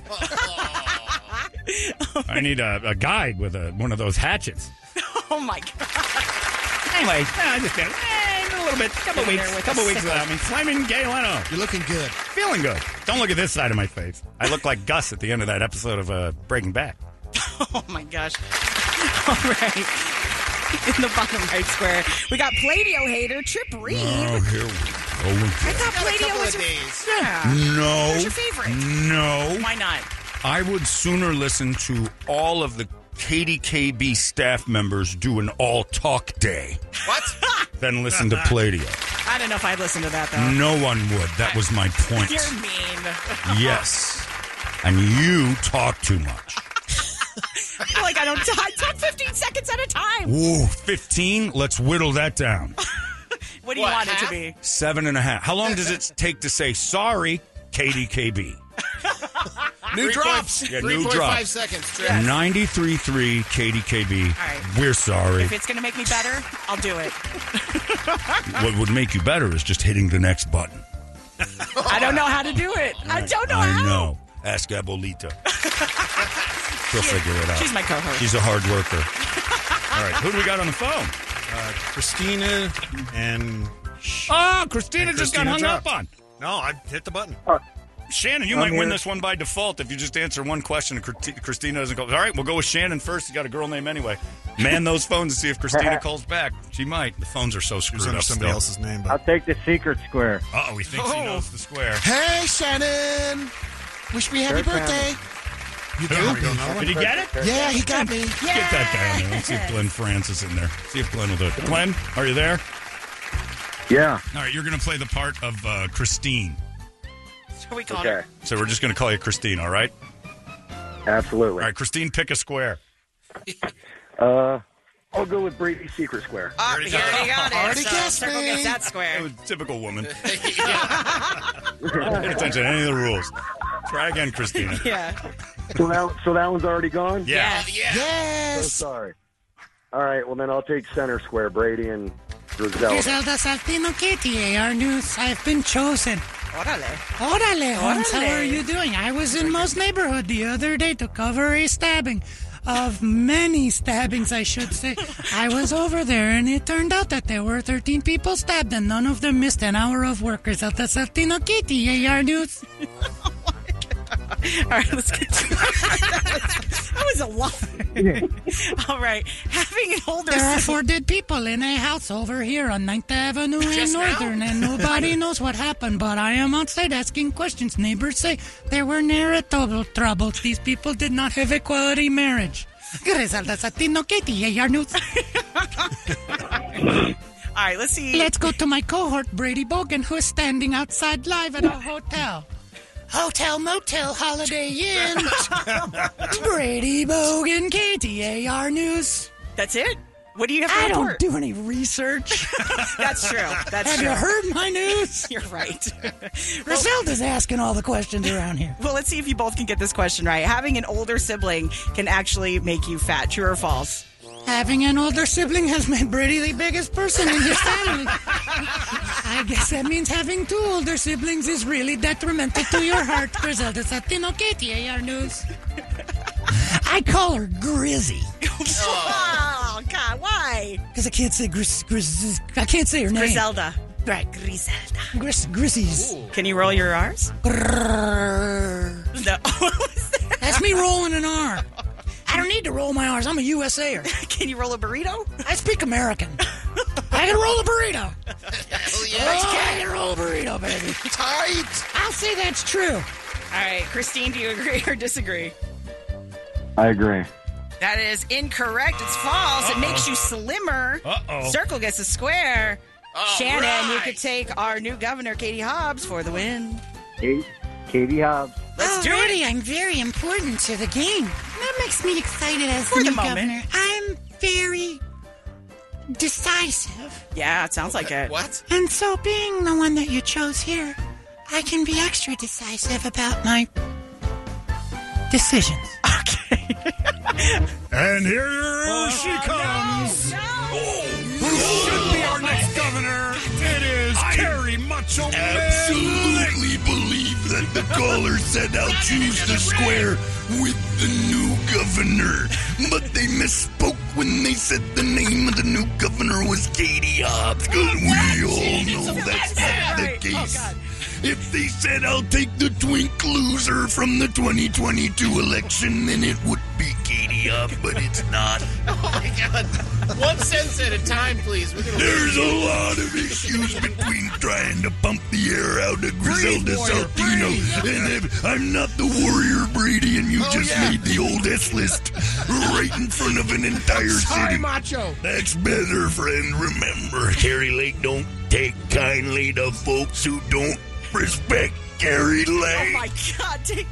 P: I need a, a guide with a, one of those hatchets.
Q: [LAUGHS] Oh my god.
P: Anyway, I just did a little bit, couple
Q: Sitting there
P: weeks,
Q: with
P: couple
Q: a
P: weeks
Q: sickle.
P: without me. Flaming Gay Leno. You're looking good. Feeling good. Don't look at this side of my face. I look like Gus at the end of that episode of uh, Breaking Bad.
Q: [LAUGHS] Oh my gosh. All right. In the bottom right square, we got Pladio hater Trip Reed.
P: Oh,
A: here we go.
Q: I thought Pladio was your yeah.
A: No.
Q: Who's your favorite?
A: No.
Q: Why not?
A: I would sooner listen to all of the KDKB staff members do an all talk day
Q: What?
A: than listen to Pladio.
Q: [LAUGHS] I don't know if I'd listen to that though.
A: No one would. That was my point.
Q: You're mean. [LAUGHS]
A: Yes. And you talk too much.
Q: I feel like I don't talk, talk 15 seconds at a time.
A: Whoa, 15? Let's whittle that down.
Q: What do you want it to be?
A: Seven and a half. How long does it take to say sorry, KDKB?
D: New
A: Three
D: drops.
A: point- yeah,
D: Three
A: new
D: point
A: drops.
D: five seconds. Trip.
A: 93.3 KDKB.
Q: right.
A: We're sorry.
Q: If it's going to make me better, I'll do it.
A: what would make you better is just hitting the next button.
Q: I don't know how to do it. I don't know
A: I
Q: Oh, how.
A: know.
Q: [LAUGHS]
A: Ask Abolita. She'll figure it out.
Q: She's my co-host.
A: She's a hard worker. All right, who do we got on the phone?
C: uh, Christina and
P: Ah,
A: Oh, Christina just got hung up on.
C: No, I hit the button.
A: Shannon, you
C: I'm
A: might win
C: here.
A: this one by default if you just answer one question and Christi- Christina doesn't go. All right, we'll go with Shannon first. You got a girl name anyway. Man those phones and see if Christina calls back. She might. The phones are so screwed
C: under
A: up.
C: somebody
A: still.
C: else's name,
A: Uh
J: I'll take the secret square.
A: oh, he thinks he knows the square.
B: Hey, Shannon. Wish me happy
A: Sure,
B: birthday.
A: You
B: got me.
A: Did he get it?
B: Yeah, he got me.
A: Get that guy on there. Let's see if Glenn France is in there. See if Glenn will do it. Glenn, are you there?
J: Yeah.
A: All right, you're going to play the part of uh, Christine.
Q: So we call her.
A: So we're just going to call you Christine, all right?
J: Absolutely. All
A: right, Christine, pick a square.
J: [LAUGHS] Uh, I'll go with Brady's secret square.
Q: Oh, he already got it.
A: Ah, Already
Q: so
A: guessed
Q: Circle
A: me.
Q: gets that square.
A: Typical woman.
J: [LAUGHS]
A: Not paying attention to any of the rules. Try again, Christina.
Q: yeah.
J: So that, so that one's already gone?
A: Yeah.
J: Yes. So sorry. All right, well, then I'll take center square, Brady and Griselda.
E: Griselda Saltino Kitty, our news. I've been chosen.
Q: Orale.
E: Orale, Hans, how
Q: Orale.
E: are you doing? I was in most neighborhood the other day to cover a stabbing. Of many stabbings, I should say. I was over there and it turned out that there were 13 people stabbed and none of them missed an hour of work. Griselda Saltino Kitty, AR News.
Q: [LAUGHS] All right, let's get [LAUGHS] That was a lot. [LAUGHS] All right. Having an older
E: There
Q: sibling-
E: are four dead people in a house over here on 9th Avenue in
Q: Just now?
E: Northern, and
Q: [LAUGHS]
E: nobody knows what happened. But I am outside asking questions. Neighbors say there were narratable troubles. These people did not have a quality marriage. [LAUGHS] Griselda Satino Katie,
Q: [LAUGHS]
E: AR News.
Q: All right, let's see.
E: Let's go to my cohort, Brady Bogan, who is standing outside live at a hotel. Hotel Motel
Q: [LAUGHS]
E: Holiday Inn. Brady Bogan, KTAR News.
Q: That's it? What do you have to
E: I
Q: report?
E: don't do any research.
Q: [LAUGHS] That's true. That's
E: Have
Q: true.
E: you heard my
Q: [LAUGHS]
E: news?
Q: You're right.
E: Griselda's asking all the questions around here.
Q: Well, let's see if you both can get this question right. Having an older sibling can actually make you fat. True or false?
E: Having an older sibling has made Brady the biggest person in his family. [LAUGHS] I guess that means having two older siblings is really detrimental to your heart, Griselda Satino KTAR News. eh, I call her Grizzy.
Q: oh, God, why?
E: Because I can't say Gris, Gris, I can't say her name.
Q: Griselda.
E: Right, Griselda. Gris, Grissies.
Q: [LAUGHS] Can you roll your R's?
E: No. That's me rolling an R. I don't need to roll my R's. I'm a USAer.
Q: [LAUGHS] Can you roll a burrito?
E: I speak American. I can roll a burrito.
Q: But you
E: Oh, I
Q: can't.
E: can roll a burrito, baby. Tight. I'll say that's true.
Q: All right, Christine, do you agree or disagree?
J: I agree.
Q: That is incorrect. It's false. It makes you slimmer.
J: Uh-oh.
Q: Circle gets a square. Shannon, you
J: right.
Q: could take our new governor, Katie Hobbs, for the win.
J: Eight, Katie Hobbs.
Q: Let's do
E: Already, I'm very important to the game. That makes me excited as
Q: For
E: the
Q: the
E: new
Q: moment.
E: governor. I'm very decisive.
Q: Yeah, it sounds like it. What?
E: And so, being the one that you chose here, I can be extra decisive about my decisions.
K: And here she
J: Oh,
K: comes. Who should be
J: [LAUGHS]
K: our next governor? It is Carrie Macho Absolutely believe that the caller said I'll choose the square with the new governor, but they misspoke when they said the name of the new governor was Katie Hobbs. 'cause we all know that's not the case. If they said I'll take the twink loser from the 2022 election, then it would be Katie Hobbs, but it's not.
V: Oh my god. One sense at a time, please. We're gonna
K: There's a lot of issues between trying to pump the air out of Griselda Saltino and if- I'm not the warrior Brady, and
Q: Oh,
K: you just made the old S list right in front of an entire
V: Sorry,
K: city.
V: macho.
K: That's better, friend. Remember, Carrie Lake don't take kindly to folks who don't respect Carrie
Q: Oh
K: Lake.
Q: my God, take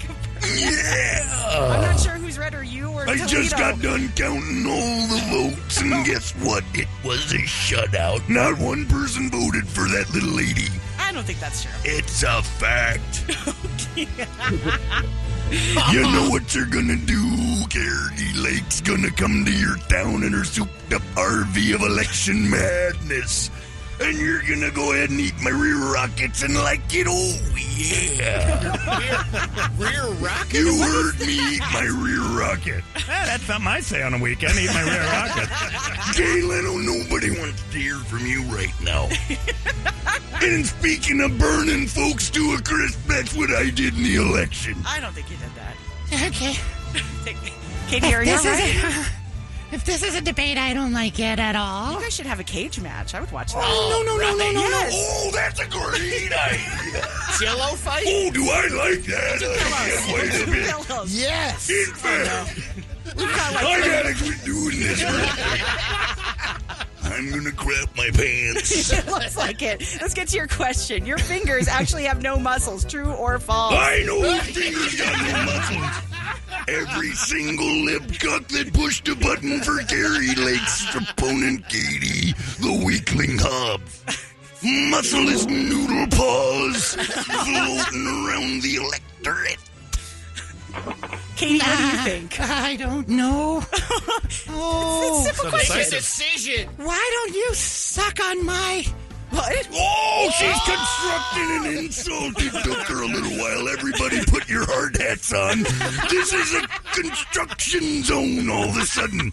Q: a
K: Yeah.
Q: I'm not sure who's red or you or
K: I
Q: Toledo.
K: just got done counting all the votes, and guess what? It was a shutout. Not one person voted for that little lady.
Q: I don't think that's true.
K: It's a fact. [LAUGHS] you know what you're gonna do, Carrie Lake's gonna come to your town in her souped up RV of election madness. and you're gonna go ahead and eat my rear rockets and like it. Oh yeah.
D: rear rocket.
K: You heard me eat my rear rocket.
A: that's something I say on a weekend. Eat my rear rocket.
K: Jay Leno, oh, nobody wants to hear from you right now. and speaking of burning folks to a crisp, that's what I did in the election.
Q: I don't think you did that. [LAUGHS]
E: Okay.
Q: Katie, are you
E: This
Q: all
E: is [LAUGHS]
Q: right?
E: a- if this is a debate, I don't like it at all.
Q: You guys should have a cage match. I would watch that.
E: Oh, [GASPS] no, no, no, [LAUGHS] no, no, no.
Q: Yes.
K: Oh, that's a great idea.
D: Jello fight?
K: Oh, do I like that? I can't wait a minute.
Q: Yes.
K: In fact, I gotta quit doing this. I'm gonna crap my pants.
Q: [LAUGHS] it looks like it. Let's get to your question. Your fingers actually have no muscles, true or false?
K: I
Q: [LAUGHS]
K: know his fingers got no muscles. Every single lip cuck that pushed a button for Gary Lake's opponent, Katie, the weakling Hobbs. Muscleless noodle paws floating around the electorate.
Q: Katie, what do you
E: think? [LAUGHS] I don't know. [LAUGHS] oh,
K: It's a simple It's a question.
D: decision.
E: Why don't you suck on my? What?
K: Oh, she's constructed an insult. It took her a little while. Everybody put your hard hats on. This is a construction zone all of a sudden.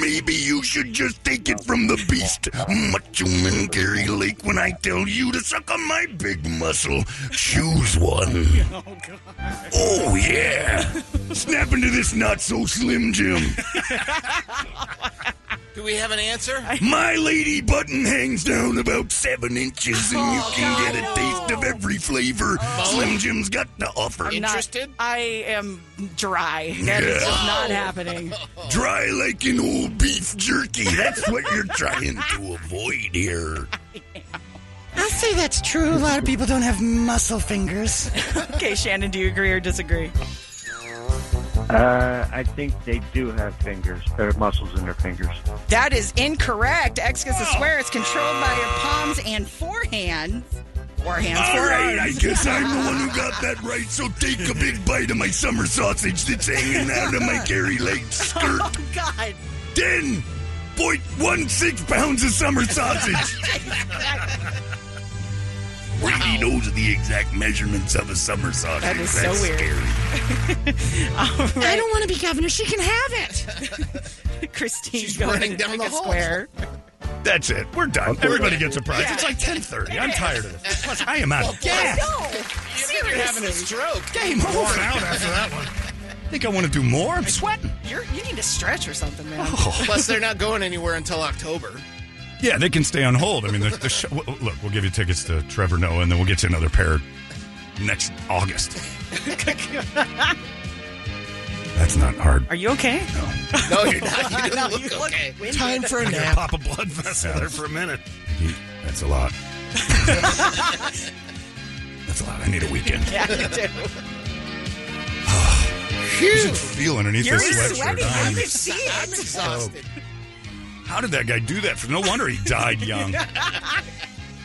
K: Maybe you should just take it from the beast, Macho Man Gary Lake, when I tell you to suck on my big muscle. Choose one. Oh, yeah. Snap into this not so slim Jim.
D: Do we have an answer?
K: My lady button hangs down about seven inches, and
Q: Oh,
K: you can get a taste of every flavor Slim Jim's got to offer.
Q: I'm not- I am dry.
K: Yeah.
Q: That is just not
K: [LAUGHS]
Q: happening.
K: Dry like an old beef jerky. That's what you're trying to avoid here.
E: I'll say that's true. A lot of people don't have muscle fingers.
Q: okay, Shannon, do you agree or disagree?
L: Uh, I think they do have fingers. There are muscles in their fingers.
Q: That is incorrect. X gets a square. It's controlled by your palms and forehands. Forehands,
K: All right, I
Q: forearms. [LAUGHS]
K: guess I'm the one who got that right, so take a big bite of my summer sausage that's hanging out of my Gary Lake skirt.
Q: [LAUGHS] Oh, God.
K: 10.16 pounds of summer
Q: [LAUGHS]
K: sausage. Brady knows the exact measurements of a summer sausage.
Q: That is so
K: That's
Q: weird.
K: Scary.
E: I don't want to be governor. She can have it.
Q: [LAUGHS] Christine going down the square.
A: That's it. We're done. Everybody gets a prize. It's like 10:30. I'm tired of this. Plus, I am
Q: [LAUGHS]
A: out of gas.
D: You're having a stroke.
A: Game over. Out after that one. I think I want to do more. I'm sweating.
Q: [LAUGHS] You're, you need to stretch or something, man.
A: Oh.
D: Plus, they're not going anywhere until October.
A: Yeah, they can stay on hold. I mean, the, the show, w- w- look, we'll give you tickets to Trevor Noah, and then we'll get you another pair next August. That's not hard.
Q: Are you okay?
D: No,
Q: [LAUGHS]
D: you're not. You don't look okay.
C: Time for a nap. Pop a blood vessel
A: Yeah.
C: there for a minute.
A: That's a lot.
Q: [LAUGHS]
A: That's a lot. I need a weekend.
Q: Yeah, you do.
A: [SIGHS] You should feel underneath
Q: You're
A: this sweatshirt.
Q: sweating.
A: I
Q: I
A: am
Q: can see it. I'm
A: exhausted. How did that guy do that? For no wonder he died
D: [LAUGHS]
A: [LAUGHS] young.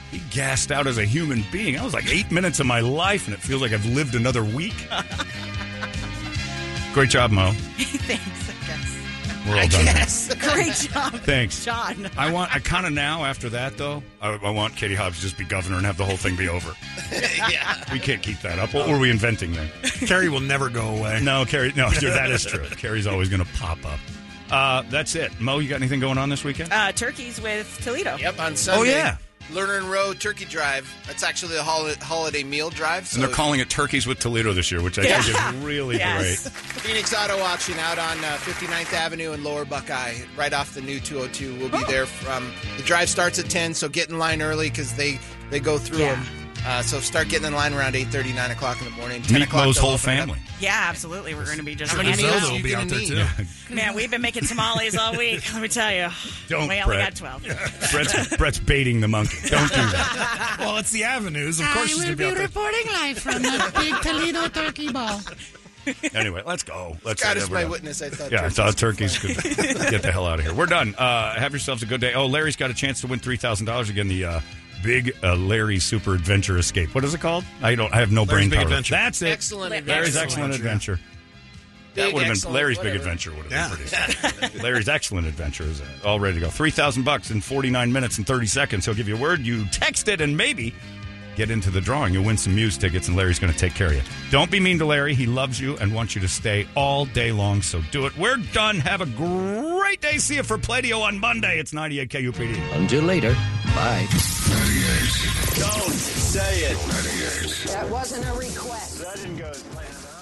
A: he gassed out as a human being. I was like eight minutes of my life, and it feels like I've lived another week. Great job, Mo.
Q: [LAUGHS] Thanks, I guess.
A: We're all done. now. [LAUGHS]
Q: Great job.
A: Thanks, [LAUGHS]
Q: John.
A: I want. I kind of now after that though. I, I want Katie Hobbs to just be governor and have the whole thing be over.
D: yeah.
A: We can't keep that up. What were we inventing then?
C: Carrie will never go away.
A: No, Carrie. No, you're- that is true. Carrie's always going to pop up. Uh, that's it. Mo, you got anything going on this weekend?
Q: Uh, turkeys with Toledo.
D: Yep, on Sunday.
A: Oh, yeah.
D: Lerner and Row Turkey Drive. That's actually a hol- holiday meal drive. So
A: and they're calling it Turkeys with Toledo this year, which I think is [LAUGHS] really great.
D: Phoenix Auto Auction out on uh, 59th Avenue and Lower Buckeye, right off the new 202. We'll be there from the drive starts at 10, so get in line early because they they go through
Q: Yeah.
D: them. Uh, so start getting in line around 8:30, 9 o'clock in the morning. 10
A: Meet
D: o'clock
A: Mo's
D: they'll
A: whole
D: open it up.
A: family.
Q: Yeah, absolutely. We're going to be just
D: How many
Q: hanging
D: Zelda
Q: out.
D: will be out there, too.
Q: Man, we've been making tamales all week. Let me tell you.
A: Don't,
Q: We only
A: Brett.
Q: got twelve.
A: Brett's, Brett's baiting the monkey. Don't do
D: [LAUGHS]
A: that.
C: Well, it's the avenues. Of
E: I
C: course, she's
E: will
C: gonna
E: be
C: be out
E: [LAUGHS]
C: there.
E: reporting live from the big Toledo turkey ball.
A: Anyway, let's go. Let's
D: Scott
A: yeah,
D: is
A: we're
D: my
A: done.
D: witness. I thought.
A: Yeah, I
D: turkeys
A: thought turkeys could get the hell out of here. We're done. Uh, have yourselves a good day. Oh, Larry's got a chance to win three thousand dollars again. The uh, big uh, Larry Super Adventure Escape. What is it called? I don't. I have no brain
C: Larry's Big
A: power.
C: Adventure.
A: That's it.
D: Excellent
A: Larry's
D: Adventure.
A: excellent adventure. That
W: Big,
A: would have been
W: excellent,
A: Larry's big
W: whatever.
A: adventure. Would have
W: Yeah.
A: been pretty. exciting. Larry's excellent adventure is uh, all ready to go. Three thousand bucks in forty nine minutes and thirty seconds. He'll give you a word. You text it and maybe get into the drawing. You'll win some Muse tickets, and Larry's going to take care of you. Don't be mean to Larry. He loves you and wants you to stay all day long. So do it. We're done. Have a great day. See you for Pladio on Monday. It's ninety eight KUPD.
L: Until later. Bye.
X: Don't say it.
J: That wasn't a request. That didn't go as planned.